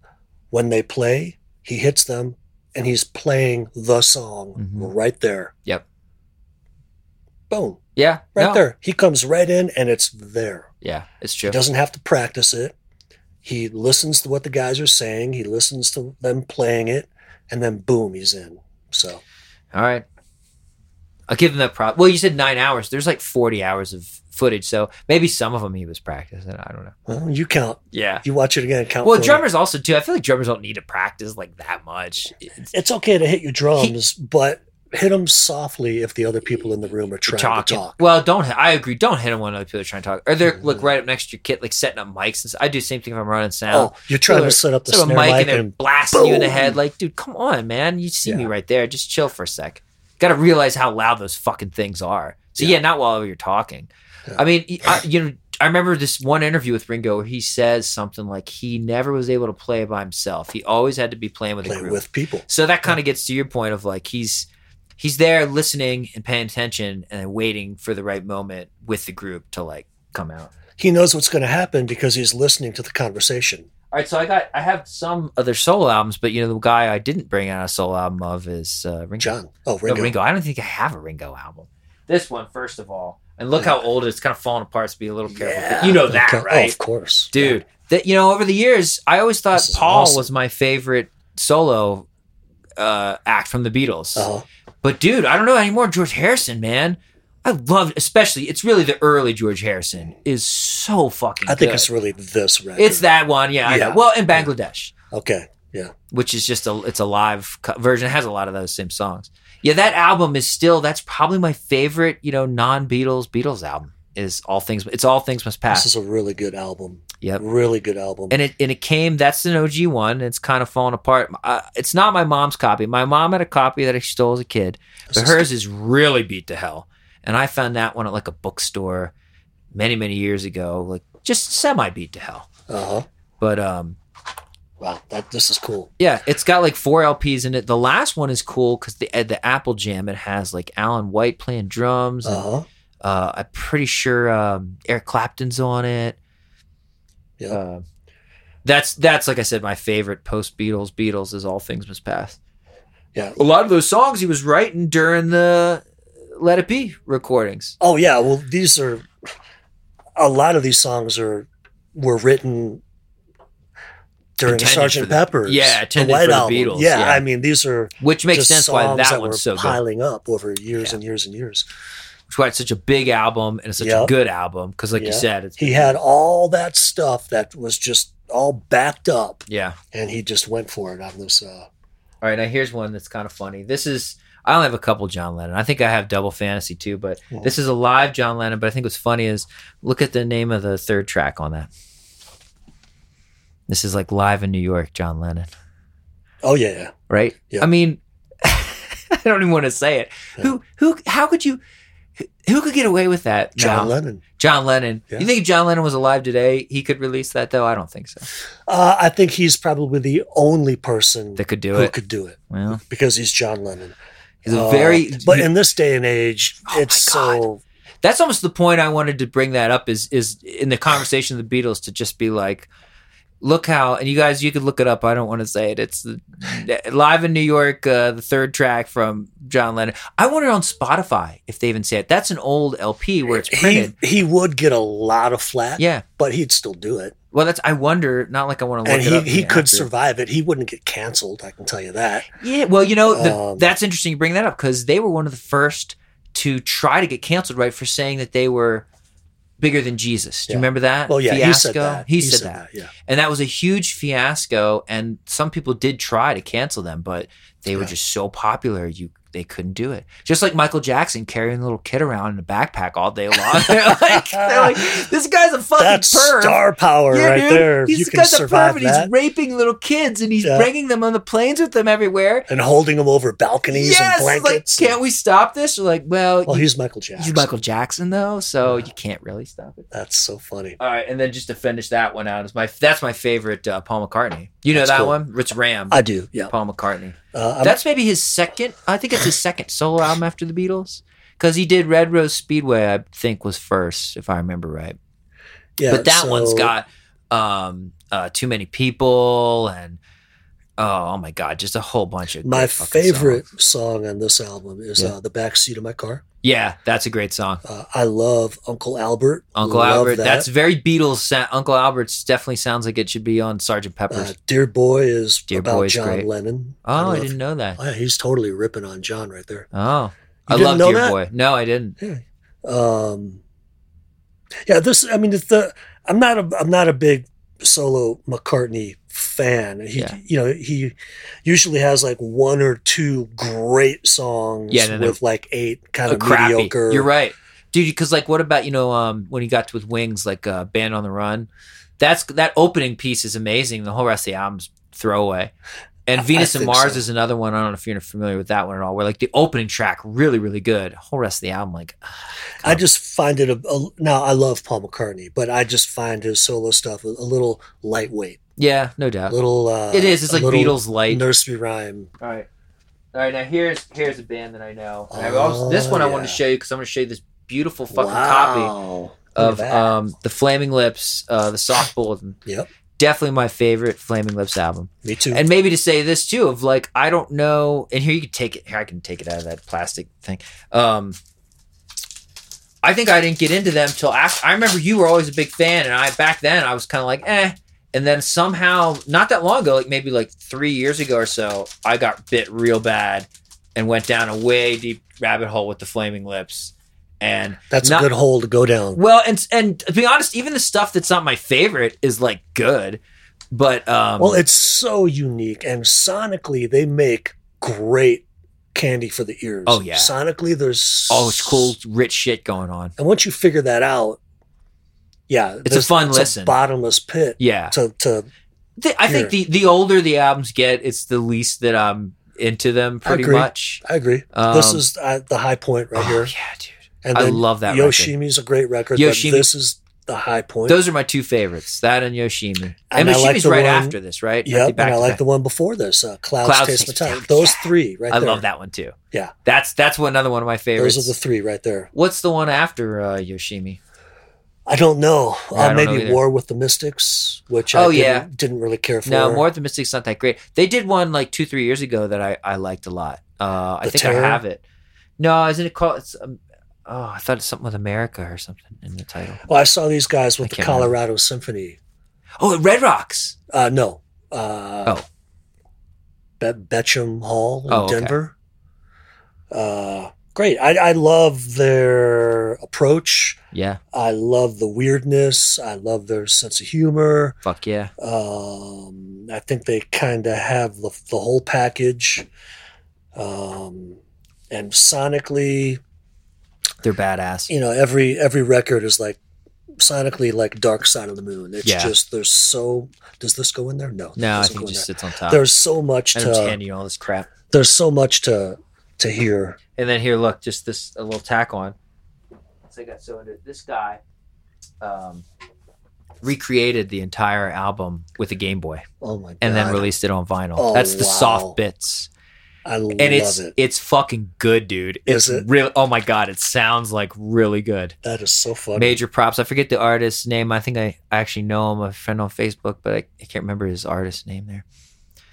[SPEAKER 2] When they play, he hits them, and he's playing the song
[SPEAKER 1] Mhm.
[SPEAKER 2] right there.
[SPEAKER 1] Yep.
[SPEAKER 2] Boom.
[SPEAKER 1] Yeah.
[SPEAKER 2] right
[SPEAKER 1] no.
[SPEAKER 2] there. He comes right in and it's there.
[SPEAKER 1] Yeah, it's
[SPEAKER 2] He
[SPEAKER 1] true.
[SPEAKER 2] doesn't have to practice it. He listens to what the guys are saying, he listens to them playing it, and then boom, he's in. So
[SPEAKER 1] All right. I'll give him that prop. Well, you said nine hours. There's like 40 hours of footage, so maybe some of them he was practicing. I don't know.
[SPEAKER 2] Well, you count.
[SPEAKER 1] Yeah.
[SPEAKER 2] You watch it again. Count.
[SPEAKER 1] Well,
[SPEAKER 2] for me.
[SPEAKER 1] drummers also too. I feel like drummers don't need to practice like that much. It's
[SPEAKER 2] It's okay to hit your drums, but hit them softly if the other people in the room are trying
[SPEAKER 1] talking.
[SPEAKER 2] to talk.
[SPEAKER 1] Well, don't. I agree. Don't hit them when other people are trying to talk. Or they're
[SPEAKER 2] Mhm.
[SPEAKER 1] look right up next to your kit, like setting up mics. And stuff. I do the same thing if I'm running sound.
[SPEAKER 2] Oh, you're trying
[SPEAKER 1] Or
[SPEAKER 2] to set up the
[SPEAKER 1] Set up a
[SPEAKER 2] snare
[SPEAKER 1] mic and
[SPEAKER 2] mic,
[SPEAKER 1] they're
[SPEAKER 2] and
[SPEAKER 1] blasting you in the
[SPEAKER 2] boom.
[SPEAKER 1] head. Like, dude, come on, man. You see me
[SPEAKER 2] Yeah.
[SPEAKER 1] right there. Just chill for a sec. Got to realize how loud those fucking things are. So yeah,
[SPEAKER 2] Yeah.
[SPEAKER 1] not while you're talking.
[SPEAKER 2] Yeah.
[SPEAKER 1] I mean, I, you know, I remember this one interview with Ringo where he says something like he never was able to play by himself. He always had to be playing with a
[SPEAKER 2] play
[SPEAKER 1] group.
[SPEAKER 2] with people.
[SPEAKER 1] So that kind of gets to your point of like he's he's there listening and paying attention and then waiting for the right moment with the group to like come out.
[SPEAKER 2] He knows what's going to happen because he's listening to the conversation.
[SPEAKER 1] All right, so I got I have some other solo albums, but you know the guy I didn't bring out a solo album of is uh, Ringo.
[SPEAKER 2] John. Oh,
[SPEAKER 1] No,
[SPEAKER 2] Ringo.
[SPEAKER 1] Ringo. I don't think I have a Ringo album. This one, first of all, and look how old it is. It's kind of falling apart. So be a little careful.
[SPEAKER 2] Yeah.
[SPEAKER 1] You know that,
[SPEAKER 2] Okay. Oh,
[SPEAKER 1] right,
[SPEAKER 2] of course,
[SPEAKER 1] dude? That you know over the years, I always thought
[SPEAKER 2] This is
[SPEAKER 1] Paul
[SPEAKER 2] awesome.
[SPEAKER 1] was my favorite solo uh, act from the Beatles.
[SPEAKER 2] Yeah. Uh-huh.
[SPEAKER 1] But dude, I don't know anymore. George Harrison, man, I loved especially. It's really the early George Harrison is so fucking.
[SPEAKER 2] I think
[SPEAKER 1] good.
[SPEAKER 2] it's really this record.
[SPEAKER 1] it's that one, yeah. I know.
[SPEAKER 2] Yeah.
[SPEAKER 1] Well, in Bangladesh,
[SPEAKER 2] Okay.
[SPEAKER 1] which is just a it's a live co- version. It has a lot of those same songs. Yeah, that album is still that's probably my favorite. You know, non Beatles Beatles album is all things. It's all things must
[SPEAKER 2] This
[SPEAKER 1] pass.
[SPEAKER 2] is a really good album.
[SPEAKER 1] Yep.
[SPEAKER 2] Really good album.
[SPEAKER 1] and it and it came. That's an OG one. and It's kind of fallen apart. Uh, it's not my mom's copy. My mom had a copy that I stole as a kid.
[SPEAKER 2] This
[SPEAKER 1] But
[SPEAKER 2] is-
[SPEAKER 1] hers is really beat to hell. And I found that one at like a bookstore many, many years ago, like just semi beat to hell.
[SPEAKER 2] uh-huh.
[SPEAKER 1] But um,
[SPEAKER 2] Wow. That this is cool.
[SPEAKER 1] yeah, it's got like four LPs in it. The last one is cool because the uh, the Apple Jam it has like Alan White playing drums. And,
[SPEAKER 2] Uh-huh.
[SPEAKER 1] uh, I'm pretty sure um, Eric Clapton's on it.
[SPEAKER 2] Yeah.
[SPEAKER 1] Uh, that's that's like I said, my favorite post Beatles. Beatles is all things must pass.
[SPEAKER 2] Yeah.
[SPEAKER 1] a lot of those songs he was writing during the Let It Be recordings.
[SPEAKER 2] Oh yeah. Well, these are a lot of these songs are were written during
[SPEAKER 1] Intended for
[SPEAKER 2] Sergeant
[SPEAKER 1] the-
[SPEAKER 2] Pepper's.
[SPEAKER 1] yeah, intended
[SPEAKER 2] the White
[SPEAKER 1] for the
[SPEAKER 2] Album.
[SPEAKER 1] Beatles,
[SPEAKER 2] Yeah,
[SPEAKER 1] yeah.
[SPEAKER 2] I mean these are
[SPEAKER 1] Which makes
[SPEAKER 2] just
[SPEAKER 1] sense
[SPEAKER 2] songs
[SPEAKER 1] why that
[SPEAKER 2] that were
[SPEAKER 1] one's so good.
[SPEAKER 2] piling up over years and years and years.
[SPEAKER 1] Which why it's such a big album and it's such a
[SPEAKER 2] Yep.
[SPEAKER 1] good album because, like you
[SPEAKER 2] Yeah.
[SPEAKER 1] said, it's
[SPEAKER 2] He had all that stuff that was just all backed up,
[SPEAKER 1] yeah.
[SPEAKER 2] and he just went for it on this. Uh,
[SPEAKER 1] All right, now here's one that's kind of funny. This is I only have a couple John Lennon. I think I have Double Fantasy too, but
[SPEAKER 2] Mhm.
[SPEAKER 1] this is a live John Lennon. But I think what's funny is look at the name of the third track on that. This is like live in New York, John Lennon,
[SPEAKER 2] oh yeah, yeah.
[SPEAKER 1] right?
[SPEAKER 2] Yeah.
[SPEAKER 1] I mean, I don't even want to say it. Who who how could you who could get away with that?
[SPEAKER 2] John
[SPEAKER 1] now?
[SPEAKER 2] Lennon.
[SPEAKER 1] John Lennon.
[SPEAKER 2] Yeah.
[SPEAKER 1] You think if John Lennon was alive today, he could release that though? I don't think so.
[SPEAKER 2] Uh, I think he's probably the only person
[SPEAKER 1] That could do
[SPEAKER 2] who
[SPEAKER 1] it.
[SPEAKER 2] could do it
[SPEAKER 1] Well,
[SPEAKER 2] because he's John Lennon.
[SPEAKER 1] he's a
[SPEAKER 2] Uh,
[SPEAKER 1] very
[SPEAKER 2] but in this day and age,
[SPEAKER 1] Oh my
[SPEAKER 2] it's
[SPEAKER 1] God.
[SPEAKER 2] so
[SPEAKER 1] that's almost the point I wanted to bring that up is is in the conversation of the Beatles to just be like, look how and you guys you could look it up. I don't want to say it. It's the, live in New York, uh, the third track from John Lennon. I wonder on Spotify if they even say it. That's an old LP where it's
[SPEAKER 2] he
[SPEAKER 1] printed.
[SPEAKER 2] he would get a lot of flack,
[SPEAKER 1] yeah.
[SPEAKER 2] but he'd still do it,
[SPEAKER 1] Well, that's I wonder. Not like I want to look
[SPEAKER 2] and
[SPEAKER 1] it
[SPEAKER 2] he
[SPEAKER 1] up.
[SPEAKER 2] he
[SPEAKER 1] yeah,
[SPEAKER 2] could
[SPEAKER 1] after.
[SPEAKER 2] survive it. He wouldn't get canceled. I can tell you that.
[SPEAKER 1] Yeah, well, you know, the,
[SPEAKER 2] Um,
[SPEAKER 1] that's interesting you bring that up because they were one of the first to try to get canceled, right, for saying that they were bigger than Jesus. Do you
[SPEAKER 2] Yeah.
[SPEAKER 1] remember that?
[SPEAKER 2] Well, yeah, he said
[SPEAKER 1] Uh, Fiasco?
[SPEAKER 2] that.
[SPEAKER 1] He, said, that.
[SPEAKER 2] Yeah,
[SPEAKER 1] And that was a huge fiasco. And some people did try to cancel them, but they were
[SPEAKER 2] Yeah.
[SPEAKER 1] just so popular, you they couldn't do it. Just like Michael Jackson carrying a little kid around in a backpack all day long. they're, like, they're like, this guy's a fucking
[SPEAKER 2] that's
[SPEAKER 1] perv.
[SPEAKER 2] star power
[SPEAKER 1] Yeah,
[SPEAKER 2] right
[SPEAKER 1] dude.
[SPEAKER 2] there.
[SPEAKER 1] He's
[SPEAKER 2] you
[SPEAKER 1] the
[SPEAKER 2] can
[SPEAKER 1] guy's a perv
[SPEAKER 2] survive
[SPEAKER 1] and
[SPEAKER 2] that
[SPEAKER 1] he's raping little kids and he's
[SPEAKER 2] Yeah.
[SPEAKER 1] bringing them on the planes with them everywhere
[SPEAKER 2] and holding him over balconies
[SPEAKER 1] yes,
[SPEAKER 2] and blankets.
[SPEAKER 1] like can't we stop this? You're like, well,
[SPEAKER 2] well,
[SPEAKER 1] you-
[SPEAKER 2] he's Michael Jackson.
[SPEAKER 1] he's Michael Jackson though, so
[SPEAKER 2] Yeah.
[SPEAKER 1] you can't really stop it.
[SPEAKER 2] That's so funny.
[SPEAKER 1] All right, and then just to finish that one out is my that's my favorite uh, Paul McCartney. You know
[SPEAKER 2] That's
[SPEAKER 1] that
[SPEAKER 2] cool.
[SPEAKER 1] one? It's Ram.
[SPEAKER 2] I do. Yeah.
[SPEAKER 1] Paul McCartney.
[SPEAKER 2] Uh, I'm-
[SPEAKER 1] that's maybe his second. I think it's his second solo album after the Beatles. Because he did Red Rose Speedway, I think was first, if I remember right.
[SPEAKER 2] yeah,
[SPEAKER 1] but that one's
[SPEAKER 2] so-
[SPEAKER 1] got um, uh, too many people and oh, oh my god, just a whole bunch of
[SPEAKER 2] My
[SPEAKER 1] great fucking songs.
[SPEAKER 2] favorite song on this album is
[SPEAKER 1] Yeah.
[SPEAKER 2] uh, "The Backseat of My Car."
[SPEAKER 1] Yeah, that's a great song.
[SPEAKER 2] Uh, I love Uncle Albert.
[SPEAKER 1] Uncle
[SPEAKER 2] Love
[SPEAKER 1] Albert.
[SPEAKER 2] that.
[SPEAKER 1] That's very Beatles. Sa- Uncle Albert's definitely sounds like it should be on Sergeant
[SPEAKER 2] uh,
[SPEAKER 1] Pepper's.
[SPEAKER 2] "Dear Boy" is
[SPEAKER 1] Dear
[SPEAKER 2] about
[SPEAKER 1] Boy is
[SPEAKER 2] John
[SPEAKER 1] great.
[SPEAKER 2] Lennon.
[SPEAKER 1] oh, I
[SPEAKER 2] love-
[SPEAKER 1] didn't know that.
[SPEAKER 2] Oh, yeah, he's totally ripping on John right there.
[SPEAKER 1] Oh, I
[SPEAKER 2] didn't
[SPEAKER 1] love
[SPEAKER 2] know
[SPEAKER 1] Dear
[SPEAKER 2] that?
[SPEAKER 1] Boy. No, I didn't.
[SPEAKER 2] Um, yeah, this. I mean, it's the. I'm not a. I'm not a big solo McCartney fan. He,
[SPEAKER 1] Yeah.
[SPEAKER 2] you know, he usually has like one or two great songs
[SPEAKER 1] Yeah, no, no.
[SPEAKER 2] with like eight kind
[SPEAKER 1] A
[SPEAKER 2] of
[SPEAKER 1] crappy.
[SPEAKER 2] mediocre.
[SPEAKER 1] You're right, dude. Because like, what about you know um, when he got to with Wings, like uh, Band on the Run? That's that opening piece is amazing. The whole rest of the album's throwaway. And
[SPEAKER 2] I-
[SPEAKER 1] Venus
[SPEAKER 2] I
[SPEAKER 1] and
[SPEAKER 2] think
[SPEAKER 1] Mars
[SPEAKER 2] so.
[SPEAKER 1] is another one. I don't know if you're familiar with that one at all. Where like the opening track really really good. Whole rest of the album like
[SPEAKER 2] I just find it a, a. Now I love Paul McCartney, but I just find his solo stuff a, a little lightweight.
[SPEAKER 1] yeah, no
[SPEAKER 2] A
[SPEAKER 1] doubt.
[SPEAKER 2] little. Uh,
[SPEAKER 1] it is. It's
[SPEAKER 2] a
[SPEAKER 1] like
[SPEAKER 2] little
[SPEAKER 1] Beatles light.
[SPEAKER 2] nursery rhyme.
[SPEAKER 1] All right. All right, now here's here's a band that I know. And I
[SPEAKER 2] Oh,
[SPEAKER 1] also- this one I wanted to
[SPEAKER 2] yeah.
[SPEAKER 1] show you because I'm going to show you this beautiful fucking copy
[SPEAKER 2] wow.
[SPEAKER 1] of
[SPEAKER 2] Look at that.
[SPEAKER 1] um, the Flaming Lips, uh, the Soft Bulletin.
[SPEAKER 2] Yep.
[SPEAKER 1] Definitely my favorite Flaming Lips album.
[SPEAKER 2] Me too.
[SPEAKER 1] And maybe to say this too of like I don't know and here you can take it here I can take it out of that plastic thing. Um I think I didn't get into them till after I remember you were always a big fan and I back then I was kind of like eh and then somehow not that long ago like maybe like 3 years ago or so I got bit real bad and went down a way deep rabbit hole with the flaming lips and
[SPEAKER 2] That's
[SPEAKER 1] not-
[SPEAKER 2] a good hole to go down.
[SPEAKER 1] well and and to be honest even the stuff that's not my favorite is like good but um
[SPEAKER 2] Well, it's so unique, and sonically, they make great candy for the ears.
[SPEAKER 1] Oh, yeah.
[SPEAKER 2] sonically, there's
[SPEAKER 1] oh it's cool rich shit going on.
[SPEAKER 2] And once you figure that out, yeah,
[SPEAKER 1] a
[SPEAKER 2] there's-
[SPEAKER 1] fun listen.
[SPEAKER 2] bottomless pit
[SPEAKER 1] Yeah,
[SPEAKER 2] to to
[SPEAKER 1] Th- I think the the older the albums get, it's the least that I'm into them. Pretty
[SPEAKER 2] agree.
[SPEAKER 1] much.
[SPEAKER 2] I agree.
[SPEAKER 1] Um,
[SPEAKER 2] this is uh, the high point right
[SPEAKER 1] oh,
[SPEAKER 2] here,
[SPEAKER 1] Yeah, dude.
[SPEAKER 2] and
[SPEAKER 1] I
[SPEAKER 2] then
[SPEAKER 1] love that. record.
[SPEAKER 2] Yoshimi's a great record.
[SPEAKER 1] Yoshimi-
[SPEAKER 2] but this is the high point.
[SPEAKER 1] Those are my two favorites. That and Yoshimi. And,
[SPEAKER 2] And I
[SPEAKER 1] Yoshimi's
[SPEAKER 2] like the
[SPEAKER 1] right
[SPEAKER 2] one-
[SPEAKER 1] after this, right?
[SPEAKER 2] yep,
[SPEAKER 1] Back
[SPEAKER 2] and I
[SPEAKER 1] to
[SPEAKER 2] like
[SPEAKER 1] back.
[SPEAKER 2] the one before this, uh, Clouds,
[SPEAKER 1] Clouds
[SPEAKER 2] Taste
[SPEAKER 1] Taste
[SPEAKER 2] the Time.
[SPEAKER 1] Metallic.
[SPEAKER 2] Those
[SPEAKER 1] Yeah.
[SPEAKER 2] three right
[SPEAKER 1] I
[SPEAKER 2] there.
[SPEAKER 1] love that one too.
[SPEAKER 2] Yeah.
[SPEAKER 1] That's that's one, another one of my favorites.
[SPEAKER 2] Those are the three right there.
[SPEAKER 1] What's the one after uh, Yoshimi?
[SPEAKER 2] I don't know.
[SPEAKER 1] Yeah,
[SPEAKER 2] uh,
[SPEAKER 1] I don't know
[SPEAKER 2] maybe
[SPEAKER 1] either.
[SPEAKER 2] War with the Mystics, which I
[SPEAKER 1] Oh,
[SPEAKER 2] didn't,
[SPEAKER 1] yeah.
[SPEAKER 2] didn't really care for.
[SPEAKER 1] No, More of the Mystic's not that great. They did one like two, three years ago that I, I liked a lot. Uh, I
[SPEAKER 2] The
[SPEAKER 1] think
[SPEAKER 2] Terror?
[SPEAKER 1] I have it. No, isn't it called? It's, um, oh, I thought it's something with America or something in the title.
[SPEAKER 2] Well, Oh, I saw these guys with
[SPEAKER 1] I
[SPEAKER 2] the
[SPEAKER 1] can't remember.
[SPEAKER 2] Colorado Symphony.
[SPEAKER 1] Oh, Red Rocks.
[SPEAKER 2] Uh, no. Uh,
[SPEAKER 1] Oh.
[SPEAKER 2] Be- Betcham Hall in
[SPEAKER 1] Oh, okay.
[SPEAKER 2] Denver. Uh, great. I, I love their approach.
[SPEAKER 1] Yeah,
[SPEAKER 2] I love the weirdness. I love their sense of humor.
[SPEAKER 1] fuck yeah.
[SPEAKER 2] Um, I think they kind of have the, the whole package. Um, and sonically,
[SPEAKER 1] They're badass.
[SPEAKER 2] you know every every record is like sonically like dark side of the moon it's
[SPEAKER 1] Yeah.
[SPEAKER 2] just there's so does this go in there no
[SPEAKER 1] No, I
[SPEAKER 2] it doesn't
[SPEAKER 1] think
[SPEAKER 2] go
[SPEAKER 1] it
[SPEAKER 2] in
[SPEAKER 1] just sits on
[SPEAKER 2] there.
[SPEAKER 1] top.
[SPEAKER 2] there's so much
[SPEAKER 1] and I'm just
[SPEAKER 2] to
[SPEAKER 1] handing you all this crap.
[SPEAKER 2] there's so much to to hear
[SPEAKER 1] And then here, look, just this a little tack on. Once I got so into it, this guy um, recreated the entire album with a Game Boy
[SPEAKER 2] oh my god
[SPEAKER 1] and then released it on vinyl.
[SPEAKER 2] Oh,
[SPEAKER 1] That's the
[SPEAKER 2] wow.
[SPEAKER 1] soft bits.
[SPEAKER 2] i love
[SPEAKER 1] And it's
[SPEAKER 2] it
[SPEAKER 1] it's fucking good, dude. It's
[SPEAKER 2] Is
[SPEAKER 1] real.
[SPEAKER 2] it?
[SPEAKER 1] oh my god, it sounds like really good.
[SPEAKER 2] that is so funny
[SPEAKER 1] Major props. I forget the artist's name. I think I, I actually know him, a friend on Facebook, but I, I can't remember his artist's name there.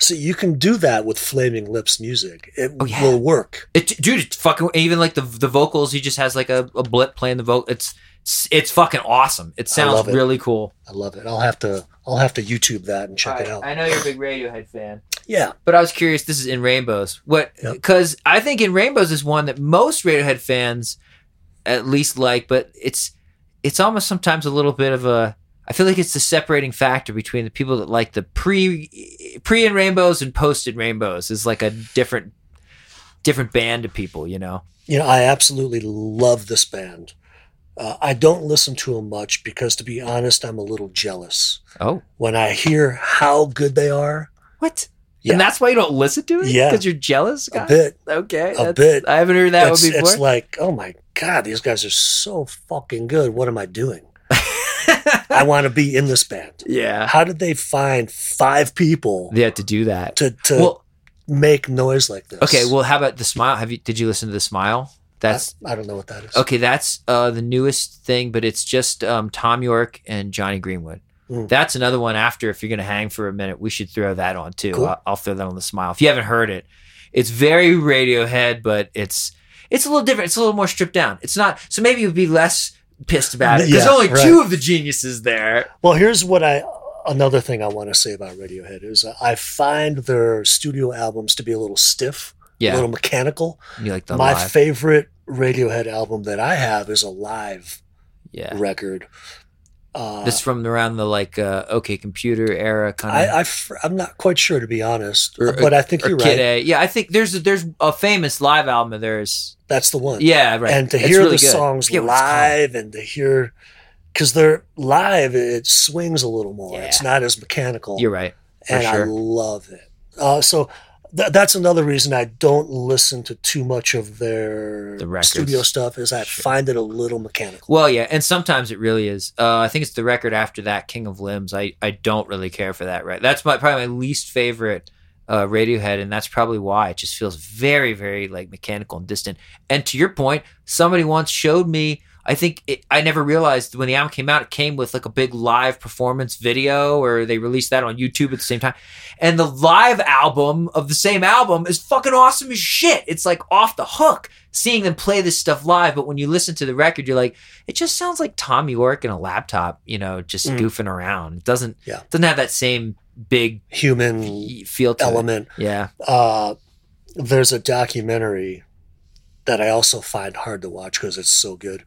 [SPEAKER 2] so you can do that with flaming lips music it
[SPEAKER 1] Oh, yeah.
[SPEAKER 2] will work
[SPEAKER 1] It, dude, it's fucking even like the the vocals. He just has like a, a blip playing the vocal. It's it's fucking awesome. It sounds
[SPEAKER 2] love it.
[SPEAKER 1] really cool.
[SPEAKER 2] i love it i'll have to i'll have to youtube that and check it out
[SPEAKER 1] I know you're a big Radiohead fan,
[SPEAKER 2] yeah
[SPEAKER 1] but I was curious. This is in Rainbows. What?
[SPEAKER 2] Yep.
[SPEAKER 1] Because I think in Rainbows is one that most Radiohead fans at least like, but it's it's almost sometimes a little bit of a. I feel like it's the separating factor between the people that like the pre pre in Rainbows and post in Rainbows is like a different different band of people. You know.
[SPEAKER 2] you know i absolutely love this band uh, i don't listen to them much because to be honest i'm a little jealous
[SPEAKER 1] Oh.
[SPEAKER 2] when I hear how good they are,
[SPEAKER 1] What?
[SPEAKER 2] Yeah.
[SPEAKER 1] And that's why you don't listen to it?
[SPEAKER 2] Yeah.
[SPEAKER 1] Because you're jealous?
[SPEAKER 2] a
[SPEAKER 1] God?
[SPEAKER 2] bit.
[SPEAKER 1] Okay.
[SPEAKER 2] A
[SPEAKER 1] that's-
[SPEAKER 2] bit.
[SPEAKER 1] I haven't heard that one
[SPEAKER 2] it's,
[SPEAKER 1] before.
[SPEAKER 2] it's like, oh my God, these guys are so fucking good. What am I doing? I want to be in this band.
[SPEAKER 1] yeah.
[SPEAKER 2] How did they find five people
[SPEAKER 1] They had to do that.
[SPEAKER 2] to, to
[SPEAKER 1] Well,
[SPEAKER 2] make noise like this?
[SPEAKER 1] okay. Well, how about the smile? Have you, did you listen to the smile? That's,
[SPEAKER 2] I, I don't know what that is.
[SPEAKER 1] okay. That's uh, the newest thing, but it's just um, Tom York and Johnny Greenwood.
[SPEAKER 2] Mm.
[SPEAKER 1] That's another one after. If you're going to hang for a minute, we should throw that on too.
[SPEAKER 2] Cool.
[SPEAKER 1] I'll, I'll throw that on the smile. If you haven't heard it, it's very Radiohead, but it's it's a little different. It's a little more stripped down. It's not so maybe you'd be less pissed about it because
[SPEAKER 2] Yeah,
[SPEAKER 1] only
[SPEAKER 2] right.
[SPEAKER 1] two of the geniuses there.
[SPEAKER 2] Well, here's what I another thing I want to say about Radiohead is I find their studio albums to be a little stiff. a
[SPEAKER 1] Yeah.
[SPEAKER 2] little mechanical.
[SPEAKER 1] You like the
[SPEAKER 2] My
[SPEAKER 1] live.
[SPEAKER 2] favorite Radiohead album that I have is a live
[SPEAKER 1] yeah.
[SPEAKER 2] record. Uh,
[SPEAKER 1] This from around the like uh, OK Computer era kind of.
[SPEAKER 2] I, I fr- I'm not quite sure to be honest,
[SPEAKER 1] Or-
[SPEAKER 2] but I think
[SPEAKER 1] or
[SPEAKER 2] you're
[SPEAKER 1] Kid
[SPEAKER 2] right.
[SPEAKER 1] A. Yeah, I think there's there's a famous live album of theirs.
[SPEAKER 2] That's the one.
[SPEAKER 1] Yeah, right.
[SPEAKER 2] Uh, And to
[SPEAKER 1] It's
[SPEAKER 2] hear
[SPEAKER 1] really
[SPEAKER 2] the
[SPEAKER 1] good.
[SPEAKER 2] songs
[SPEAKER 1] I forget what it's called.
[SPEAKER 2] live and to hear, because they're live, it swings a little more.
[SPEAKER 1] Yeah.
[SPEAKER 2] It's not as mechanical.
[SPEAKER 1] You're right. for
[SPEAKER 2] and I
[SPEAKER 1] sure.
[SPEAKER 2] love it. Uh, so th- that's another reason I don't listen to too much of their
[SPEAKER 1] The records.
[SPEAKER 2] studio stuff is I
[SPEAKER 1] Sure.
[SPEAKER 2] find it a little mechanical.
[SPEAKER 1] Well, yeah, and sometimes it really is. Uh, I think it's the record after that, King of Limbs. I, I don't really care for that. Right, that's my probably my least favorite uh, Radiohead, and that's probably why it just feels very very like mechanical and distant. And to your point, somebody once showed me. I think it, I never realized when the album came out, it came with like a big live performance video, or they released that on YouTube at the same time. And the live album of the same album is fucking awesome as shit. It's like off the hook seeing them play this stuff live. But when you listen to the record, you're like, it just sounds like Tom York and a laptop, you know, just
[SPEAKER 2] Mm.
[SPEAKER 1] goofing around. It doesn't
[SPEAKER 2] Yeah.
[SPEAKER 1] doesn't have that same big
[SPEAKER 2] Human
[SPEAKER 1] f- feel to
[SPEAKER 2] element.
[SPEAKER 1] it. Yeah.
[SPEAKER 2] Uh, there's a documentary that I also find hard to watch because it's so good.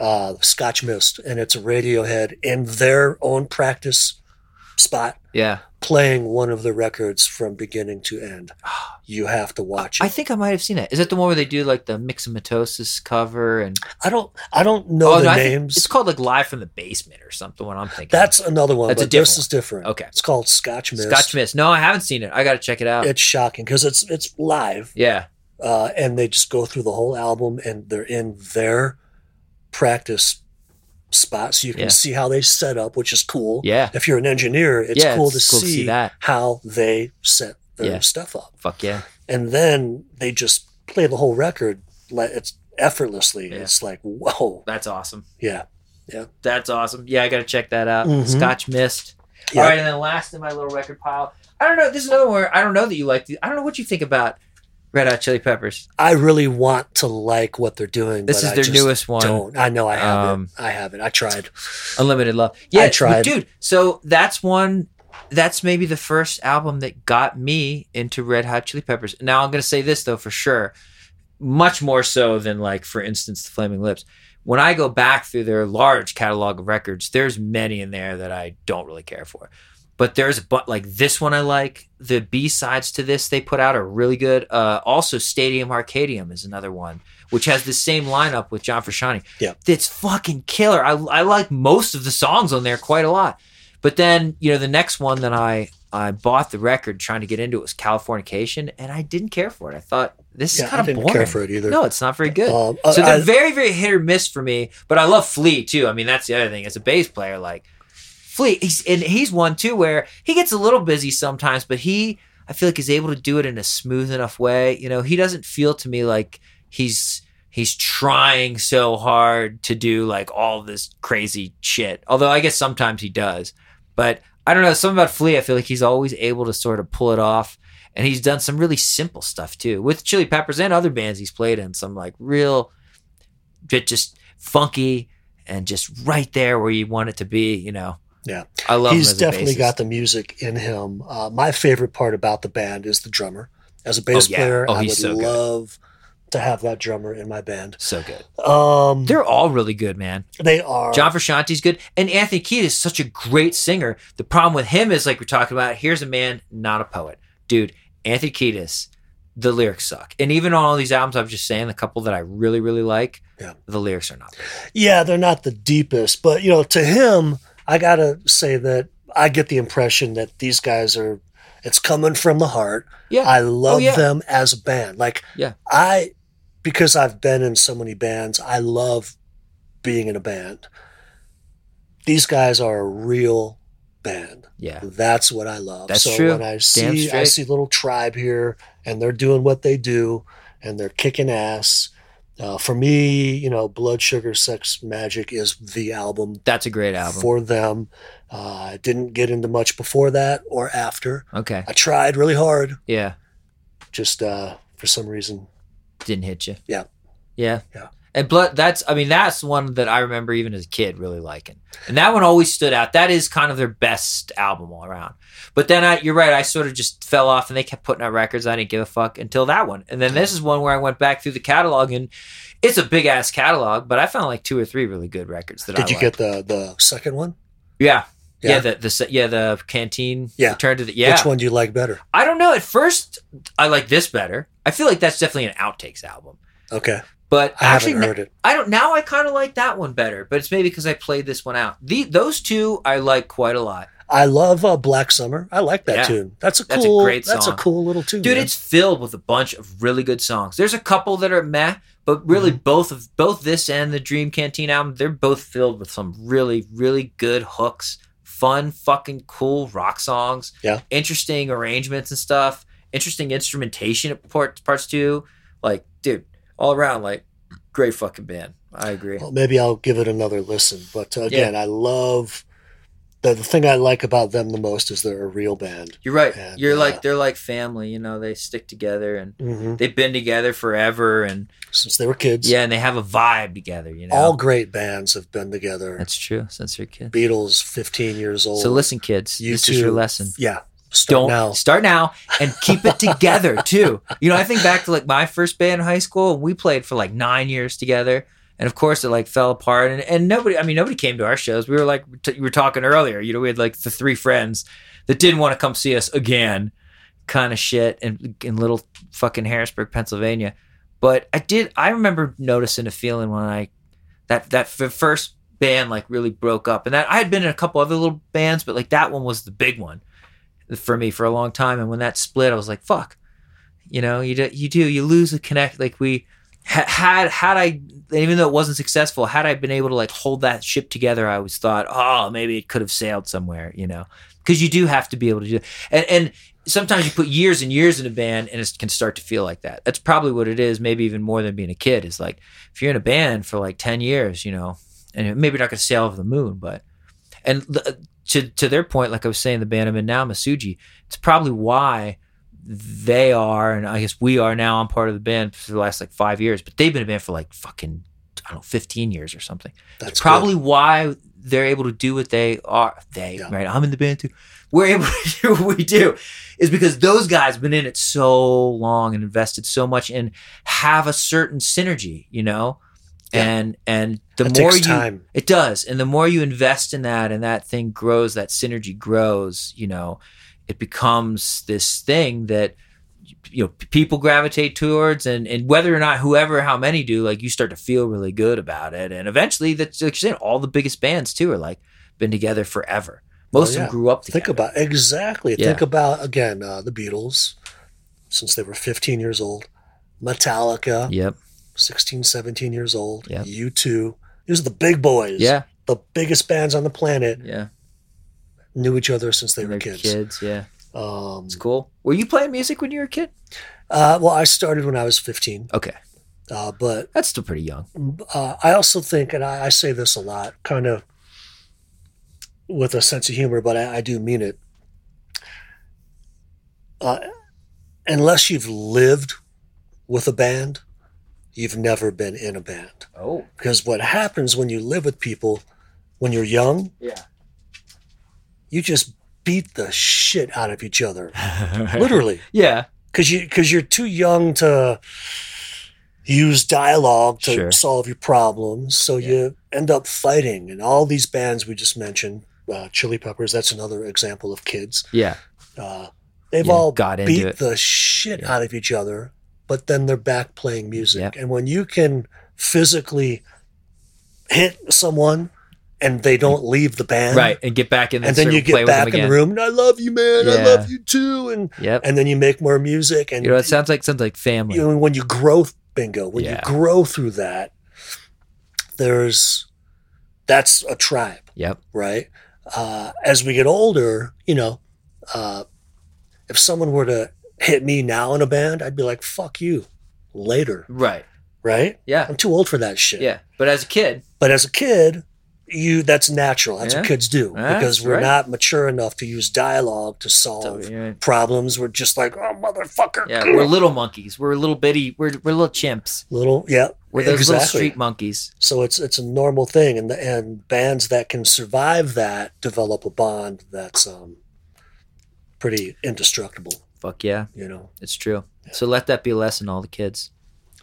[SPEAKER 2] Uh, Scotch Mist, and it's Radiohead in their own practice spot
[SPEAKER 1] Yeah.
[SPEAKER 2] playing one of the records from beginning to end. You have to watch it.
[SPEAKER 1] Ah. I think I might have seen it. Is that the one where they do like the mixomatosis cover and Oh,
[SPEAKER 2] I don't. I don't know the
[SPEAKER 1] I think
[SPEAKER 2] names.
[SPEAKER 1] it's called like Live from the Basement or something, what I'm thinking.
[SPEAKER 2] That's another one.
[SPEAKER 1] That's a
[SPEAKER 2] but
[SPEAKER 1] different
[SPEAKER 2] this is different.
[SPEAKER 1] Okay.
[SPEAKER 2] It's called Scotch Mist.
[SPEAKER 1] Scotch Mist. No, I haven't seen it. I gotta check it out.
[SPEAKER 2] It's shocking because it's it's live,
[SPEAKER 1] yeah.
[SPEAKER 2] uh, and they just go through the whole album, and they're in their practice spot, so you can
[SPEAKER 1] Yeah.
[SPEAKER 2] see how they set up, which is cool.
[SPEAKER 1] Yeah.
[SPEAKER 2] If you're an engineer, it's
[SPEAKER 1] Yeah,
[SPEAKER 2] cool,
[SPEAKER 1] it's
[SPEAKER 2] to,
[SPEAKER 1] cool to
[SPEAKER 2] see
[SPEAKER 1] see that.
[SPEAKER 2] how they set their
[SPEAKER 1] Yeah.
[SPEAKER 2] stuff up,
[SPEAKER 1] Fuck yeah.
[SPEAKER 2] and then they just play the whole record. Like it's effortlessly.
[SPEAKER 1] Yeah.
[SPEAKER 2] It's like whoa,
[SPEAKER 1] That's awesome.
[SPEAKER 2] yeah.
[SPEAKER 1] That's awesome. Yeah, I gotta check that out.
[SPEAKER 2] Mhm.
[SPEAKER 1] Scotch Mist.
[SPEAKER 2] Yeah.
[SPEAKER 1] All right, and then last in my little record pile, I don't know. This is another one. where I don't know that you like. the- I don't know what you think about Red Hot Chili Peppers.
[SPEAKER 2] I really want to like what they're doing.
[SPEAKER 1] This
[SPEAKER 2] but
[SPEAKER 1] is
[SPEAKER 2] I
[SPEAKER 1] their
[SPEAKER 2] just
[SPEAKER 1] newest one,
[SPEAKER 2] Don't. I know I haven't.
[SPEAKER 1] Um,
[SPEAKER 2] I haven't. I tried.
[SPEAKER 1] Unlimited Love. Yeah,
[SPEAKER 2] tried.
[SPEAKER 1] dude. So that's one. That's maybe the first album that got me into Red Hot Chili Peppers. Now I'm gonna say this though for sure, much more so than like for instance the Flaming Lips. When I go back through their large catalog of records, there's many in there that I don't really care for. but there's but like this one I like. The B sides to this they put out are really good. Uh, also, Stadium Arcadium is another one which has the same lineup with John Frusciante.
[SPEAKER 2] Yeah.
[SPEAKER 1] that's fucking killer. I I like most of the songs on there quite a lot. But then you know the next one that I I bought the record trying to get into it was Californication, and I didn't care for it. I thought this
[SPEAKER 2] Yeah,
[SPEAKER 1] is
[SPEAKER 2] I
[SPEAKER 1] kind of
[SPEAKER 2] didn't
[SPEAKER 1] boring.
[SPEAKER 2] care for it either.
[SPEAKER 1] No, it's not very good.
[SPEAKER 2] Um, uh,
[SPEAKER 1] So they're
[SPEAKER 2] I-
[SPEAKER 1] very, very hit or miss for me. But I love Flea too. I mean, that's the other thing. As a bass player, like Flea, he's and he's one too where he gets a little busy sometimes, but he, I feel like, is able to do it in a smooth enough way. You know, he doesn't feel to me like he's he's trying so hard to do like all this crazy shit. Although I guess sometimes he does, but I don't know. Something about Flea, I feel like he's always able to sort of pull it off and he's done some really simple stuff too with Chili Peppers and other bands he's played in. Some like real, ju- just funky and just right there where you want it to be. You know.
[SPEAKER 2] Yeah.
[SPEAKER 1] I love.
[SPEAKER 2] he's
[SPEAKER 1] him as a
[SPEAKER 2] definitely
[SPEAKER 1] bassist.
[SPEAKER 2] got the music in him. Uh, my favorite part about the band is the drummer. As a bass
[SPEAKER 1] yeah.
[SPEAKER 2] player,
[SPEAKER 1] Oh,
[SPEAKER 2] I would
[SPEAKER 1] he's so good.
[SPEAKER 2] love to have that drummer in my band.
[SPEAKER 1] so good.
[SPEAKER 2] Um,
[SPEAKER 1] They're all really good, man.
[SPEAKER 2] they are.
[SPEAKER 1] John Frusciante's good, and Anthony Kiedis is such a great singer. The problem with him is, like we're talking about, here's a man not a poet, dude. Anthony Kiedis, the lyrics suck, and even on all these albums, I'm just saying the couple that I really, really like,
[SPEAKER 2] Yeah.
[SPEAKER 1] the lyrics are not.
[SPEAKER 2] yeah, they're not the deepest, but you know, to him, I gotta say that I get the impression that these guys are. It's coming from the heart.
[SPEAKER 1] Yeah. Oh,
[SPEAKER 2] I love
[SPEAKER 1] yeah.
[SPEAKER 2] them as a band. Like,
[SPEAKER 1] Yeah.
[SPEAKER 2] I because I've been in so many bands, I love being in a band. These guys are a real band.
[SPEAKER 1] yeah,
[SPEAKER 2] That's what I love.
[SPEAKER 1] That's
[SPEAKER 2] so
[SPEAKER 1] true.
[SPEAKER 2] when I see I
[SPEAKER 1] straight.
[SPEAKER 2] see little tribe here and they're doing what they do and they're kicking ass. Uh, for me, you know, Blood Sugar Sex Magic is the album,
[SPEAKER 1] that's a great album.
[SPEAKER 2] for them. Uh, I didn't get into much before that or after.
[SPEAKER 1] okay,
[SPEAKER 2] I tried really hard,
[SPEAKER 1] yeah.
[SPEAKER 2] just uh, for some reason.
[SPEAKER 1] didn't hit you.
[SPEAKER 2] Yeah.
[SPEAKER 1] Yeah.
[SPEAKER 2] Yeah.
[SPEAKER 1] And blood that's I mean that's one that I remember even as a kid really liking. And that one always stood out. That is kind of their best album all around. But then I, you're right, I sort of just fell off and they kept putting out records I didn't give a fuck until that one. And then this is one where I went back through the catalog and it's a big ass catalog, but I found like two or three really good records that I
[SPEAKER 2] Did you
[SPEAKER 1] liked.
[SPEAKER 2] get the the second one?
[SPEAKER 1] Yeah. Yeah,
[SPEAKER 2] Yeah.
[SPEAKER 1] the, the se- yeah the canteen
[SPEAKER 2] Yeah.
[SPEAKER 1] return to the yeah
[SPEAKER 2] Which one do you like better?
[SPEAKER 1] I don't know at first I like this better I feel like that's definitely an outtakes album
[SPEAKER 2] Okay,
[SPEAKER 1] but
[SPEAKER 2] I
[SPEAKER 1] actually
[SPEAKER 2] haven't heard it.
[SPEAKER 1] I don't now I kind of like that one better, but it's maybe because I played this one out. The those two I like quite a lot.
[SPEAKER 2] I love uh, Black Summer. I like that
[SPEAKER 1] Yeah.
[SPEAKER 2] tune. That's a
[SPEAKER 1] That's a
[SPEAKER 2] cool. That's a,
[SPEAKER 1] great song.
[SPEAKER 2] cool little tune,
[SPEAKER 1] Dude,
[SPEAKER 2] man.
[SPEAKER 1] it's filled with a bunch of really good songs. There's a couple that are meh, but really both of both this and the Dream Canteen album, they're both filled with some really really good hooks, fun fucking cool rock songs.
[SPEAKER 2] Yeah.
[SPEAKER 1] Interesting arrangements and stuff, interesting instrumentation at parts parts too. Like, dude, all around like great fucking band. I agree.
[SPEAKER 2] Well, maybe I'll give it another listen. But uh, again, I love the, the thing I like about them the most is they're a real band.
[SPEAKER 1] You're right.
[SPEAKER 2] And,
[SPEAKER 1] You're
[SPEAKER 2] uh,
[SPEAKER 1] like they're like family, you know, they stick together and
[SPEAKER 2] hmm
[SPEAKER 1] they've been together forever and
[SPEAKER 2] Since they were kids,
[SPEAKER 1] Mm-hmm. yeah, and they have a vibe together, you know.
[SPEAKER 2] all great bands have been together.
[SPEAKER 1] That's true since they're kids.
[SPEAKER 2] Beatles, fifteen years old.
[SPEAKER 1] So listen kids,
[SPEAKER 2] You
[SPEAKER 1] this is your
[SPEAKER 2] too.
[SPEAKER 1] lesson.
[SPEAKER 2] yeah, start
[SPEAKER 1] Don't
[SPEAKER 2] now.
[SPEAKER 1] start now and keep it together too. You know, I think back to like my first band in high school, and we played for like nine years together. And of course, it like fell apart, and, and nobody. I mean, nobody came to our shows. We were like, t- you were talking earlier. You know, we had like the three friends that didn't want to come see us again, kind of shit, in, in little fucking Harrisburg, Pennsylvania. But I did. I remember noticing a feeling when I that that f- first band like really broke up, and that I had been in a couple other little bands, but like that one was the big one for me for a long time. And when that split, I was like, fuck, you know, you do, you do, you lose the connect. Like we ha- had, had I, even though it wasn't successful, had I been able to like hold that ship together, I always thought, oh, maybe it could have sailed somewhere, you know, because you do have to be able to do And, and sometimes you put years and years in a band and it can start to feel like that. That's probably what it is. Maybe even more than being a kid is like, if you're in a band for like 10 years, you know, and maybe you're not going to sail over the moon, but, and the, to to their point, like I was saying, the band I'm in now, Masuji, it's probably why they are, and I guess we are now. I'm part of the band for the last like five years, but they've been a band for like fucking I don't know, 15 years or something.
[SPEAKER 2] That's
[SPEAKER 1] It's
[SPEAKER 2] good.
[SPEAKER 1] probably why they're able to do what they are. They
[SPEAKER 2] Yeah.
[SPEAKER 1] right? I'm in the band too. We're able to do what we do is because those guys been in it so long and invested so much and have a certain synergy, you know.
[SPEAKER 2] Yeah.
[SPEAKER 1] And and the
[SPEAKER 2] That
[SPEAKER 1] more
[SPEAKER 2] takes
[SPEAKER 1] you
[SPEAKER 2] time.
[SPEAKER 1] it does. And the more you invest in that and that thing grows, that synergy grows, you know, it becomes this thing that you know p- people gravitate towards and and whether or not whoever how many do like you start to feel really good about it and eventually that's like you're saying all the biggest bands too are like been together forever most
[SPEAKER 2] Oh,
[SPEAKER 1] of them
[SPEAKER 2] yeah.
[SPEAKER 1] grew up together
[SPEAKER 2] Think about exactly.
[SPEAKER 1] Yeah.
[SPEAKER 2] Think about again uh, the Beatles, since they were 15 years old. Metallica,
[SPEAKER 1] yep
[SPEAKER 2] 16, 17 years old.
[SPEAKER 1] Yeah.
[SPEAKER 2] U2. These are the big boys.
[SPEAKER 1] yeah
[SPEAKER 2] The biggest bands on the planet
[SPEAKER 1] yeah
[SPEAKER 2] knew each other since they
[SPEAKER 1] And
[SPEAKER 2] were
[SPEAKER 1] they're
[SPEAKER 2] kids.
[SPEAKER 1] yeah
[SPEAKER 2] Um,
[SPEAKER 1] it's cool were you playing music when you were a kid
[SPEAKER 2] uh, well, I started when I was 15,
[SPEAKER 1] okay
[SPEAKER 2] uh, but
[SPEAKER 1] that's still pretty young
[SPEAKER 2] uh, I also think, and I, I say this a lot, kind of with a sense of humor, but I, I do mean it. Uh, unless you've lived with a band, you've never been in a band.
[SPEAKER 1] oh
[SPEAKER 2] Because what happens when you live with people when you're young,
[SPEAKER 1] yeah
[SPEAKER 2] you just beat the shit out of each other, literally.
[SPEAKER 1] yeah
[SPEAKER 2] Because you, cause you're too young to use dialogue to
[SPEAKER 1] Sure.
[SPEAKER 2] solve your problems. So
[SPEAKER 1] Yeah.
[SPEAKER 2] you end up fighting. And all these bands we just mentioned, uh, Chili Peppers, that's another example of kids.
[SPEAKER 1] yeah
[SPEAKER 2] Uh, they've
[SPEAKER 1] Yeah,
[SPEAKER 2] all
[SPEAKER 1] got into
[SPEAKER 2] beat
[SPEAKER 1] it.
[SPEAKER 2] the shit
[SPEAKER 1] Yeah.
[SPEAKER 2] out of each other, but then they're back playing music.
[SPEAKER 1] Yep.
[SPEAKER 2] And when you can physically hit someone and they don't leave the band,
[SPEAKER 1] Mm. right and get back in
[SPEAKER 2] And
[SPEAKER 1] the
[SPEAKER 2] then you
[SPEAKER 1] play
[SPEAKER 2] get
[SPEAKER 1] with them
[SPEAKER 2] back in
[SPEAKER 1] again
[SPEAKER 2] the room, and I love you, man. I
[SPEAKER 1] Yeah.
[SPEAKER 2] love you too. And
[SPEAKER 1] yep
[SPEAKER 2] and then you make more music and
[SPEAKER 1] you know it sounds like sounds like family
[SPEAKER 2] you know, when you grow bingo when
[SPEAKER 1] Yeah.
[SPEAKER 2] you grow through that there's that's a tribe
[SPEAKER 1] Yep.
[SPEAKER 2] right uh, as we get older you know uh, if someone were to hit me now in a band i'd be like fuck you later
[SPEAKER 1] Right.
[SPEAKER 2] right
[SPEAKER 1] Yeah.
[SPEAKER 2] i'm too old for that shit
[SPEAKER 1] Yeah. But as a kid,
[SPEAKER 2] but as a kid you that's natural. That's
[SPEAKER 1] Yeah.
[SPEAKER 2] what kids do
[SPEAKER 1] That's
[SPEAKER 2] because we're
[SPEAKER 1] right.
[SPEAKER 2] not mature enough to use dialogue to solve
[SPEAKER 1] yeah.
[SPEAKER 2] problems. We're just like, oh motherfucker,
[SPEAKER 1] Yeah, we're little monkeys. We're little bitty. We're we're little chimps.
[SPEAKER 2] little yeah.
[SPEAKER 1] We're those little
[SPEAKER 2] Exactly.
[SPEAKER 1] street monkeys.
[SPEAKER 2] So it's it's a normal thing, and the, and bands that can survive that develop a bond that's um pretty indestructible.
[SPEAKER 1] Fuck yeah,
[SPEAKER 2] You know,
[SPEAKER 1] it's true. So let that be a lesson, to all the kids.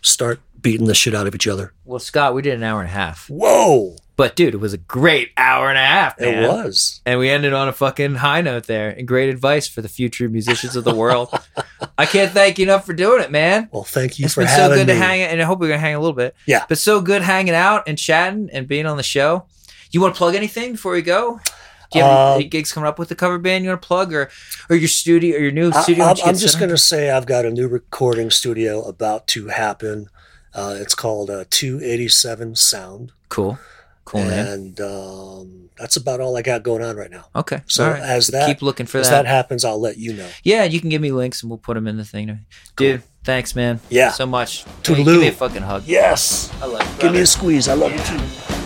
[SPEAKER 2] start beating the shit out of each other.
[SPEAKER 1] Well, Scott, we did an hour and a half,
[SPEAKER 2] Whoa,
[SPEAKER 1] but dude, it was a great hour and a half. Man.
[SPEAKER 2] it was
[SPEAKER 1] and we ended on a fucking high note there and great advice for the future musicians of the world i can't thank you enough for doing it man
[SPEAKER 2] well. Thank you
[SPEAKER 1] it's
[SPEAKER 2] for
[SPEAKER 1] been so
[SPEAKER 2] having
[SPEAKER 1] good
[SPEAKER 2] me.
[SPEAKER 1] to hang and i hope we're gonna hang a little bit
[SPEAKER 2] Yeah.
[SPEAKER 1] but so good hanging out and chatting and being on the show you want to plug anything before we go do you have any-
[SPEAKER 2] Um,
[SPEAKER 1] any gigs coming up with the cover band you want to plug or or your studio or your new studio
[SPEAKER 2] I,
[SPEAKER 1] that
[SPEAKER 2] am
[SPEAKER 1] you get
[SPEAKER 2] just
[SPEAKER 1] set
[SPEAKER 2] going
[SPEAKER 1] up?
[SPEAKER 2] to say I've got a new recording studio about to happen. Uh, it's called uh, 287 Sound,
[SPEAKER 1] cool cool man
[SPEAKER 2] and um, that's about all I got going on right now.
[SPEAKER 1] okay
[SPEAKER 2] So
[SPEAKER 1] all right
[SPEAKER 2] as
[SPEAKER 1] So
[SPEAKER 2] that
[SPEAKER 1] keep looking for
[SPEAKER 2] as
[SPEAKER 1] that.
[SPEAKER 2] that happens, I'll let you know.
[SPEAKER 1] yeah you can give me links and we'll put them in the thing dude thanks man
[SPEAKER 2] Yeah.
[SPEAKER 1] so much
[SPEAKER 2] Toodaloo.
[SPEAKER 1] give me a fucking hug
[SPEAKER 2] yes.
[SPEAKER 1] i love
[SPEAKER 2] Give
[SPEAKER 1] you
[SPEAKER 2] me
[SPEAKER 1] brother.
[SPEAKER 2] a squeeze. I love you too.